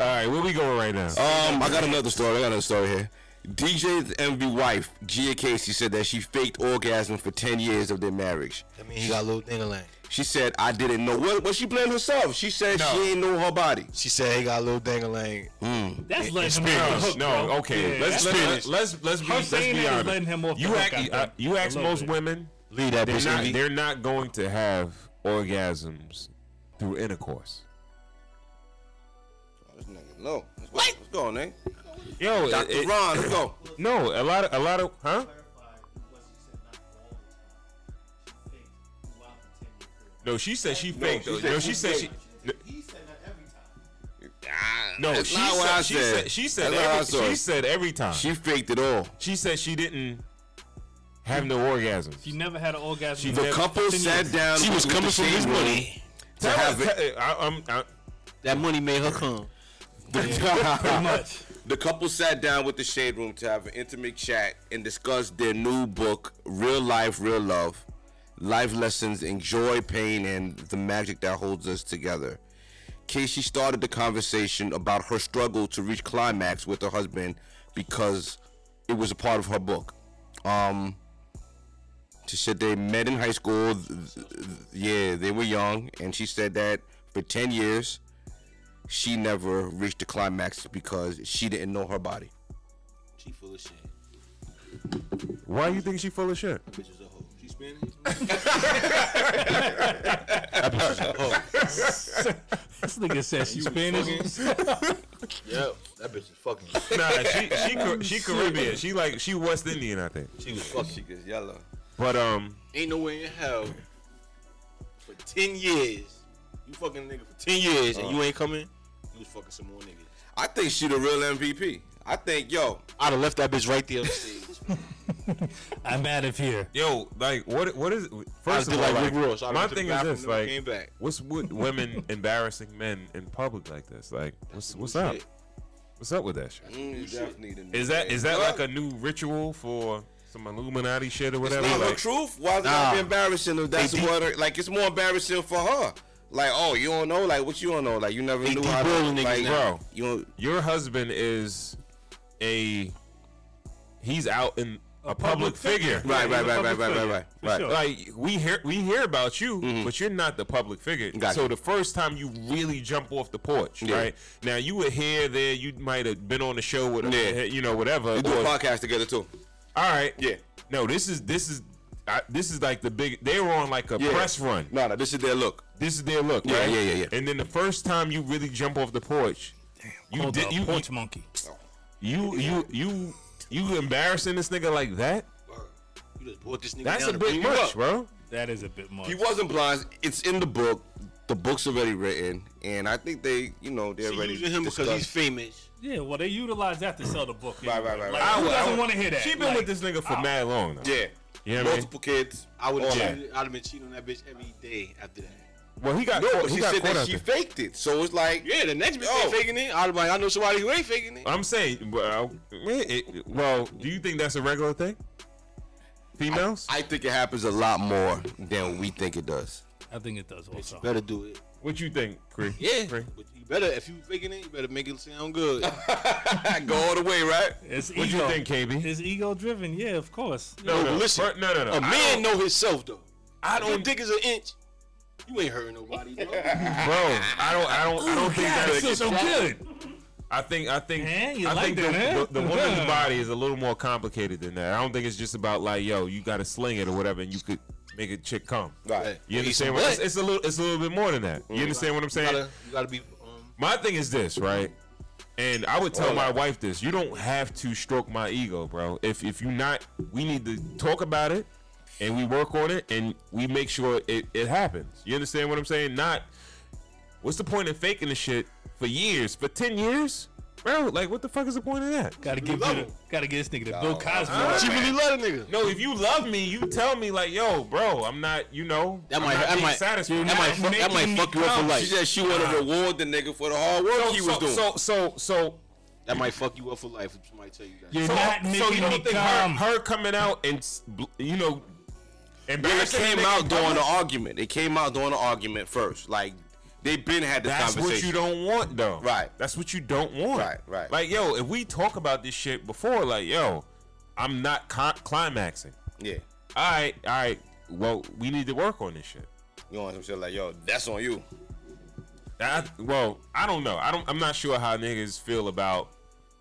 right, where we going right now?
Um, I got another story. I got another story here. DJ's MV wife, Gia Casey, said that she faked orgasm for 10 years of their marriage.
I mean, he got a little ding-a-lang.
She said, I didn't know. What, what she blamed herself? She said she ain't know her body.
She said he got a little ding-a-lang.
That's letting him
No,
off the hook,
no,
bro.
okay.
Yeah,
let's,
that's-
let's, let's let's be
Her
let's
saying
be
that is
honest.
letting him off the
you
hook,
act,
I think.
uh, you
A
ask
little
most
bit.
women,
Leave that
they're
bitch.
not
Not,
they're not going to have orgasms through intercourse.
this nigga. No. Let's go. Let's go, nigga.
Yo,
Dr.
it- it-
eh? Ron, let's go.
no, a lot of a lot of huh?
Clarify what she said, not all the time. She faked throughout the 10-year period.
No, she said she
No,
faked. though. No, she said she. No,
she said she faked.
Ah,
He said that every time.
That's
she
not
said,
what I
she
said.
said she said
That's not what I
every,
said.
she said every time. She,
She faked it all.
said she didn't have no orgasm.
She never had an orgasm.
She
in
The
The
never-
her
couple
ten
sat
years.
down.
She was
with
coming
the
from
shade
his
room
money.
To have it.
I, am I,
That money made her come.
Pretty much.
The couple sat down with the Shade Room to have an intimate chat and discuss their new book, Real Life, Real Love Life Lessons in Joy, Pain, and the Magic That Holds Us Together. Casey started the conversation about her struggle to reach climax with her husband because it was a part of her book. Um, she said they met in high school. th- th- th- yeah, they were young, and she said that for 10 years she never reached the climax because she didn't know her body.
She full of shit.
why you think she full of shit?
Bitch is a hoe. She spinning.
This nigga said she's Spanish.
yep. That bitch is fucking.
Nah, she she Car- she Caribbean. She like she West Indian, I think.
She was fucking.
gets yellow.
But um,
Ain't no way in hell for ten years you fucking a nigga for ten years and you ain't coming. You was fucking some more niggas.
I think she the real MVP. I think yo,
I'd have left that bitch right there on stage.
I'm out of here.
yo, like what what is first
did
of all
like
like,
Rick Ross. I
my
went to the
thing is
bathroom
this
and never
like
came back.
what's with women embarrassing men in public like this like what's what's up
Shit.
what's up with that shit
mm, definitely the new
is that
man.
is that
Well,
like a new ritual for some Illuminati shit or whatever
Not the
like
truth. Why is it gotta be embarrassing? If that's what her- like it's more embarrassing for her. Like oh you don't know like what you don't know like you never knew how to
derailing niggas
like
now.
you don't,
your husband is a he's out in a, public, figure
right right right right right
public
right
figure,
right
for
right.
sure.
like we hear we hear about you, but you're not the public figure.
Got
so
you.
the first time Mm-hmm. you really jump off the porch,
Yeah.
right? Now you were here, there. You might have been on the show with,
Yeah.
you know, whatever.
We do a
Or-
podcast together too.
all right,
Yeah.
No, this is this is I, this is like the big. They were on like a
Yeah.
press run.
No, no, this is their look.
This is their look,
Yeah,
right?
yeah, yeah, yeah.
And then the first time you really jump off the porch, you
Hold
did
up,
you,
porch monkey.
Oh. you you you you embarrassing this nigga like that?
You just brought this nigga
That's
down
a
to
bit
bring
much,
you up.
bro.
That is a bit much.
He wasn't blind. It's in the book. The book's already written, and I think they, you know, they're
She
ready.
using him because he's famous.
Yeah, well, they utilize that to sell the book.
Right, right, right,
Like,
right.
who
I- I-
doesn't want to hear that?
She been
Like,
with this nigga for mad long. Though.
yeah,
You know what I mean?
multiple kids.
I would have
All that.
cheated. I'd have been cheating on that bitch every day after that.
Well, he got
No,
caught.
but
He
she
got
said
caught
that
out
she
there.
faked it, so it's like,
Yeah, the next bitch
Yo.
ain't faking it. I'd be like, I know somebody who ain't faking it.
I'm saying, well, it, it- well, do you think that's a regular thing? Females?
I think it happens a lot more than we think it does.
I think it does also.
Better do it.
what you think, Cree?
Yeah,
Cree?
but you better if you faking it, you better make it sound good.
Go all the way, right?
It's
What
ego.
you think, KB?
It's ego driven. Yeah, of course.
No,
but listen,
Fir- no, no, no.
A man know himself though.
I
If your
don't,
dick is an inch, you ain't hurting nobody.
I
Bro.
don't bro. I don't, I don't, I don't think
God, it
that.
feels so good.
I think, I think,
Man, you
I
like
think
that,
the,
huh?
the, the woman's body is a little more complicated than that. I don't think it's just about like, yo, you got to sling it or whatever, and you could make a chick come.
Right.
You understand? What? It's, it's a little, it's a little bit more than that. You understand what I'm
You
saying?
gotta, you gotta be. Um,
My thing is this, right? And I would tell my wife this: you don't have to stroke my ego, bro. If if you not, we need to talk about it, and we work on it, and we make sure it, it happens. You understand what I'm saying? Not. What's the point of faking the shit for years, for ten years, bro? Like, what the fuck is the point of that?
Gotta give you. The, gotta give this nigga the Bill Cosby.
she really love a nigga.
No, if you love me, you tell me like, yo, bro, I'm not, you know,
That
I'm
might-
not
that
being
might-
satisfied.
That might,
Not
fuck, that
making
might
me
fuck you up Uh-huh. for
come.
life.
She said she wanted to reward the nigga for the hard work
So,
he
so,
was doing.
so, so, so,
that might fuck you up for life if somebody tell you that.
You're
So,
not making
so you
me
don't think her,
come.
her coming out and s- bl- you know
Yeah, it
embarrassing
came
niggas
out during
public?
the argument. It came out during the argument first. Like they've been had this
That's what you
conversation.
don't want, though.
Right.
That's what you don't want.
Right, right.
Like, yo, if we talk about this shit before, like, yo, I'm not con- climaxing.
yeah,
All right, all right. Well, we need to work on this shit.
you want some shit like yo, that's on you.
I, well, I don't know. I don't. I'm not sure how niggas feel about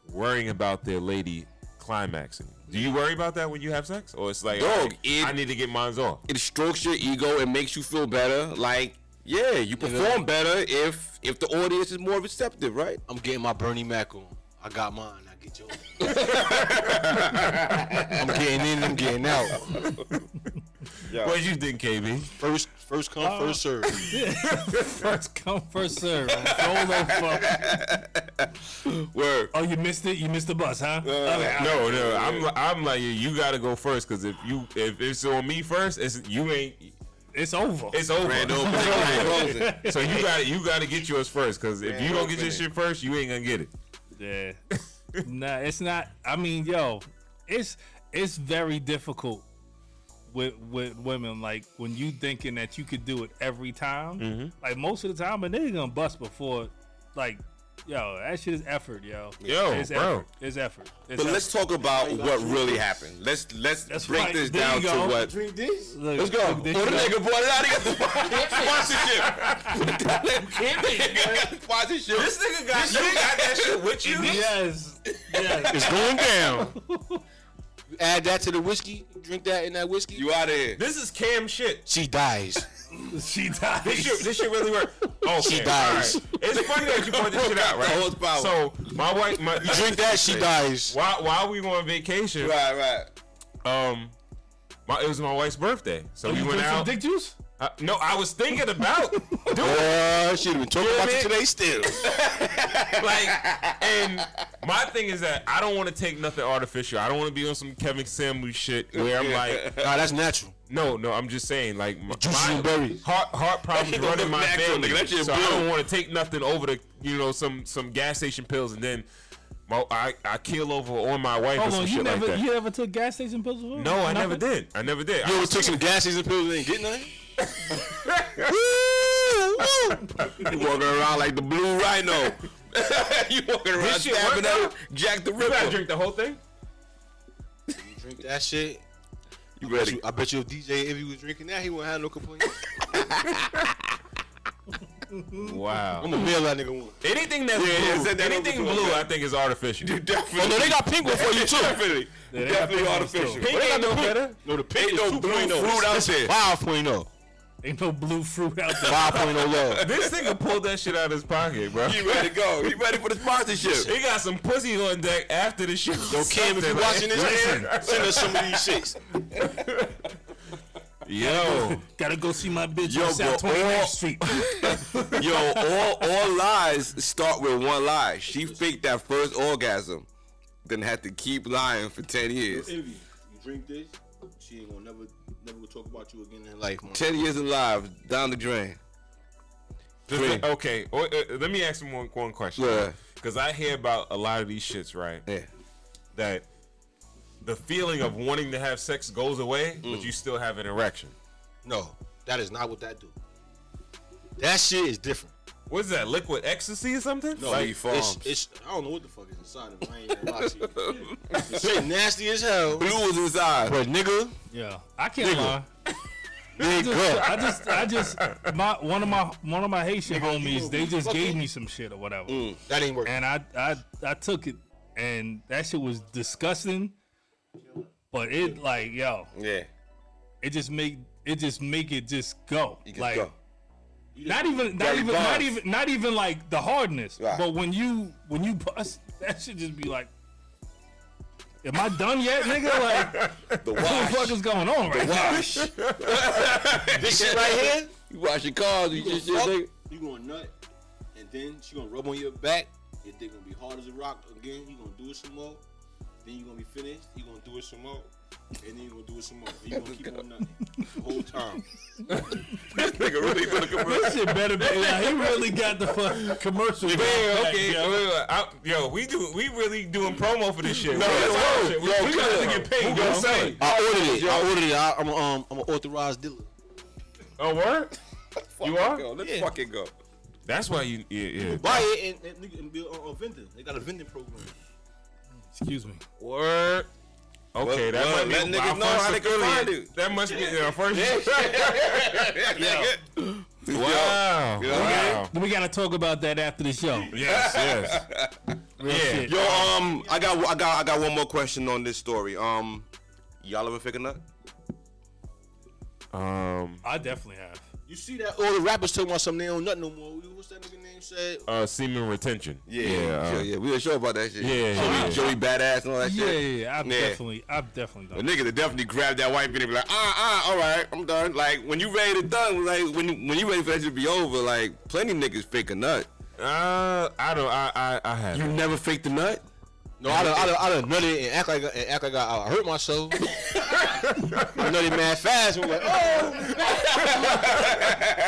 worrying about their lady climaxing. Do you worry about that when you have sex, or it's like,
Dog,
all
it-
I need to get mine off?
it strokes your ego. It makes you feel better. Like Yeah, you perform better if if the audience is more receptive, right?
I'm getting my Bernie Mac on. I got mine. I get yours. I'm getting in. I'm getting out.
What you think, KB?
First, first come, first serve.
First come, first serve. Roll the fuck.
Word.
Oh, you missed it. You missed the bus, huh? okay.
No, no. I'm I'm like you. You gotta go first because if you if it's on me first, it's you ain't.
It's over.
It's over.
Grand opening, grand closing.
so you got you got to get yours first because if you don't get your
opening.
shit first, you ain't gonna get it.
Yeah. nah, it's not. I mean, yo, it's it's very difficult with with women. Like when you thinking that you could do it every time.
Mm-hmm.
Like most of the time, a nigga gonna bust before. Like, yo, that shit is effort, yo.
Yo,
it's
bro.
effort. It's effort. It's
But let's
effort.
talk about what really happened. Let's let's
That's
break
right.
this
There
down
you
to
go.
what.
Drink this.
Look,
Let's go. Oh,
look,
the
this shit-
nigga bought it out. He got the sponsorship. Nigga got the sponsorship. This nigga got you got that shit with you.
Yes. Yes.
It's going down.
You add that to the whiskey. you Drink that in that whiskey.
You out of here.
this is Cam shit.
she dies.
she died.
This shit, this shit really worked. Okay, she
dies.
It's funny that you point this shit out, right?
The horsepower.
So my wife, my
Drink that. She dies.
while while we were on vacation,
Right, right.
um, my it was my wife's birthday, so we
you
went
drink some
out.
dick juice?
Uh, no, I was thinking about doing it.
Uh, she been talking
Yeah,
about you
man.
today still.
like, and my thing is that I don't want to take nothing artificial. I don't want to be on some Kevin Samuel shit where I'm like,
Nah, that's natural.
no, no, I'm just saying, like, my,
Juices
my
and berries.
heart heart problems
shit don't
running
look
my
natural,
family,
nigga. That shit
so I don't
blue.
want to take nothing over the, you know, some some gas station pills, and then my, I I keel over on my wife or
Hold
some
on,
shit
you never
like that.
you never took gas station pills before?
no, I never did. I never did.
You ever took some gas station pills and ain't get nothing?
You walking around like the blue rhino. you walking around
shit
stabbing
worked
out
out?
Jack the
You gotta
Ripper.
drink the whole thing.
Drink that shit.
You
I bet
ready?
you, I bet you if DJ if he was drinking that, he wouldn't have no complaints.
Wow.
I'm a mail that nigga one.
Anything that's
Yeah, yeah,
blue,
said that
anything
over to
blue,
him.
I think is artificial.
Definitely. Oh, no, they got pink one for you too. Definitely.
they got
Definitely
pink ones
artificial.
too.
But they got the pink.
No, the
Ain't
pink
no
is
blue
2.0.
fruit out there.
5.0
Ain't no blue fruit out there.
5.0 love.
This nigga pulled that shit out of his pocket, bro.
You ready to go? You ready for the sponsorship?
He got some pussy on deck after the show. Yo,
Kim, if you watching this, man, send us some of these shits.
Yo,
Gotta go see my bitch
Yo,
on South
but all-
29th Street.
Yo, all all lies start with one lie. She faked that first orgasm, then had to keep lying for ten years.
Envy, you drink this, she ain't gonna never, never talk about you again in her life. man.
Ten years alive, down the drain.
This- okay. o- uh, let me ask him one, one
Yeah.
question. Because I hear about a lot of these shits, right?
Yeah.
That the feeling of wanting to have sex goes away, but you still have an erection.
No, that is not what that do. That shit is different.
What's that? Liquid ecstasy or something?
No,
Like,
it's, it's, I don't know what the fuck is inside of it. I ain't gonna lie to you. It's shit nasty as hell.
Blue was inside.
But nigga,
Yeah, I can't lie. I just, I just, my one of my one of my Haitian homies, they just gave me some shit or whatever,
Mm.
that ain't working.
and I, I, I took it, and that shit was disgusting. But it like, yo,
Yeah.
it just make it just make it just go.
You can
like,
go.
not even, not
Barry
even, not
Bonds.
even, not even like the hardness.
Right.
But when you when you bust, that should just be like, am I done yet, nigga? Like, what
The
the fuck
wash.
is going on right now?
Wash.
This shit right here,
You wash your cars. You just
you
just
gonna,
nigga.
fuck, you gonna nut, and then she gonna rub on your back. Your dick gonna be hard as a rock again. You gonna do it some more. Then you gonna be finished. You gonna do it some more. And then you gonna do it some more. And you gonna keep on nutting the whole time.
This nigga really gonna come.
This shit better be. Nah, he really got the fuck commercial. down
Yeah,
pat,
okay.
yo.
Wait, wait, I- yo, we do. We really doing promo for this shit.
No,
Wait,
yo,
that's our
yo,
shit. we
yo,
we got to
yo.
get paid.
Who
yo.
gonna say?
I ordered it. I ordered it. I, am a, um, I'm an authorized dealer.
Oh, what? You
Fuck
are?
it, Go. Let's
Yeah.
fucking go.
That's why you. Yeah, yeah.
Buy it and, and, nigga, and build a, a vendor. They got a vending program.
Excuse me.
Word. Okay,
Well,
that
well,
might
let
be
niggas
our
know
first
how they can find
affiliate.
it.
That must be our first. Wow.
Wow.
Wow.
We gotta talk about that after the show.
Yes, yes.
Real
Yeah.
shit.
Yo, um, I got, I got, I got one more question on this story. Um, y'all ever fake a nut?
Um,
I definitely have.
You see that?
All Oh, the rappers talking about something they don't nut no more. What's that nigga name said?
Uh, semen retention.
Yeah,
Yeah,
yeah,
uh,
yeah. We were sure about that shit.
Yeah,
Joey,
yeah.
Joey badass and all that
Yeah,
shit.
yeah, yeah. I've
Yeah.
definitely, I've definitely
The
done.
niggas that definitely grab that white bitch and be like, ah, ah, all right, I'm done. Like when you ready to done, like when you, when you ready for that shit to be over, like plenty of niggas fake a nut.
Uh, I don't. I I, I have.
You never faked a nut?
No, I done, I done, I done nutted and act like and act like I, I hurt myself. I nutted mad fast and was like, oh,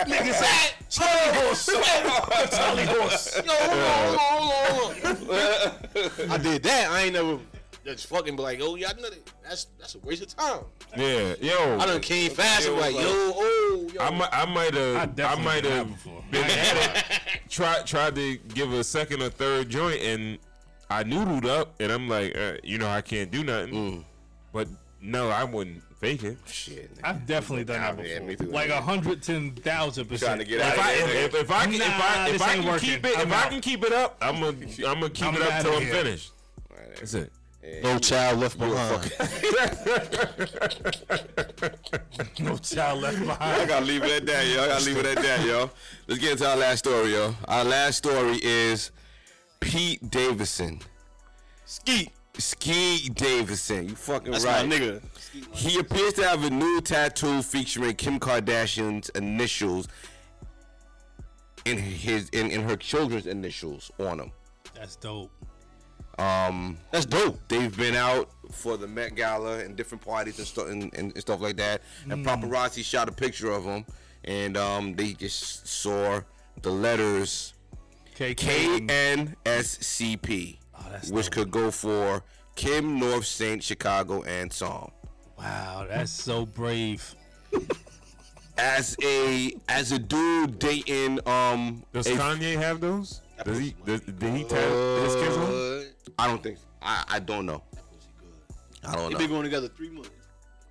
niggas that Charlie horse, Charlie horse. Yo, hold on, hold on, hold on, hold on. I did that. I ain't never just fucking be like, oh, yeah, I nutted. That's that's a waste of time.
Yeah, yo.
I done came fast and was like, yo, oh, yo.
I might, I might
I
have, I,
definitely
might
done that
have
before.
been at it. Tried, tried to give a second or third joint, and I noodled up, and I'm like, uh, you know, I can't do nothing. But no, I wouldn't fake it.
Shit. nigga.
I've definitely done that
Nah, man, me
before.
too.
Like a hundred ten thousand percent.
Trying to get
If
out
I,
of there.
if, if I, can- if
Nah,
I, if
this
I
ain't
can
working.
keep it,
I'm
if I
out.
can keep it up, I'm gonna, I'm gonna keep
I'm
it up
outta
till I'm
here.
finished. That's it.
no child left
Uh,
behind.
No child left
I
behind.
gotta leave it at that, yo. I gotta leave it at that, yo. Let's get into our last story, yo. Our last story is Pete Davidson. Skeet. Skeet Davidson. You fucking
That's
right.
my nigga.
He appears to have a new tattoo featuring Kim Kardashian's initials in his in, in her children's initials on him.
That's dope.
Um,
That's dope.
they've been out for the Met Gala and different parties and stuff and, and stuff like that.
Hmm.
And paparazzi shot a picture of him, and um, they just saw the letters K
KK.
N S C P,
Oh, that's
which
dope.
could go for Kim North Saint Chicago and Psalm.
Wow, that's so brave.
As a as a dude dating um
Does
a
Kanye have those? Does he? Does, did he tap his kids on?
I don't think. I, I don't know. I don't
They
know.
been going together three months.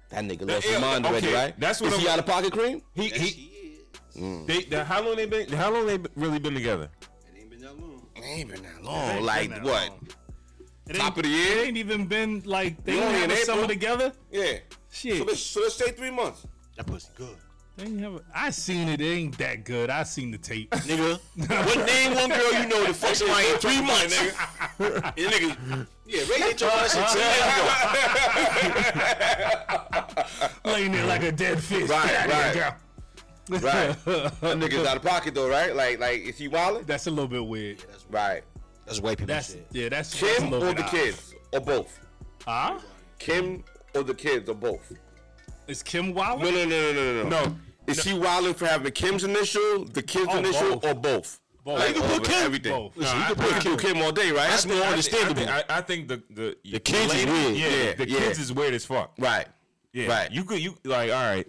that nigga lost
Yeah,
his mind already,
okay,
right?
that's what
Is he
I'm-
out of pocket cream?
He,
Yes,
he,
she is.
they, they, how long they been? How long they been- really been together?
It ain't been that long.
ain't been that
It
long.
ain't
Oh, Like
been that
what?
long. It
Top
ain't-
of the year?
It ain't even been like they
We only
didn't
in
have a summer
April.
together.
Yeah. So
Shit,
let's, so let's say three months.
That pussy good.
they ain't have. A, I seen it. It ain't that good. I seen the tape.
Nigga,
What name one girl you know the fuck somebody in three months, nigga?
Yeah, nigga. Yeah, Ray
get your ass a
Laying there like a dead fish.
Right,
Get outta here,
Right.
girl.
That nigga's out of pocket though, right? Like, like is he wildin'?
That's a little bit weird.
Right.
that's white people
That's
shit.
yeah. That's that's a
Kim
little
or
bit
the
odd.
kids or both?
Huh?
Kim or the kids or both?
Is Kim Wilder?
No, no, no, no, no, no.
No.
Is he wildin' for having Kim's initial, the kid's
Oh,
initial,
both.
or both?
Both.
Like,
You can
all of it, everything.
Both.
No, I-
You can put Kim, Kim all day, right?
That's more
I think-
understandable.
I, think- I, I think the the, the
kids is weird.
Yeah,
Yeah,
the
yeah.
kids is weird as fuck.
Right.
Yeah,
Right.
You could you like all right.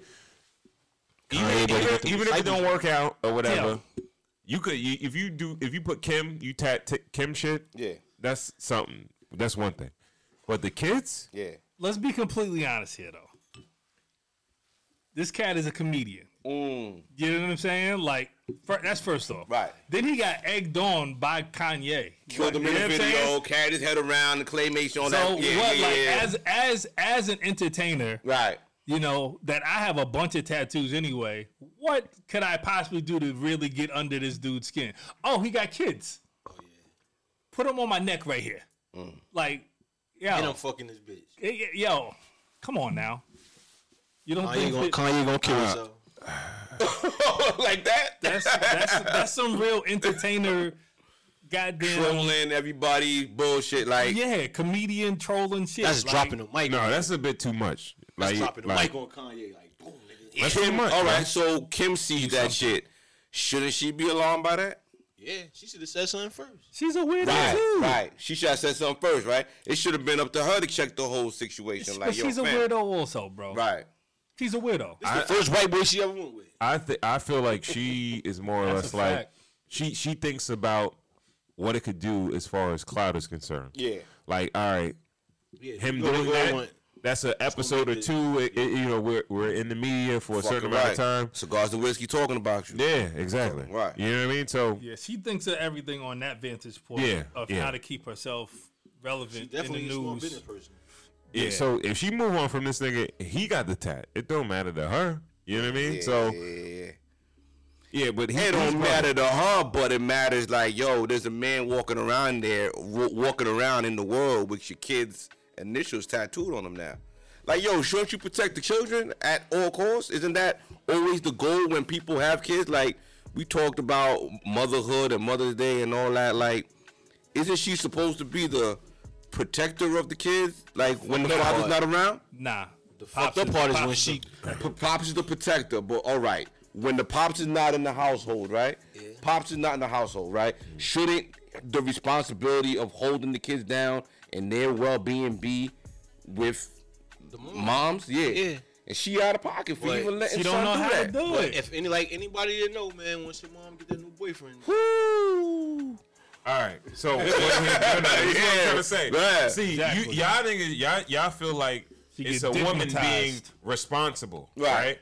Even,
Kanye better
even,
get the
even if it don't work out or whatever, you could you, if you do if you put Kim you tat t- Kim shit.
Yeah.
that's something. That's one thing. But the kids,
Yeah.
Let's be completely honest here, though. This cat is a comedian.
Mm.
You know what I'm saying? Like, fir- that's first off.
Right.
Then he got egged on by Kanye.
Killed him
You
in
know
a
what I'm
video,
saying?
carried his head around, the claymation, all
So
that. Yeah,
what?
yeah,
like,
yeah.
as as as an entertainer,
right.
you know that I have a bunch of tattoos anyway. What could I possibly do to really get under this dude's skin? Oh, he got kids.
Oh,
Put them on my neck right here.
Mm.
Like, yeah.
And I'm fucking this bitch.
Hey, y- Yo, come on now. You don't
Kanye
think
gonna,
that-
Kanye gonna kill us.
So
like that?
that's, that's that's some real entertainer, goddamn
Trolling everybody, bullshit. Like,
yeah, comedian trolling shit.
That's
like,
dropping the mic.
no, that's a bit too much. Like,
dropping the
like
mic on Kanye, like boom, nigga.
that's too
Kim,
much.
all right,
man.
so Kim sees that shit. Shouldn't she be alarmed by that?
Yeah, she should have said something first.
She's a weirdo
Right,
too.
right. She should have said something first, right? It should have been up to her to check the whole situation.
She-
like,
but
yo,
she's a
fam.
weirdo also, bro.
Right.
She's a weirdo.
It's the first white boy she ever went with.
I th- I feel like she is more or less
That's a
like
fact.
she she thinks about what it could do as far as cloud is concerned.
Yeah.
Like, all right,
Yeah,
him
you know
doing
what I
that.
want.
That's an episode or
big.
two. It, it- you know, we're we're in the media for a certain
Fucking
amount
right.
of time.
Cigars and whiskey talking about you.
Yeah, exactly.
Right.
You know what I mean? So
Yeah, she thinks of everything on that vantage point
Yeah,
of
yeah.
how to keep herself relevant in the
Definitely a small
news.
business person.
yeah. So if she move on from this nigga, he got the tat. It don't matter to her. You know what I mean?
Yeah,
so
yeah, yeah, yeah.
Yeah, but he,
It
he's
don't
right.
matter to her, but it matters. Like, yo, there's a man walking around there, w- walking around in the world with your kids' initials tattooed on him now. Like, yo, shouldn't you protect the children at all costs? Isn't that always the goal when people have kids? Like, we talked about motherhood and Mother's Day and all that. Like, isn't she supposed to be the protector of the kids? Like, when the
Fucked up
father's
part.
not around?
Nah. The
fucked up part is when she
P- Pops is the protector, but all right. When the pops is not in the household, right? Pops is not in the household, right? Shouldn't the responsibility of holding the kids down and their well being be with
the mom.
moms? Yeah.
Yeah.
And she out of pocket for
But
even letting
She don't
son
know
do
how
that.
to do
But
it.
if any like anybody didn't know, man, once your mom get that new boyfriend,
Woo!
All right. So what, no, no, that's what I'm trying to say.
Yeah,
See, you,
exactly.
y'all niggas, y'all, y'all feel like
She
it's a
get
woman being
dignitized.
responsible, right.
Right.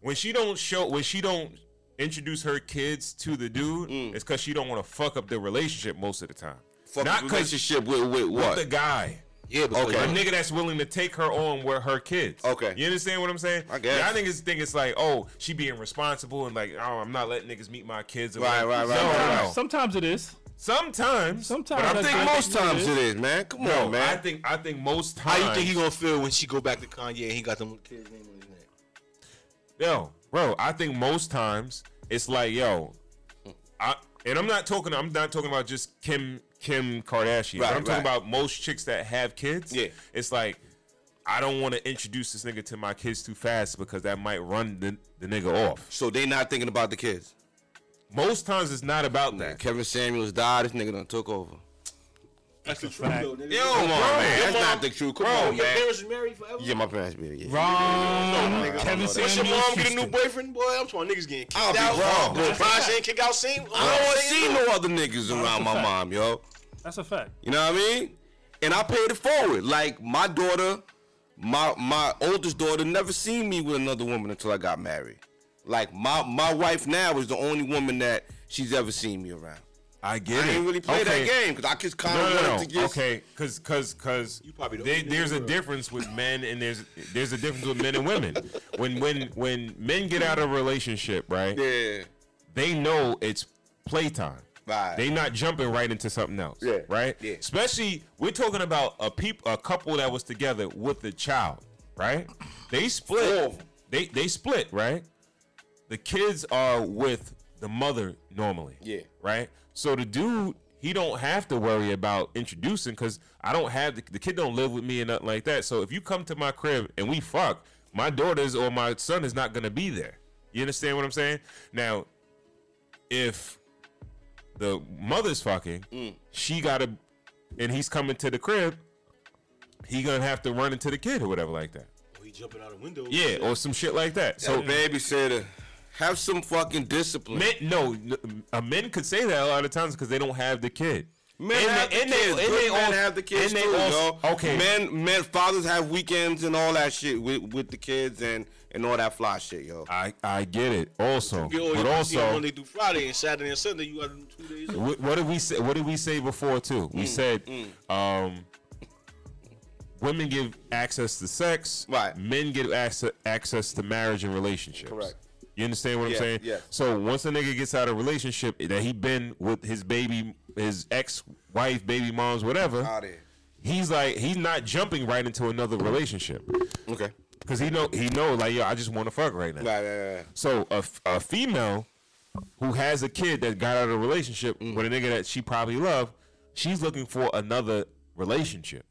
When she don't show, when she don't introduce her kids to the dude, it's because she don't want to fuck up their relationship most of the time.
Fuck
Not
Not
because
relationship with, with what?
the guy.
yeah, because
A
Okay.
nigga that's willing to take her on with her kids.
Okay.
You understand what I'm saying?
I guess.
Y'all niggas think it's like, oh, she being responsible and like, oh, I'm not letting niggas meet my kids. or
Right,
whatever.
right, right,
No,
right,
no.
right.
Sometimes it is.
Sometimes.
Sometimes
But
I
I'm
that's
think
thinking
what
most
it
times
is.
it is, man. Come
No,
on, man.
I think I think most
how
times.
you think he gonna feel when she go back to Kanye and he got them kids name on his neck?
Yo, bro, I think most times it's like, yo, I and I'm not talking. I'm not talking about just Kim Kim Kardashian.
Right,
but I'm talking
right.
about most chicks that have kids.
Yeah.
it's like. I don't want to introduce this nigga to my kids too fast because that might run the, the nigga off.
so they not thinking about the kids.
Most times it's not about that.
Kevin Samuels died. This nigga done took over.
That's the truth
fact.
though, nigga.
Yo,
Your
Come
bro,
on, man. That's
your
not
mom-
the truth. Come
bro,
on,
your
man.
parents was married forever.
Yeah, my parents be yeah.
Wrong.
nigga, I don't know
Kevin
that.
Samuels.
Once your mom get a new
Houston.
boyfriend, boy, I'm talking niggas getting kicked
I'll be
out.
wrong, bro.
Bosh ain't kicked out. Same.
I don't want to see no other niggas around my mom, yo.
That's a fact.
You know what I mean? And I paid it forward. Like my daughter, my my oldest daughter never seen me with another woman until I got married. Like my my wife now is the only woman that she's ever seen me around.
I get
I
it.
didn't really play
Okay.
that game because I just kind
No,
of
no,
wanted
no.
to just
okay, because because because
You probably the
there,
only nigga
there's
in
a
the world.
difference with men and there's there's a difference with men and women. When when when men get out of a relationship, right?
yeah.
They know it's playtime.
Right.
They not jumping right into something else.
Yeah,
Right.
yeah.
Especially we're talking about a peop a couple that was together with a child. Right. They
Four
split.
of 'em.
They they split. Right. The kids are with the mother normally.
Yeah.
Right. So the dude, he don't have to worry about introducing because I don't have the, the kid don't live with me and nothing like that. So if you come to my crib and we fuck, my daughter's or my son is not gonna be there. You understand what I'm saying? Now, if the mother's fucking, she gotta, and he's coming to the crib, he gonna have to run into the kid or whatever like that.
Oh, he jumping out a window.
Yeah, or some shit like that. So
So babysitter, have some fucking discipline.
Men, no, n- uh, men could say that a lot of times because they don't have the kid.
Men
And
have
they-
the
and they-
kids.
and
Good
they
men
also-
have the kids
and they
too,
also-
yo.
okay.
Men, men, fathers have weekends and all that shit with, with the kids and and all that fly shit, yo.
I, I get it also,
You get all
but
your PC on
also,
Monday through Friday and Saturday and Sunday, you got them two days. off.
wh- what did we say? What did we say before too?
Mm,
We said, um, women give access to sex,
Right.
Men give access access to marriage and relationships.
Correct.
You understand what
Yeah,
I'm saying?
yeah.
So once a nigga gets out of a relationship that he been with his baby, his ex wife, baby moms, whatever,
Out there.
he's like he's not jumping right into another relationship.
Okay.
Cause he know he know like yo, I just want to fuck right now.
Right, right, right.
So a, f- a female who has a kid that got out of a relationship
Mm.
with a nigga that she probably loved, she's looking for another relationship.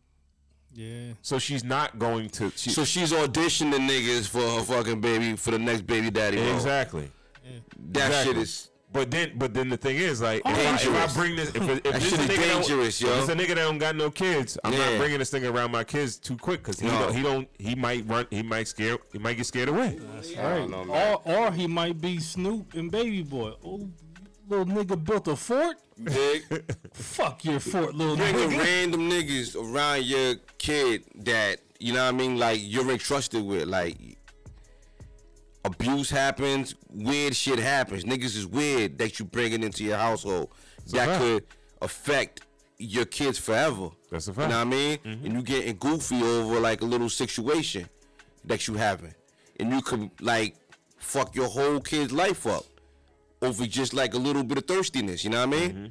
Yeah.
So she's not going to. She,
So she's auditioning niggas for her fucking baby for the next baby daddy. role.
exactly.
That
Exactly.
shit is
But then, but then the thing is, like, if I, if I
Dangerous.
bring this, if, it- if this
shit
a
is
nigga that-
dangerous, yo.
if it's a nigga that don't got no kids, I'm not
Yeah.
bringing this thing around my kids too quick because he
No.
don't, he don't, he might run, he might scare, he might get scared away.
don't know, man.
Or, or he might be Snoop and Baby Boy. Oh, little nigga built a fort.
big.
Fuck your fort, little
Bringing
nigga.
random niggas around your kid that you know what I mean, like you're entrusted with, like. Abuse happens, weird shit happens. Niggas is weird that you bringing into your household that
fact.
could affect your kids forever.
That's a
You
fact. Mm-hmm.
know what I mean? And you getting goofy over like a little situation that you having, and you could like fuck your whole kid's life up over just like a little bit of thirstiness. You know what I mean?
Mm-hmm.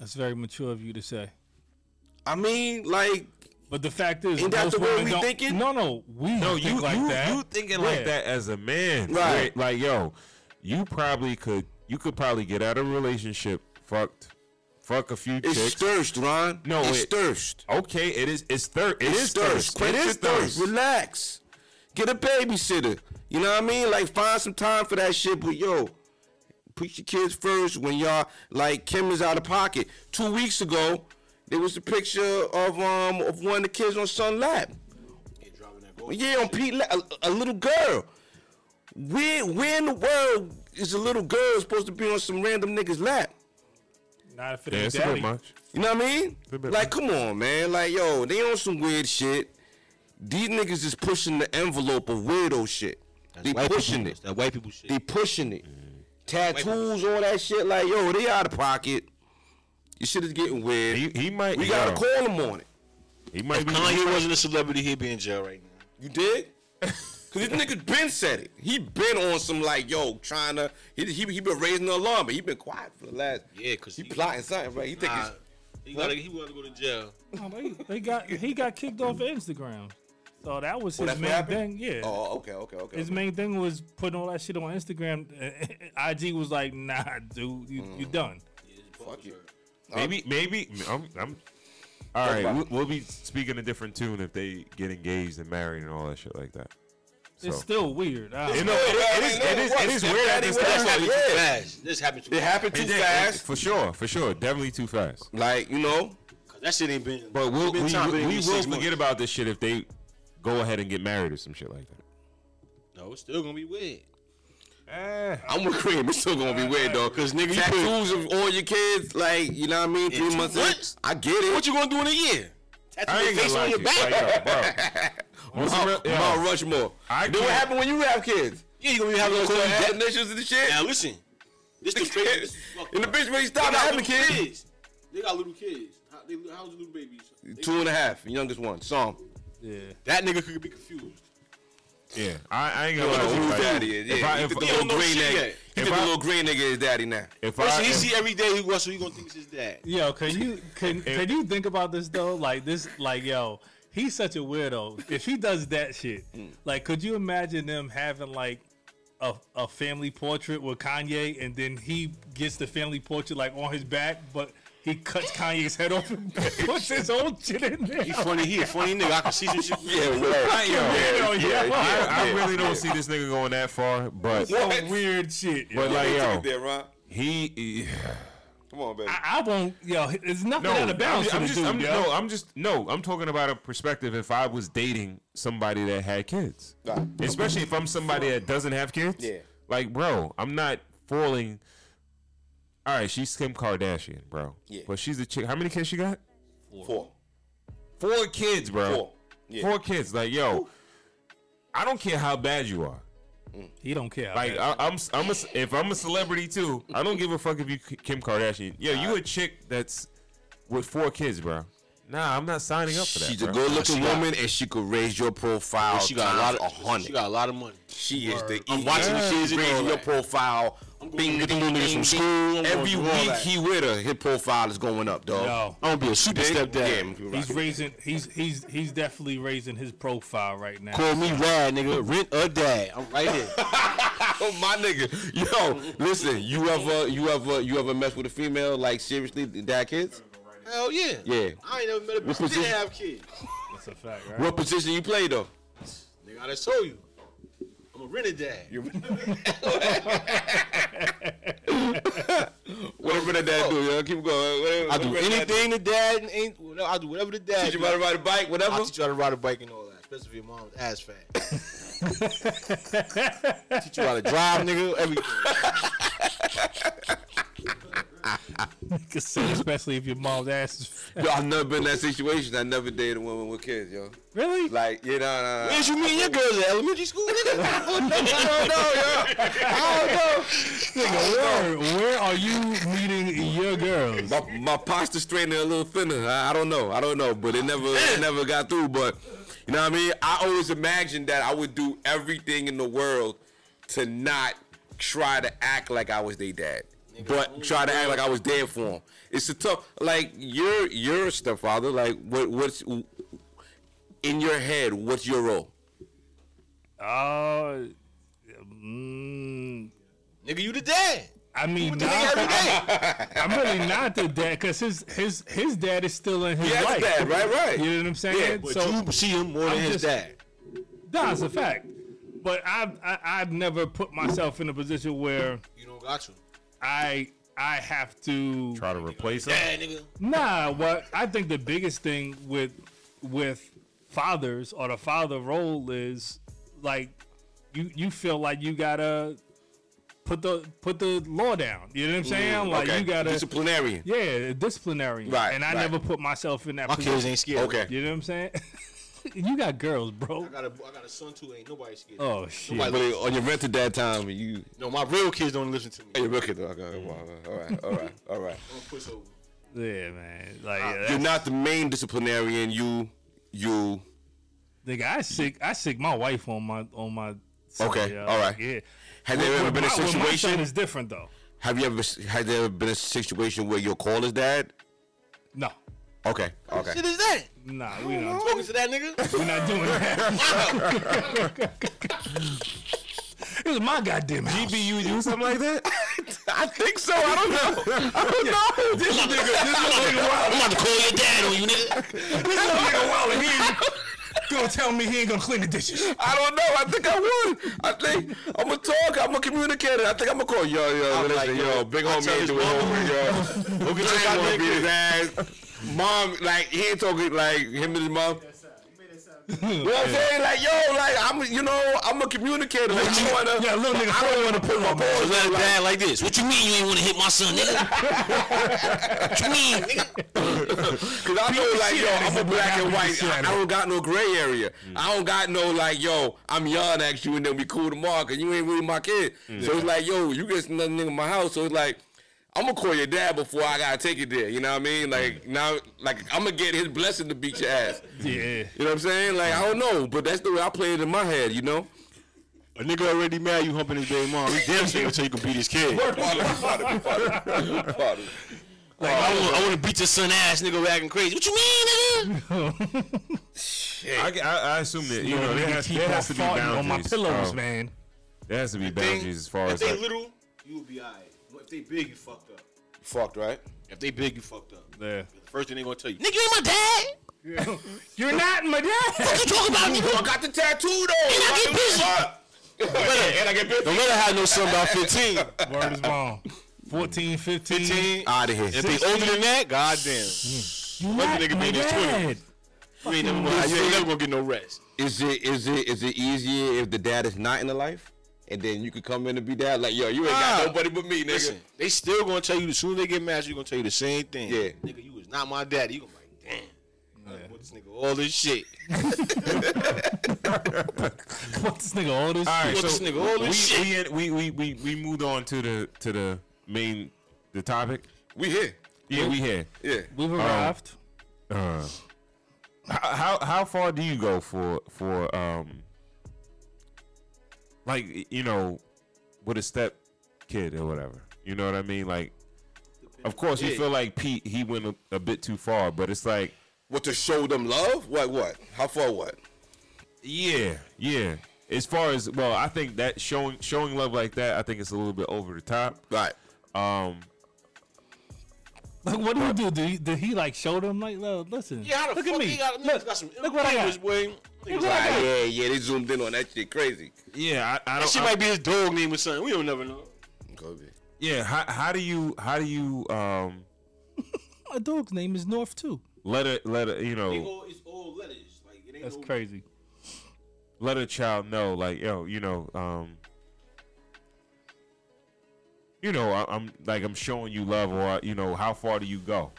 That's very mature of you to say.
I mean, like
But the fact is,
Ain't that
most
the way
women
we
don't-
thinking?
No, no, we
No, you
think like
you,
that.
you thinking like
Yeah.
that as a man, Like,
Right.
like, yo, you probably could you could probably get out of a relationship, fucked, fuck a few
it's
chicks.
thirst, Ron.
No,
it's
it-
thirst.
okay, it is it's thirst. It
It's
is
thirst.
thirst.
Quit
it
your
is
thirst. Relax. Get a babysitter. You know what I mean? Like find some time for that shit. But yo, preach your kids first when y'all like Kim is out of pocket. Two weeks ago, there was a picture of um of one of the kids on son lap.
They driving that boat.
Yeah, on Pete, La- a, a little girl. Where where in the world is a little girl supposed to be on some random nigga's lap?
Not if it
Yeah,
ain't
it's a
daddy.
bit much.
You know what I mean?
Bit- bit-
Like, come on, man. Like, yo, they on some weird shit. These niggas is pushing the envelope of weirdo shit. they
white
pushing
people-
it.
That white people shit.
They pushing it. Tattoos, all that shit. Like, yo, they out of pocket. Your shit is getting weird.
He, he might
we
yo,
gotta call them on it.
He might
If
be
Kanye wasn't a celebrity, he'd be in jail right now.
You did? Cause this nigga been said it. He been on some like, yo, trying to. He he, he been raising the alarm, but he been quiet for the last.
Yeah, 'cause
he,
he-
plotting something, right? He think
Nah,
it's-
he gotta he wanna go to jail.
No, they, they got he got kicked off of Instagram, so that was his
Oh, that's what
main
happened?
thing. Yeah,
Oh, okay, okay, okay.
his main thing was putting all that shit on Instagram. IG was like, nah, dude, you, you
Mm.
done.
Fuck you.
maybe maybe I'm I'm all
Talk
right,
about
we'll,
it.
we'll be speaking a different tune if they get engaged and married and all that shit like that. So,
It's still weird. I don't
you
know.
know, it- it is it is it is weird at this
That's
time.
happened too
Yeah.
fast. This happened too
It
fast.
happened too
It did, it-
fast.
for sure, for sure, definitely too fast.
Like you know,
'Cause That shit ain't been.
But we'll,
it's
we,
been time,
we,
but it
we
ain't
will
six
forget
months.
about this shit if they go ahead and get married or some shit like that.
No, it's still gonna be weird.
I'm with Cream. It's still gonna be weird though, cause nigga, tattoos of all your kids. Like you know what I mean? Three
two
months. in.
months?
I get it.
What you gonna do in a year? Tattoo
I
your
ain't gonna
face
lie
on
to
your
you. Like,
back.
yo, bro. Once you
Mount,
re- yo,
Mount Rushmore.
I
then what
can't-
happened when you have kids?
Yeah, you gonna be
You
having
gonna
to call
start having
that.
issues and the shit.
Now listen, this the crazy. This is fucked
and the
up.
bitch when he
They
stopped
got
having
little
kids.
kids. They got little kids. How, they, how's the little babies? They-
Two and a half, youngest one. Psalm.
Yeah.
that nigga could be confused.
yeah, I, I ain't gonna
Who's
lie. to you, like,
daddy is? Yeah,
If I
he
if,
think
He
the
don't
little
know
green
shit
nigga,
yet.
he think
If
the
I-
little green nigga is daddy now.
if I
Listen, he
if-
see every day he was, so he gonna think it's his dad.
Yo, can you can can you think about this though? Like this, like yo, he's such a weirdo. If he does that shit,
Mm.
like, could you imagine them having like a a family portrait with Kanye, and then he gets the family portrait like on his back, but he cuts Kanye's head off and puts his own shit in there.
He funny. He a funny nigga. I can see some shit.
I, yo,
Yo, yeah,
I, I really don't see this nigga going that far, but
Some weird shit. yo.
but like yo,
there, Ron.
he.
Come on, baby.
I, I won't. Yo, it's nothing
No,
out of bounds
I'm,
for
I'm
this
just,
dude,
I'm,
yo.
no, I'm just no. I'm talking about a perspective. If I was dating somebody that had kids,
Right.
especially if I'm somebody that doesn't have kids,
Yeah.
Like, bro, I'm not falling. All right, she's Kim Kardashian, bro.
Yeah.
But she's a chick. How many kids she got?
Four.
Four kids, bro.
Four. Yeah.
Four kids. Like, yo, I don't care how bad you are.
He don't care.
Like I, I'm, I'm a, if I'm a celebrity too, I don't give a fuck if you K- Kim Kardashian. Yo, you a chick that's with four kids, bro. Nah, I'm not signing up for that.
She's
bro.
a good looking
She got-
woman and she could raise your profile.
She got a lot of
hundred.
She got a lot of money.
She is the
I'm watching the kids and all
raising your
that.
profile.
I'm
Bing,
going to get
ding,
them niggas
ding,
from
ding.
school. I'm
Every
gonna do all
week
that.
he with her, his profile is going up, dog.
Yo.
I'm gonna be a super stepdad.
Yeah,
He's raising. He's he's he's definitely raising his profile right now.
Call me Rad, nigga. Rent a dad. I'm right here.
Oh my nigga, yo, listen, you ever, you ever, you ever mess with a female like seriously that kids?
Hell yeah.
Yeah.
I ain't never met a bitch
What's
that
this-
didn't have kids.
That's a fact, right?
What position you play though?
Nigga, I just told you. I'm a rent a dad.
Whatever that dad do, yo, keep going. Whatever,
Oh. I do
whatever that
anything the dad ain't. well, I do whatever the
dad
dad.
Teach you
do.
how to ride a bike,
I'll
whatever.
teach you how to ride a bike and all that, especially if your mom's ass fat. teach you how to drive, nigga. Everything.
Nigga said, Especially if your mom's ass is fat.
Yo, I've never been in that situation. I never dated a woman with kids, yo.
really.
Like, you know, nah, nah.
Where's you meeting your girls at elementary school, nigga?
I don't know, yo. I
where, where are you meeting your girls?
don't know. My, my posture straightened a little thinner. I, I don't know. I don't know, but it never, it never got through. But you know what I mean? I always imagined that I would do everything in the world to not try to act like I was their dad, but try to act like I was there for them. It's a tough. Like you're you're a stepfather. Like what what's in your head? What's your role?
Oh, mm,
Nigga, you the dad.
I mean,
The nigga every
nah,
day.
I'm really not the dad because his his his dad is still in his
Yeah,
life.
that's dad, right? Right.
You know what I'm saying?
But
so
you see him more than
I'm
his
just-
dad.
that's a fact. But I've I, I've never put myself in a position where
You don't got you.
I I have to
Try to replace him.
Dad, nigga.
Nah, what I think the biggest thing with with fathers or the father role is like you you feel like you gotta put the put the law down. You know what I'm saying? like
Mm, okay.
you gotta
disciplinarian.
yeah, disciplinary.
Right,
And I
right.
never put myself in that
My
position.
kids ain't scared.
Okay.
You know what I'm saying? you got girls, bro.
I got a, I got a son too. Ain't nobody scared.
Oh shit.
Nobody-
But on your rented dad time, you
No, my real kids don't listen to me.
hey, look at the- okay, okay, all right, all right, all right.
I'm a pushover.
Yeah, man. Like
You're
yeah,
not the main disciplinarian. You you
that, nigga, I sick I sick my wife on my on my son,
Okay,
yo.
all right.
Yeah.
Has there ever been a
My- with my son,
situation?
it's different though.
Have you ever had there ever been a situation where your call is dad?
No.
Okay, okay.
Shit is that?
Nah, we not,
Talking to that nigga?
we're not doing that. it was my goddamn house.
you do something like that?
I think so. I don't know. I don't know. This nigga, this little nigga wild.
I'm about to call your dad on you, nigga.
This little nigga wild. and He,
Gonna tell me he ain't gonna clean the dishes.
I don't know. I think I would. I think I'm gonna talk. I'm gonna communicate. it. I think I'm gonna call yo, yo, listen, yo, big homie ain't doing homework, yo. Look at that one beat his ass. Mom, like he ain't talking like him and his mom.
That's, uh, you made it sound
You know what I'm saying? Like yo, like I'm, you know, I'm a communicator. Like, you wanna,
Yeah, little nigga,
I don't wanna put my balls
Let
out.
a
Like,
dad like this. What you mean you ain't want to hit my son, nigga? what you mean, nigga?
Cause I know, like, yo,
out of
I'm a
him.
black and
Beat the
white.
shit
I,
out of
I don't got no gray area. I don't got no like, yo, I'm young at you, and then we cool tomorrow, cause you ain't really my kid. So it's like, yo, you just another nigga in my house. So it's like, I'm gonna call your dad before I gotta take it there. You know what I mean? Like now, like I'm gonna get his blessing to beat your ass.
Yeah.
You know what I'm saying? Like I don't know, but that's the way I play it in my head. You know?
A nigga already mad you humping his baby mom. He damn shame until you can beat his kid.
Like, I want, I want to beat your son ass, nigga, acting crazy. What you mean, nigga?
I, I, I assume that you know there has, there has to be boundaries.
on my pillows,
um,
man.
There has to be
Thing-
boundaries as far
if
as
they
like,
little, you'll be alright. But if they big, you fucked up.
Fucked right?
If they big, you fucked up.
Yeah.
First thing they gonna tell you, nigga, you ain't my dad.
You're not my dad.
What you talking about, nigga?
I got the tattoo though.
And I get busy.
and I get busy.
Don't let her have no son about 15.
Word is wrong. 14, 15. 15.
Out of here.
If they older than that, goddamn.
You're not
nigga
my
made his
dad.
You ain't never gonna, you ain't never gonna get no rest.
Is it is it is it easier if the dad is not in the life, and then you could come in and be dad? Like yo, you ain't
Nah.
got nobody but me, nigga.
Listen, they still gonna tell you as soon as they get mad, you're gonna tell you the same thing.
Yeah.
Nigga, you was not my daddy. You gonna be like, damn. I What this nigga all this shit.
What this nigga all this?
All right,
What
so
this nigga, all this
we,
shit.
we, had- we we we we moved on to the to the main the topic.
We here.
Yeah, we had.
Yeah.
We've arrived.
Uh, how how- how far do you go for for um like y- you know with a step kid or whatever? You know what I mean? Like, of course, you feel like Pete he went a, a bit too far, but it's like
What to show them love? What what? How far? What?
Yeah, yeah. As far as well, I think that showing showing love like that, I think it's a little bit over the top.
Right.
Um,
Like, what do we do? Did he, did he like show them? Like, look, listen.
Yeah, how the
look
fuck
at me.
he got,
look,
niggas got some
look what I got.
improvements, boy. Niggas
what I
like,
Right, yeah, yeah, they zoomed in on that shit crazy.
yeah, I, I
That
don't.
shit
I-
might be his dog name or something. We don't never know.
yeah, how, how do you how do you um
My dog's name is North too.
let a let a you
They
know
all, it's all letters. Like it ain't
That's
no
crazy.
let a child know like yo you know um you know I, I'm like I'm showing you love or you know how far do you go?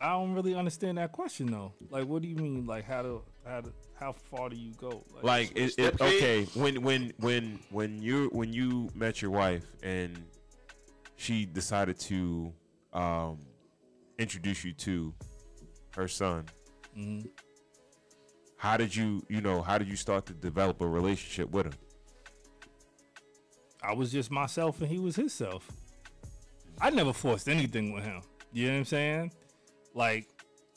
I don't really understand that question though. Like, what do you mean? Like, how do how do, how far do you go?
like it, it, okay when when when when you when you met your wife and she decided to um introduce you to her son
Mm-hmm.
how did you you know how did you start to develop a relationship with him
I was just myself and he was his self. I never forced anything with him. You know what I'm saying? Like,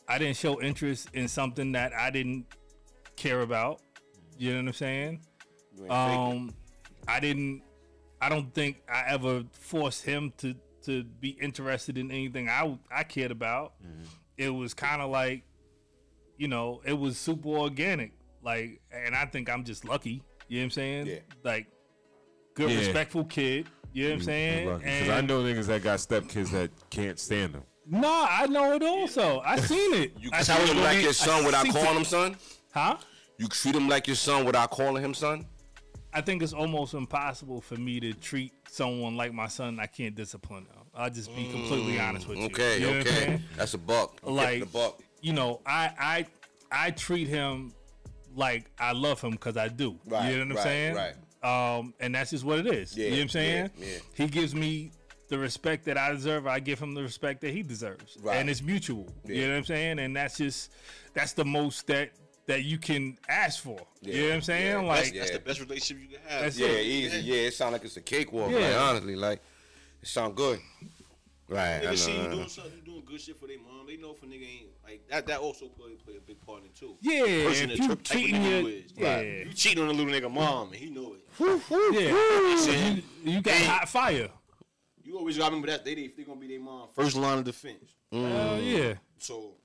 I didn't show interest in something that I didn't care about. You know what I'm saying?
You ain't faking.
Um, I didn't. I don't think I ever forced him to to be interested in anything I I cared about.
Mm-hmm.
It was kind of like, you know, it was super organic. Like, and I think I'm just lucky. You know what I'm saying?
Yeah.
Like, good,
Yeah.
respectful kid. You know what I'm saying?
Because
And
I know niggas that got stepkids that can't stand them.
no, I know it also. I seen it.
You
I
treat
seen
him
it.
like your son without
seen
calling
it.
him son?
Huh?
You treat him like your son without calling him son?
I think it's almost impossible for me to treat someone like my son. I can't discipline them. I'll just be completely honest with you.
Mm, Okay,
You know what I'm
okay.
saying?
That's a buck. I'm
Like-
getting a buck.
You know, I I I treat him like I love him because I do.
Right,
you know what I'm
right,
saying?
right.
Um, and that's just what it is. you
Yeah,
know what I'm saying?
yeah, yeah.
He gives me the respect that I deserve. I give him the respect that he deserves.
Right.
And it's mutual.
Yeah.
You know what I'm saying? And that's just that's the most that that you can ask for. You know what I'm saying?
yeah,
That's
like
Yeah.
the best relationship you can have.
That's
Yeah,
it.
easy. Yeah, it sounds like it's a cakewalk. Like,
Yeah.
honestly, like, it sound good. Right. I
Nigga see
know, I
you
know.
doing something, you doing good shit for their mom. They know if a nigga ain't like that. That also play play a big part in it, too.
Yeah,
Person
if you
that trip- like
cheating
what
your,
you is.
yeah,
Right. You cheating on a little nigga mom, and he know it.
yeah,
Shit.
you, you got hot fire.
You always gotta remember that they they they gonna be their mom first line of defense.
Hell yeah,
So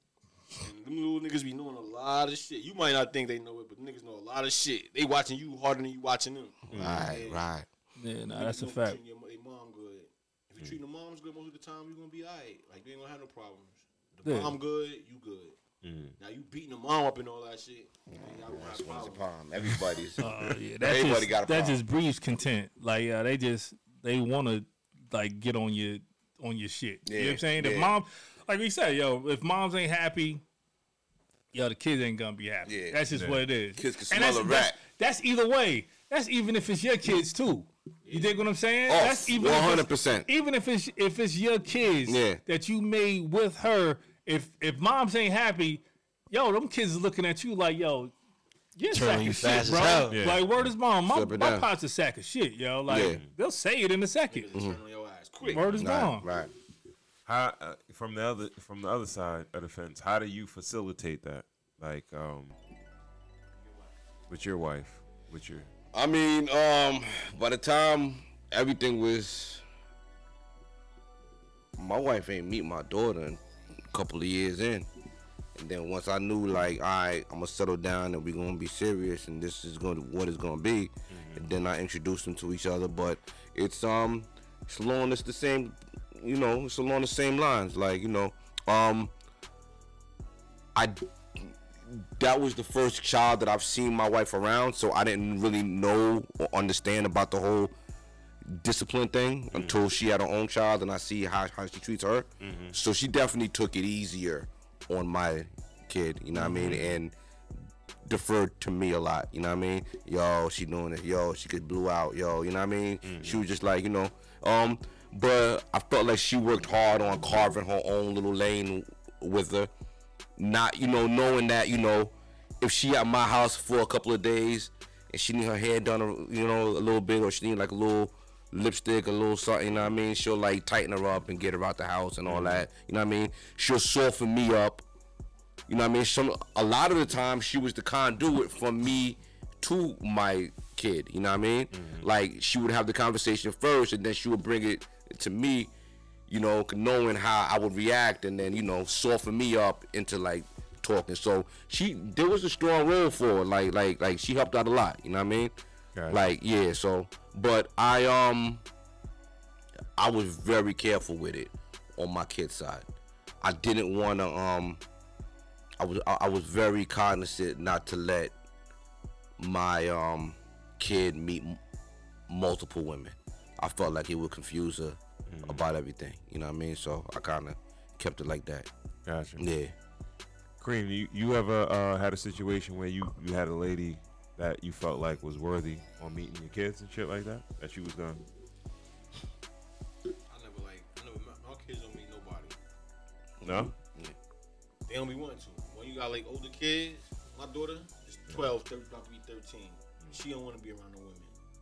and them little niggas be knowing a lot of shit. You might not think they know it, but niggas know a lot of shit. They watching you harder than you watching them.
Right, right.
yeah, nah,
You
that's a
know if you
fact.
treating Your, your mom good. If you treating the moms good most of the time, you gonna be alright. Like you ain't gonna have no problems. The
Yeah. Mm.
mom good, you good. Now you beating the mom up and all that shit. y'all gonna have
It's a
problems.
problem. Everybody's.
Uh, yeah, that
Everybody
just,
got a
that
problem.
just breeds content. Like uh, they just they want to like get on your on your shit. you know what
Yeah,
I'm saying? If
yeah.
mom, like we said, yo, if moms ain't happy, yo, the kids ain't gonna be happy.
Yeah,
that's just what it is.
Kids can
And
smell
that's-
a
that's-
rat.
That's, either way. That's even if it's your kids too. You dig what I'm saying?
Off,
that's even if it's-
100%.
even if it's if it's your kids
Yeah.
that you made with her, if if moms ain't happy, yo, them kids is looking at you like, yo, you're a sack
you
of
fast
shit,
as
bro.
hell.
Yeah.
Like word is mom, my,
Flip it
my
down.
pops a sack of shit, yo. Like
Yeah.
they'll say it in a second.
Turn on your ass quick.
Word is
Right,
mom.
right.
How uh, from the other from the other side of the fence? How do you facilitate that? Like, um, with your wife, with your
I mean, um, by the time everything was, my wife ain't meet my daughter in a couple of years in, and then once I knew like, all right, I'm gonna settle down and we're gonna be serious, and this is gonna what it's gonna be, and then I introduced them to each other. But it's um, it's along it's the same, you know, it's along the same lines, like you know, um, I that was the first child that I've seen my wife around, so I didn't really know or understand about the whole discipline thing until she had her own child and I see how, how she treats her. So she definitely took it easier on my kid, you know what I mean? And deferred to me a lot, you know what I mean? Yo, she doing it. Yo, she could blew out. Yo, you know what I mean? She was just like, you know, um, but I felt like she worked hard on carving her own little lane with her not you know knowing that you know if she at my house for a couple of days and she need her hair done a- you know a little bit or she need like a little lipstick a little something you know what i mean she'll like tighten her up and get her out the house and all that you know what i mean she'll soften me up you know what i mean some a lot of the time she was the conduit from me to my kid you know what i mean like she would have the conversation first and then she would bring it to me you know, knowing how I would react and then, you know, soften me up into like talking. So she there was a strong role for her. Like like like she helped out a lot, you know what I mean?
Got it.
Like, yeah, so but I um I was very careful with it on my kid's side. I didn't wanna um I was I I was very cognizant not to let my um kid meet m- multiple women. I felt like it would confuse her about everything. You know what I mean? So I kind of kept it like that.
gotcha.
Yeah.
Cream, you, you ever uh, had a situation where you, you had a lady that you felt like was worthy on meeting your kids and shit like that? That you was gonna
I never like I never my, my kids don't meet nobody.
No?
They don't be wanting to. When you got like older kids, my daughter is 12, 13, about to be 13. She don't want to be around no women.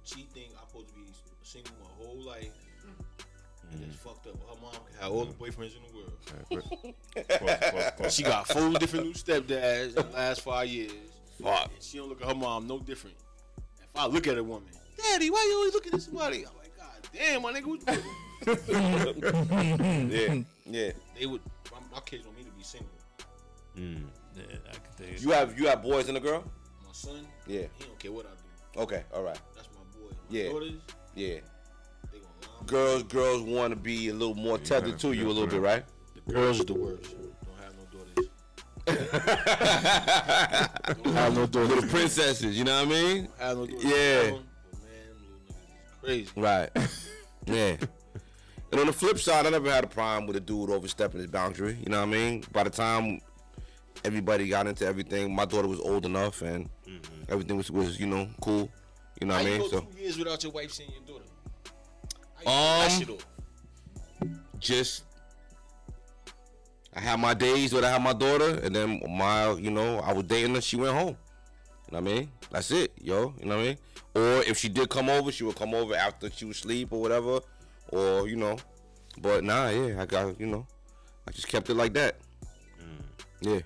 she think I'm supposed to be single my whole life.
Mm-hmm.
And it's fucked up. Her mom can have all the boyfriends in the world. She got four different new stepdads in the last five years. Fuck. And she don't look at her mom no different. If I look at a woman, Daddy, why you always looking at somebody? I'm like, God damn, my nigga. what you-
Yeah, yeah.
They would. My, my kids want me to be single.
Yeah, I can tell you.
You have you have boys and a girl.
My son,
Yeah.
he don't care what I do.
Okay. All right.
That's my boy. My
Yeah.
daughters,
Yeah.
they gonna lie.
Girls, girls want to be a little more tethered to you a little bit, right?
The girls are the worst. Don't have no daughters.
have no daughter. Little princesses, you know what I mean?
Don't have no daughters.
Yeah.
But man, them little niggas is crazy.
Right. yeah. And on the flip side, I never had a problem with a dude overstepping his boundary. You know what I mean? By the time everybody got into everything, my daughter was old enough and everything was, was, you know, cool. You know
Mm-hmm. How
what I
you
mean?
go
So
two years without your wife seeing your daughter? How you pull that
Um,
shit off?
just I had my days when I had my daughter, and then my you know I was dating her. She went home. You know what I mean? That's it, yo. You know what I mean? Or if she did come over, she would come over after she was asleep or whatever, or you know. But nah, yeah, I got you know, I just kept it like that.
Mm.
Yeah,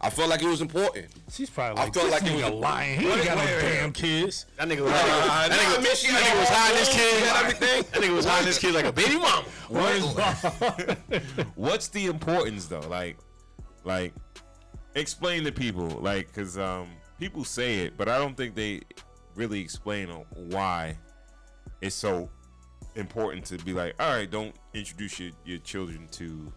I felt like it was important.
She's probably
I
like,
felt
this
like it
nigga
was-
lying. He ain't got no damn kids.
That nigga was
I nigga, I mean, was hiding his kid and everything.
that nigga was hiding this kid like a baby mama.
What is- what's the importance though? Like, like, explain to people, like, cause um, people say it, but I don't think they really explain on why it's so important to be like, all right, don't introduce your, your children to.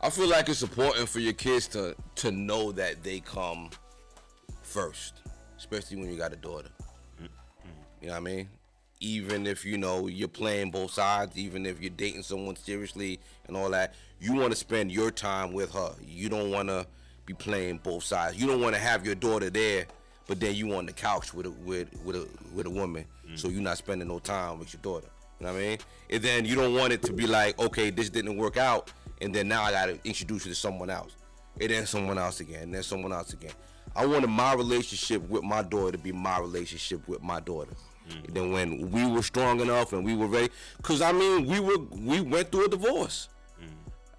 I feel like it's important for your kids to to know that they come first, especially when you got a daughter. You know what I mean? Even if you know you're playing both sides, even if you're dating someone seriously and all that, you want to spend your time with her. You don't want to be playing both sides. You don't want to have your daughter there, but then you on the couch with a with with a with a woman, so you're not spending no time with your daughter. You know what I mean? And then you don't want it to be like, okay, this didn't work out, and then now I got to introduce you to someone else and then someone else again, and then someone else again. I wanted my relationship with my daughter to be my relationship with my daughter. And then when we were strong enough and we were ready, cause I mean we were we went through a divorce.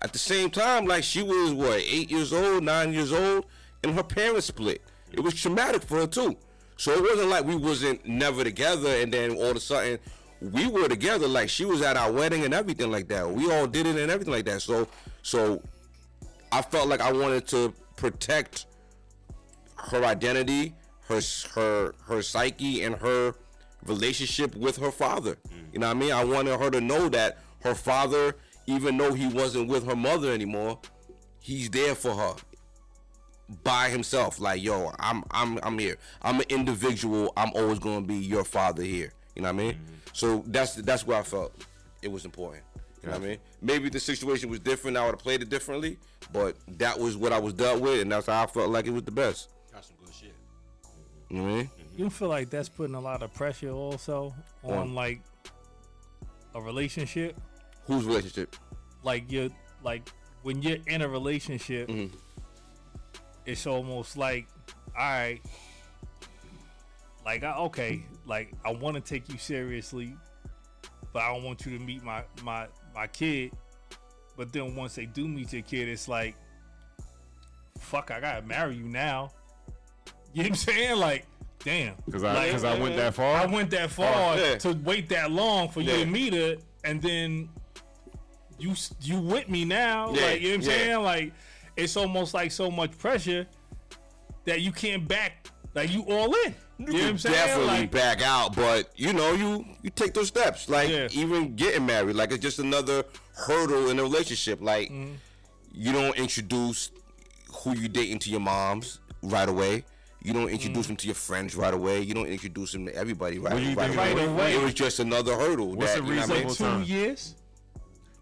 At the same time, like she was what eight years old, nine years old, and her parents split. It was traumatic for her too. So it wasn't like we wasn't never together, and then all of a sudden we were together. Like she was at our wedding and everything like that. We all did it and everything like that. So so I felt like I wanted to protect her identity, her her her psyche, and her relationship with her father. You know what I mean? I wanted her to know that her father, even though he wasn't with her mother anymore, he's there for her by himself. Like, yo, I'm I'm I'm here. I'm an individual. I'm always gonna be your father here. You know what I mean? So that's that's where I felt it was important. You know what I mean? Maybe the situation was different. I would have played it differently, but that was what I was dealt with, and that's how I felt like it was the best.
That's some good shit.
You know what I mean?
You feel like that's putting a lot of pressure also on
On.
like a relationship.
Whose relationship?
Like you're like when you're in a relationship, it's almost like, all right, like I okay, like I want to take you seriously, but I don't want you to meet my my my kid. But then once they do meet your kid, it's like, fuck, I gotta marry you now. You know what I'm saying? Like, damn.
Cause I, cause I went that far.
I went that far
Oh, yeah.
to wait that long for you
Yeah.
to meet her, and then you s- you with me now.
Yeah,
Like you know what I'm
yeah.
saying? Like it's almost like so much pressure that you can't back. Like you all in. You, know what I'm saying?
definitely
like,
back out, but you know, you you take those steps. Like
Yeah.
even getting married, like it's just another hurdle in a relationship. Like
Mm-hmm.
you don't introduce who you dating to your moms right away. You don't
Mm-hmm.
introduce them to your friends right away. You don't introduce them to everybody right,
What do you
right
think it
was? Right away.
It was just another hurdle.
What's
that,
a
you know what I mean?
reasonable
two
time?
years.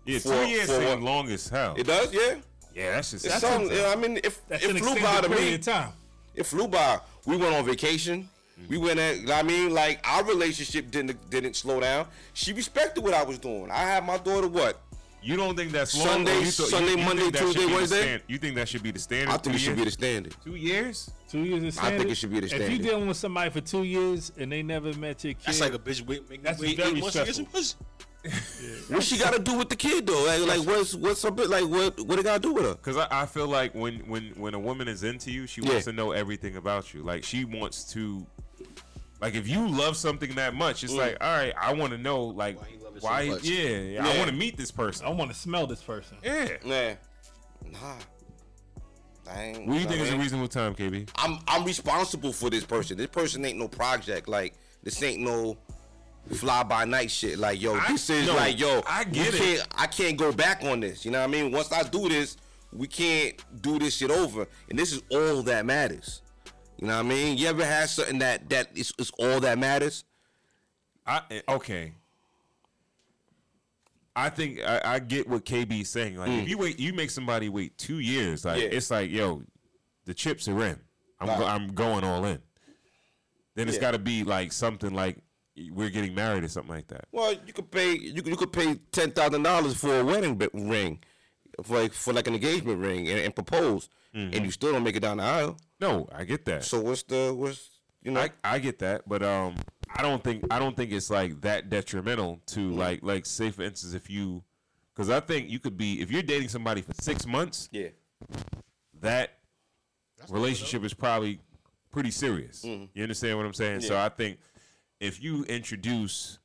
Yeah, two
for-
years
for
seemed
what?
long as hell.
It does, yeah.
yeah, that's just.
It's
That's
something. yeah, I mean, if
That's an
it flew by
extended
to
period
me,
of time.
it flew by. We went on vacation. We went at, I mean, like our relationship didn't didn't slow down. She respected what I was doing. I had my daughter what
You don't think that's long?
Sunday-
or you thought- you-
Sunday,
you think
Monday,
that should
Tuesday,
be the
Wednesday?
stand- you think that should be the standard?
I think
two
it should be the
years?
standard.
two years.
Two years is
I think
standard?
it should be the
If
standard.
you're dealing with somebody for two years and they never met your kid,
That's like a bitch wait, make
That's
me wait
very
eight months to get some pussy.
What she got to do with the kid though? Like, like what's what's up? Like what what it got to do with her?
Because I, I feel like when when when a woman is into you, she wants
Yeah.
to know everything about you. Like she wants to, like if you love something that much, it's like all right, I want to know like
Why you love it so
why.
much.
yeah, yeah, I
Yeah.
want to meet this person.
I want to smell this person.
Yeah.
Nah, nah. I ain't,
What do you
nah,
think is a
man.
reasonable time, KB?
I'm I'm responsible for this person. This person ain't no project. Like this ain't no fly by night shit. Like yo,
I-
this is
no,
like yo.
I
we
get it.
Can't, I can't go back on this. You know what I mean? Once I do this, we can't do this shit over. And this is all that matters. You know what I mean? You ever had something that that is, is all that matters?
I eh, okay. I think I, I get what KB's saying. Like if you wait, you make somebody wait two years. Like
Mm. Yeah.
it's like yo, the chips are in. I'm go,
Right.
I'm going all in. Then it's
Yeah.
got to be like something like we're getting married or something like that.
Well, you could pay you could, you could pay ten thousand dollars for a wedding bi- ring, for like for like an engagement ring and, and propose,
Mm-hmm.
and you still don't make it down the aisle.
No, I get that.
So what's the what's you know?
I, I get that, but um, I don't think I don't think it's like that detrimental to
Mm.
like like say for instance if you, because I think you could be if you're dating somebody for six months,
yeah.
that relationship is probably pretty serious.
Mm-hmm.
You understand what I'm saying? So I think if you introduce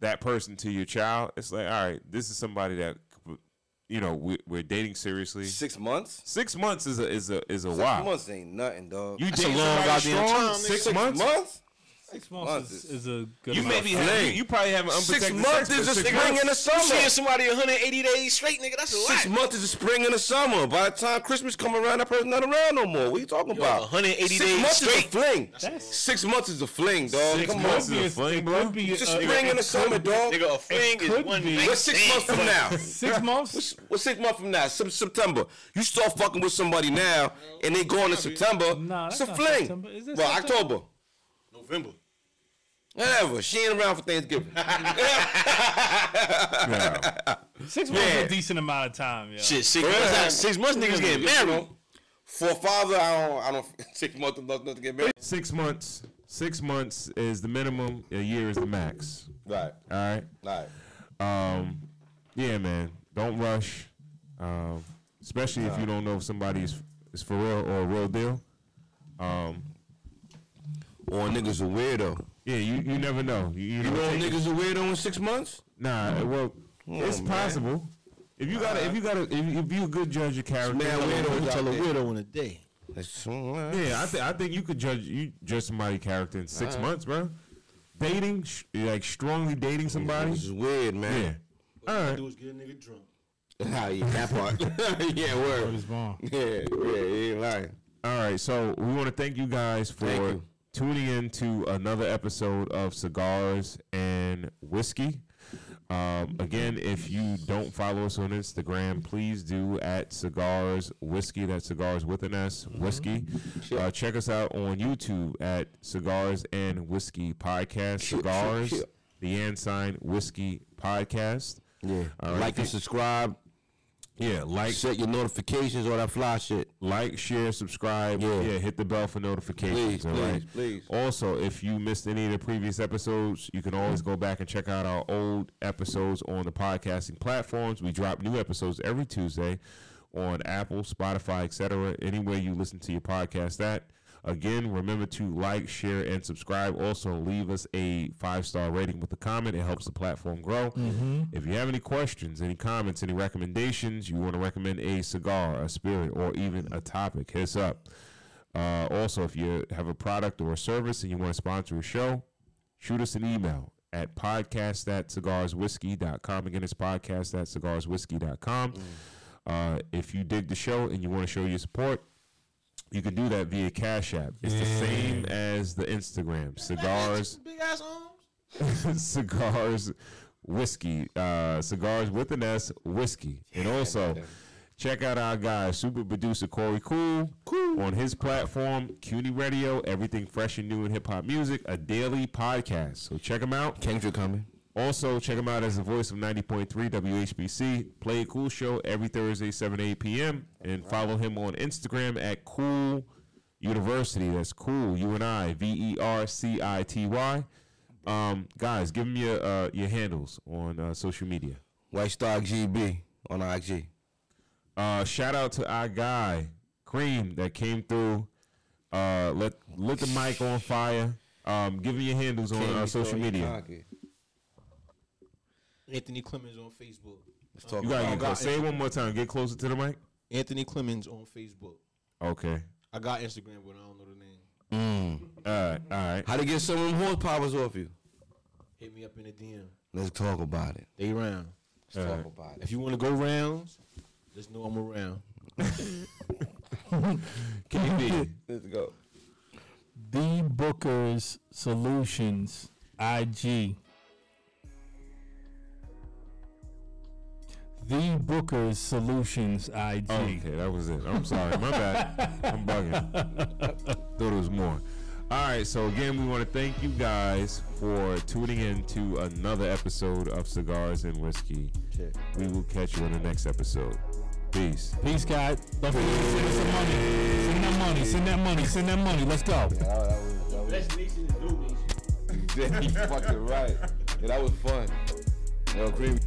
that person to your child, it's like, all right, this is somebody that you know we, we're dating seriously.
Six months?
Six months is a is a is a
Six
wow.
months ain't nothing, dog.
You
That's a
dating
long
somebody
goddamn
strong?
time, nigga.
Six
Six
months?
months?
Six months is, is a good
You
amount.
maybe have, you, you probably have an unprotected
Six
sex,
months
but
is a
six
spring
months-
and a summer.
Seeing somebody 180 days straight, nigga, that's a lot.
Six months is a spring and a summer. By the time Christmas come around, that person not around no more. What you talking about?
180
Six
days
months is a
straight.
fling.
That's-
Six months is a fling, dog.
Six
Come
months
on.
is a fling, bro.
It's a spring and a summer, dog.
Nigga, a fling is
could
one
be.
night
What's six
stand.
months from now?
Six months.
What's, what's six months from now? Sep- September. You start fucking with somebody now, and they going in September.
Nah,
it's a
that's not
fling.
September. Is it
well,
September?
October.
November.
Whatever. She ain't around for Thanksgiving.
Yeah.
Six months is
Yeah.
a decent amount of time. Yeah.
Shit, six
Yeah.
months. out- Six months, niggas getting married.
For a father, I don't. I don't. Six months enough not to get married.
Six months. Six months is the minimum. A year is the max.
Right.
All right.
Right.
Um, yeah, man. Don't rush, um, especially if you don't know if somebody is, is for real or a real deal. Um,
Or niggas a weirdo.
yeah, you, you never know. You, you
You
don't
know
take-
niggas a weirdo in six months?
Nah, well, it's
man.
possible. If you got, to if you got, to if, if you a good judge of character,
Man, weirdo is out there.
widow in a day.
That's- mm,
yeah, I think I think you could judge you judge somebody's character in 6 months, bro. Dating, sh- like strongly dating somebody,
Niggas is weird,
yeah.
man.
All right.
Do is get a nigga drunk.
Yeah. yeah that part. yeah,
Word
word.
is bond.
Yeah, yeah, you ain't lying.
All right, so we want to thank you guys for
Thank you.
tuning in to another episode of Cigars and Whiskey. Um, again, if you don't follow us on Instagram, please do at Cigars Whiskey. That's Cigars with an S,
Mm-hmm.
Whiskey. Uh, check us out on YouTube at Cigars and Whiskey Podcast.
Shit, shit,
Cigars,
shit.
the and sign Whiskey Podcast.
Yeah.
All right.
Like and subscribe.
Yeah, like,
Set your notifications, all that fly shit.
like, share, subscribe. Yeah.
Yeah.
hit the bell for notifications.
Please,
all right?
please, please.
Also, if you missed any of the previous episodes, you can always go back and check out our old episodes on the podcasting platforms. We drop new episodes every Tuesday on Apple, Spotify, etc. Anywhere you listen to your podcast at. Again, remember to like, share, and subscribe. Also, leave us a five star rating with a comment. It helps the platform grow.
Mm-hmm.
If you have any questions, any comments, any recommendations, you want to recommend a cigar, a spirit, or even a topic, hit us up. Uh, also, if you have a product or a service and you want to sponsor a show, shoot us an email at podcast at cigarswhiskey.com. Again, it's podcast at cigarswhiskey.com. Uh, if you dig the show and you want to show your support, you can do that via Cash App. It's the same as the Instagram. Cigars,
Big ass arms.
cigars, whiskey, uh, cigars with an S, whiskey. And also, check out our guy, super producer Corey Cool, on his platform, CUNY Radio, everything fresh and new in hip hop music, a daily podcast. So check him out.
Kendrick coming.
Also, check him out as the voice of 90.3 WHBC. Play it Cool Show every Thursday, 7 8 p.m. And follow him on Instagram at Cool University. That's Cool, U N I V E R C I T Y. Um, guys, give him your, uh, your handles on uh, social media.
White Star GB on IG.
Uh, shout out to our guy Cream that came through. Uh, let lit the mic on fire. Um, give me your handles on uh, social media.
Anthony Clemens on Facebook.
Let's talk
You gotta
about
get close. Say it one more time. Get closer to the mic.
Anthony Clemens on Facebook.
Okay.
I got Instagram, but I don't know the name.
All right. All right.
how to get some of them horsepowers off you.
Hit me up in the DM.
Let's talk about it.
They round.
Let's
Alright.
talk about it.
If you want to go rounds, just know I'm around.
KB.
Let's go.
The Booker's Solutions IG. The Booker's Solutions IG.
Oh, okay, that was it. I'm sorry. My bad. I'm bugging. Thought it was more. All right, so again, we want to thank you guys for tuning in to another episode of Cigars and Whiskey. We will catch you in the next episode. Peace.
Peace, guys. Don't forget to send us some money. Send that money. Send that money. Send that money. Let's go.
Best nation is new nation.
Damn, you fucking right. Yeah, that was fun. Yo, Cream,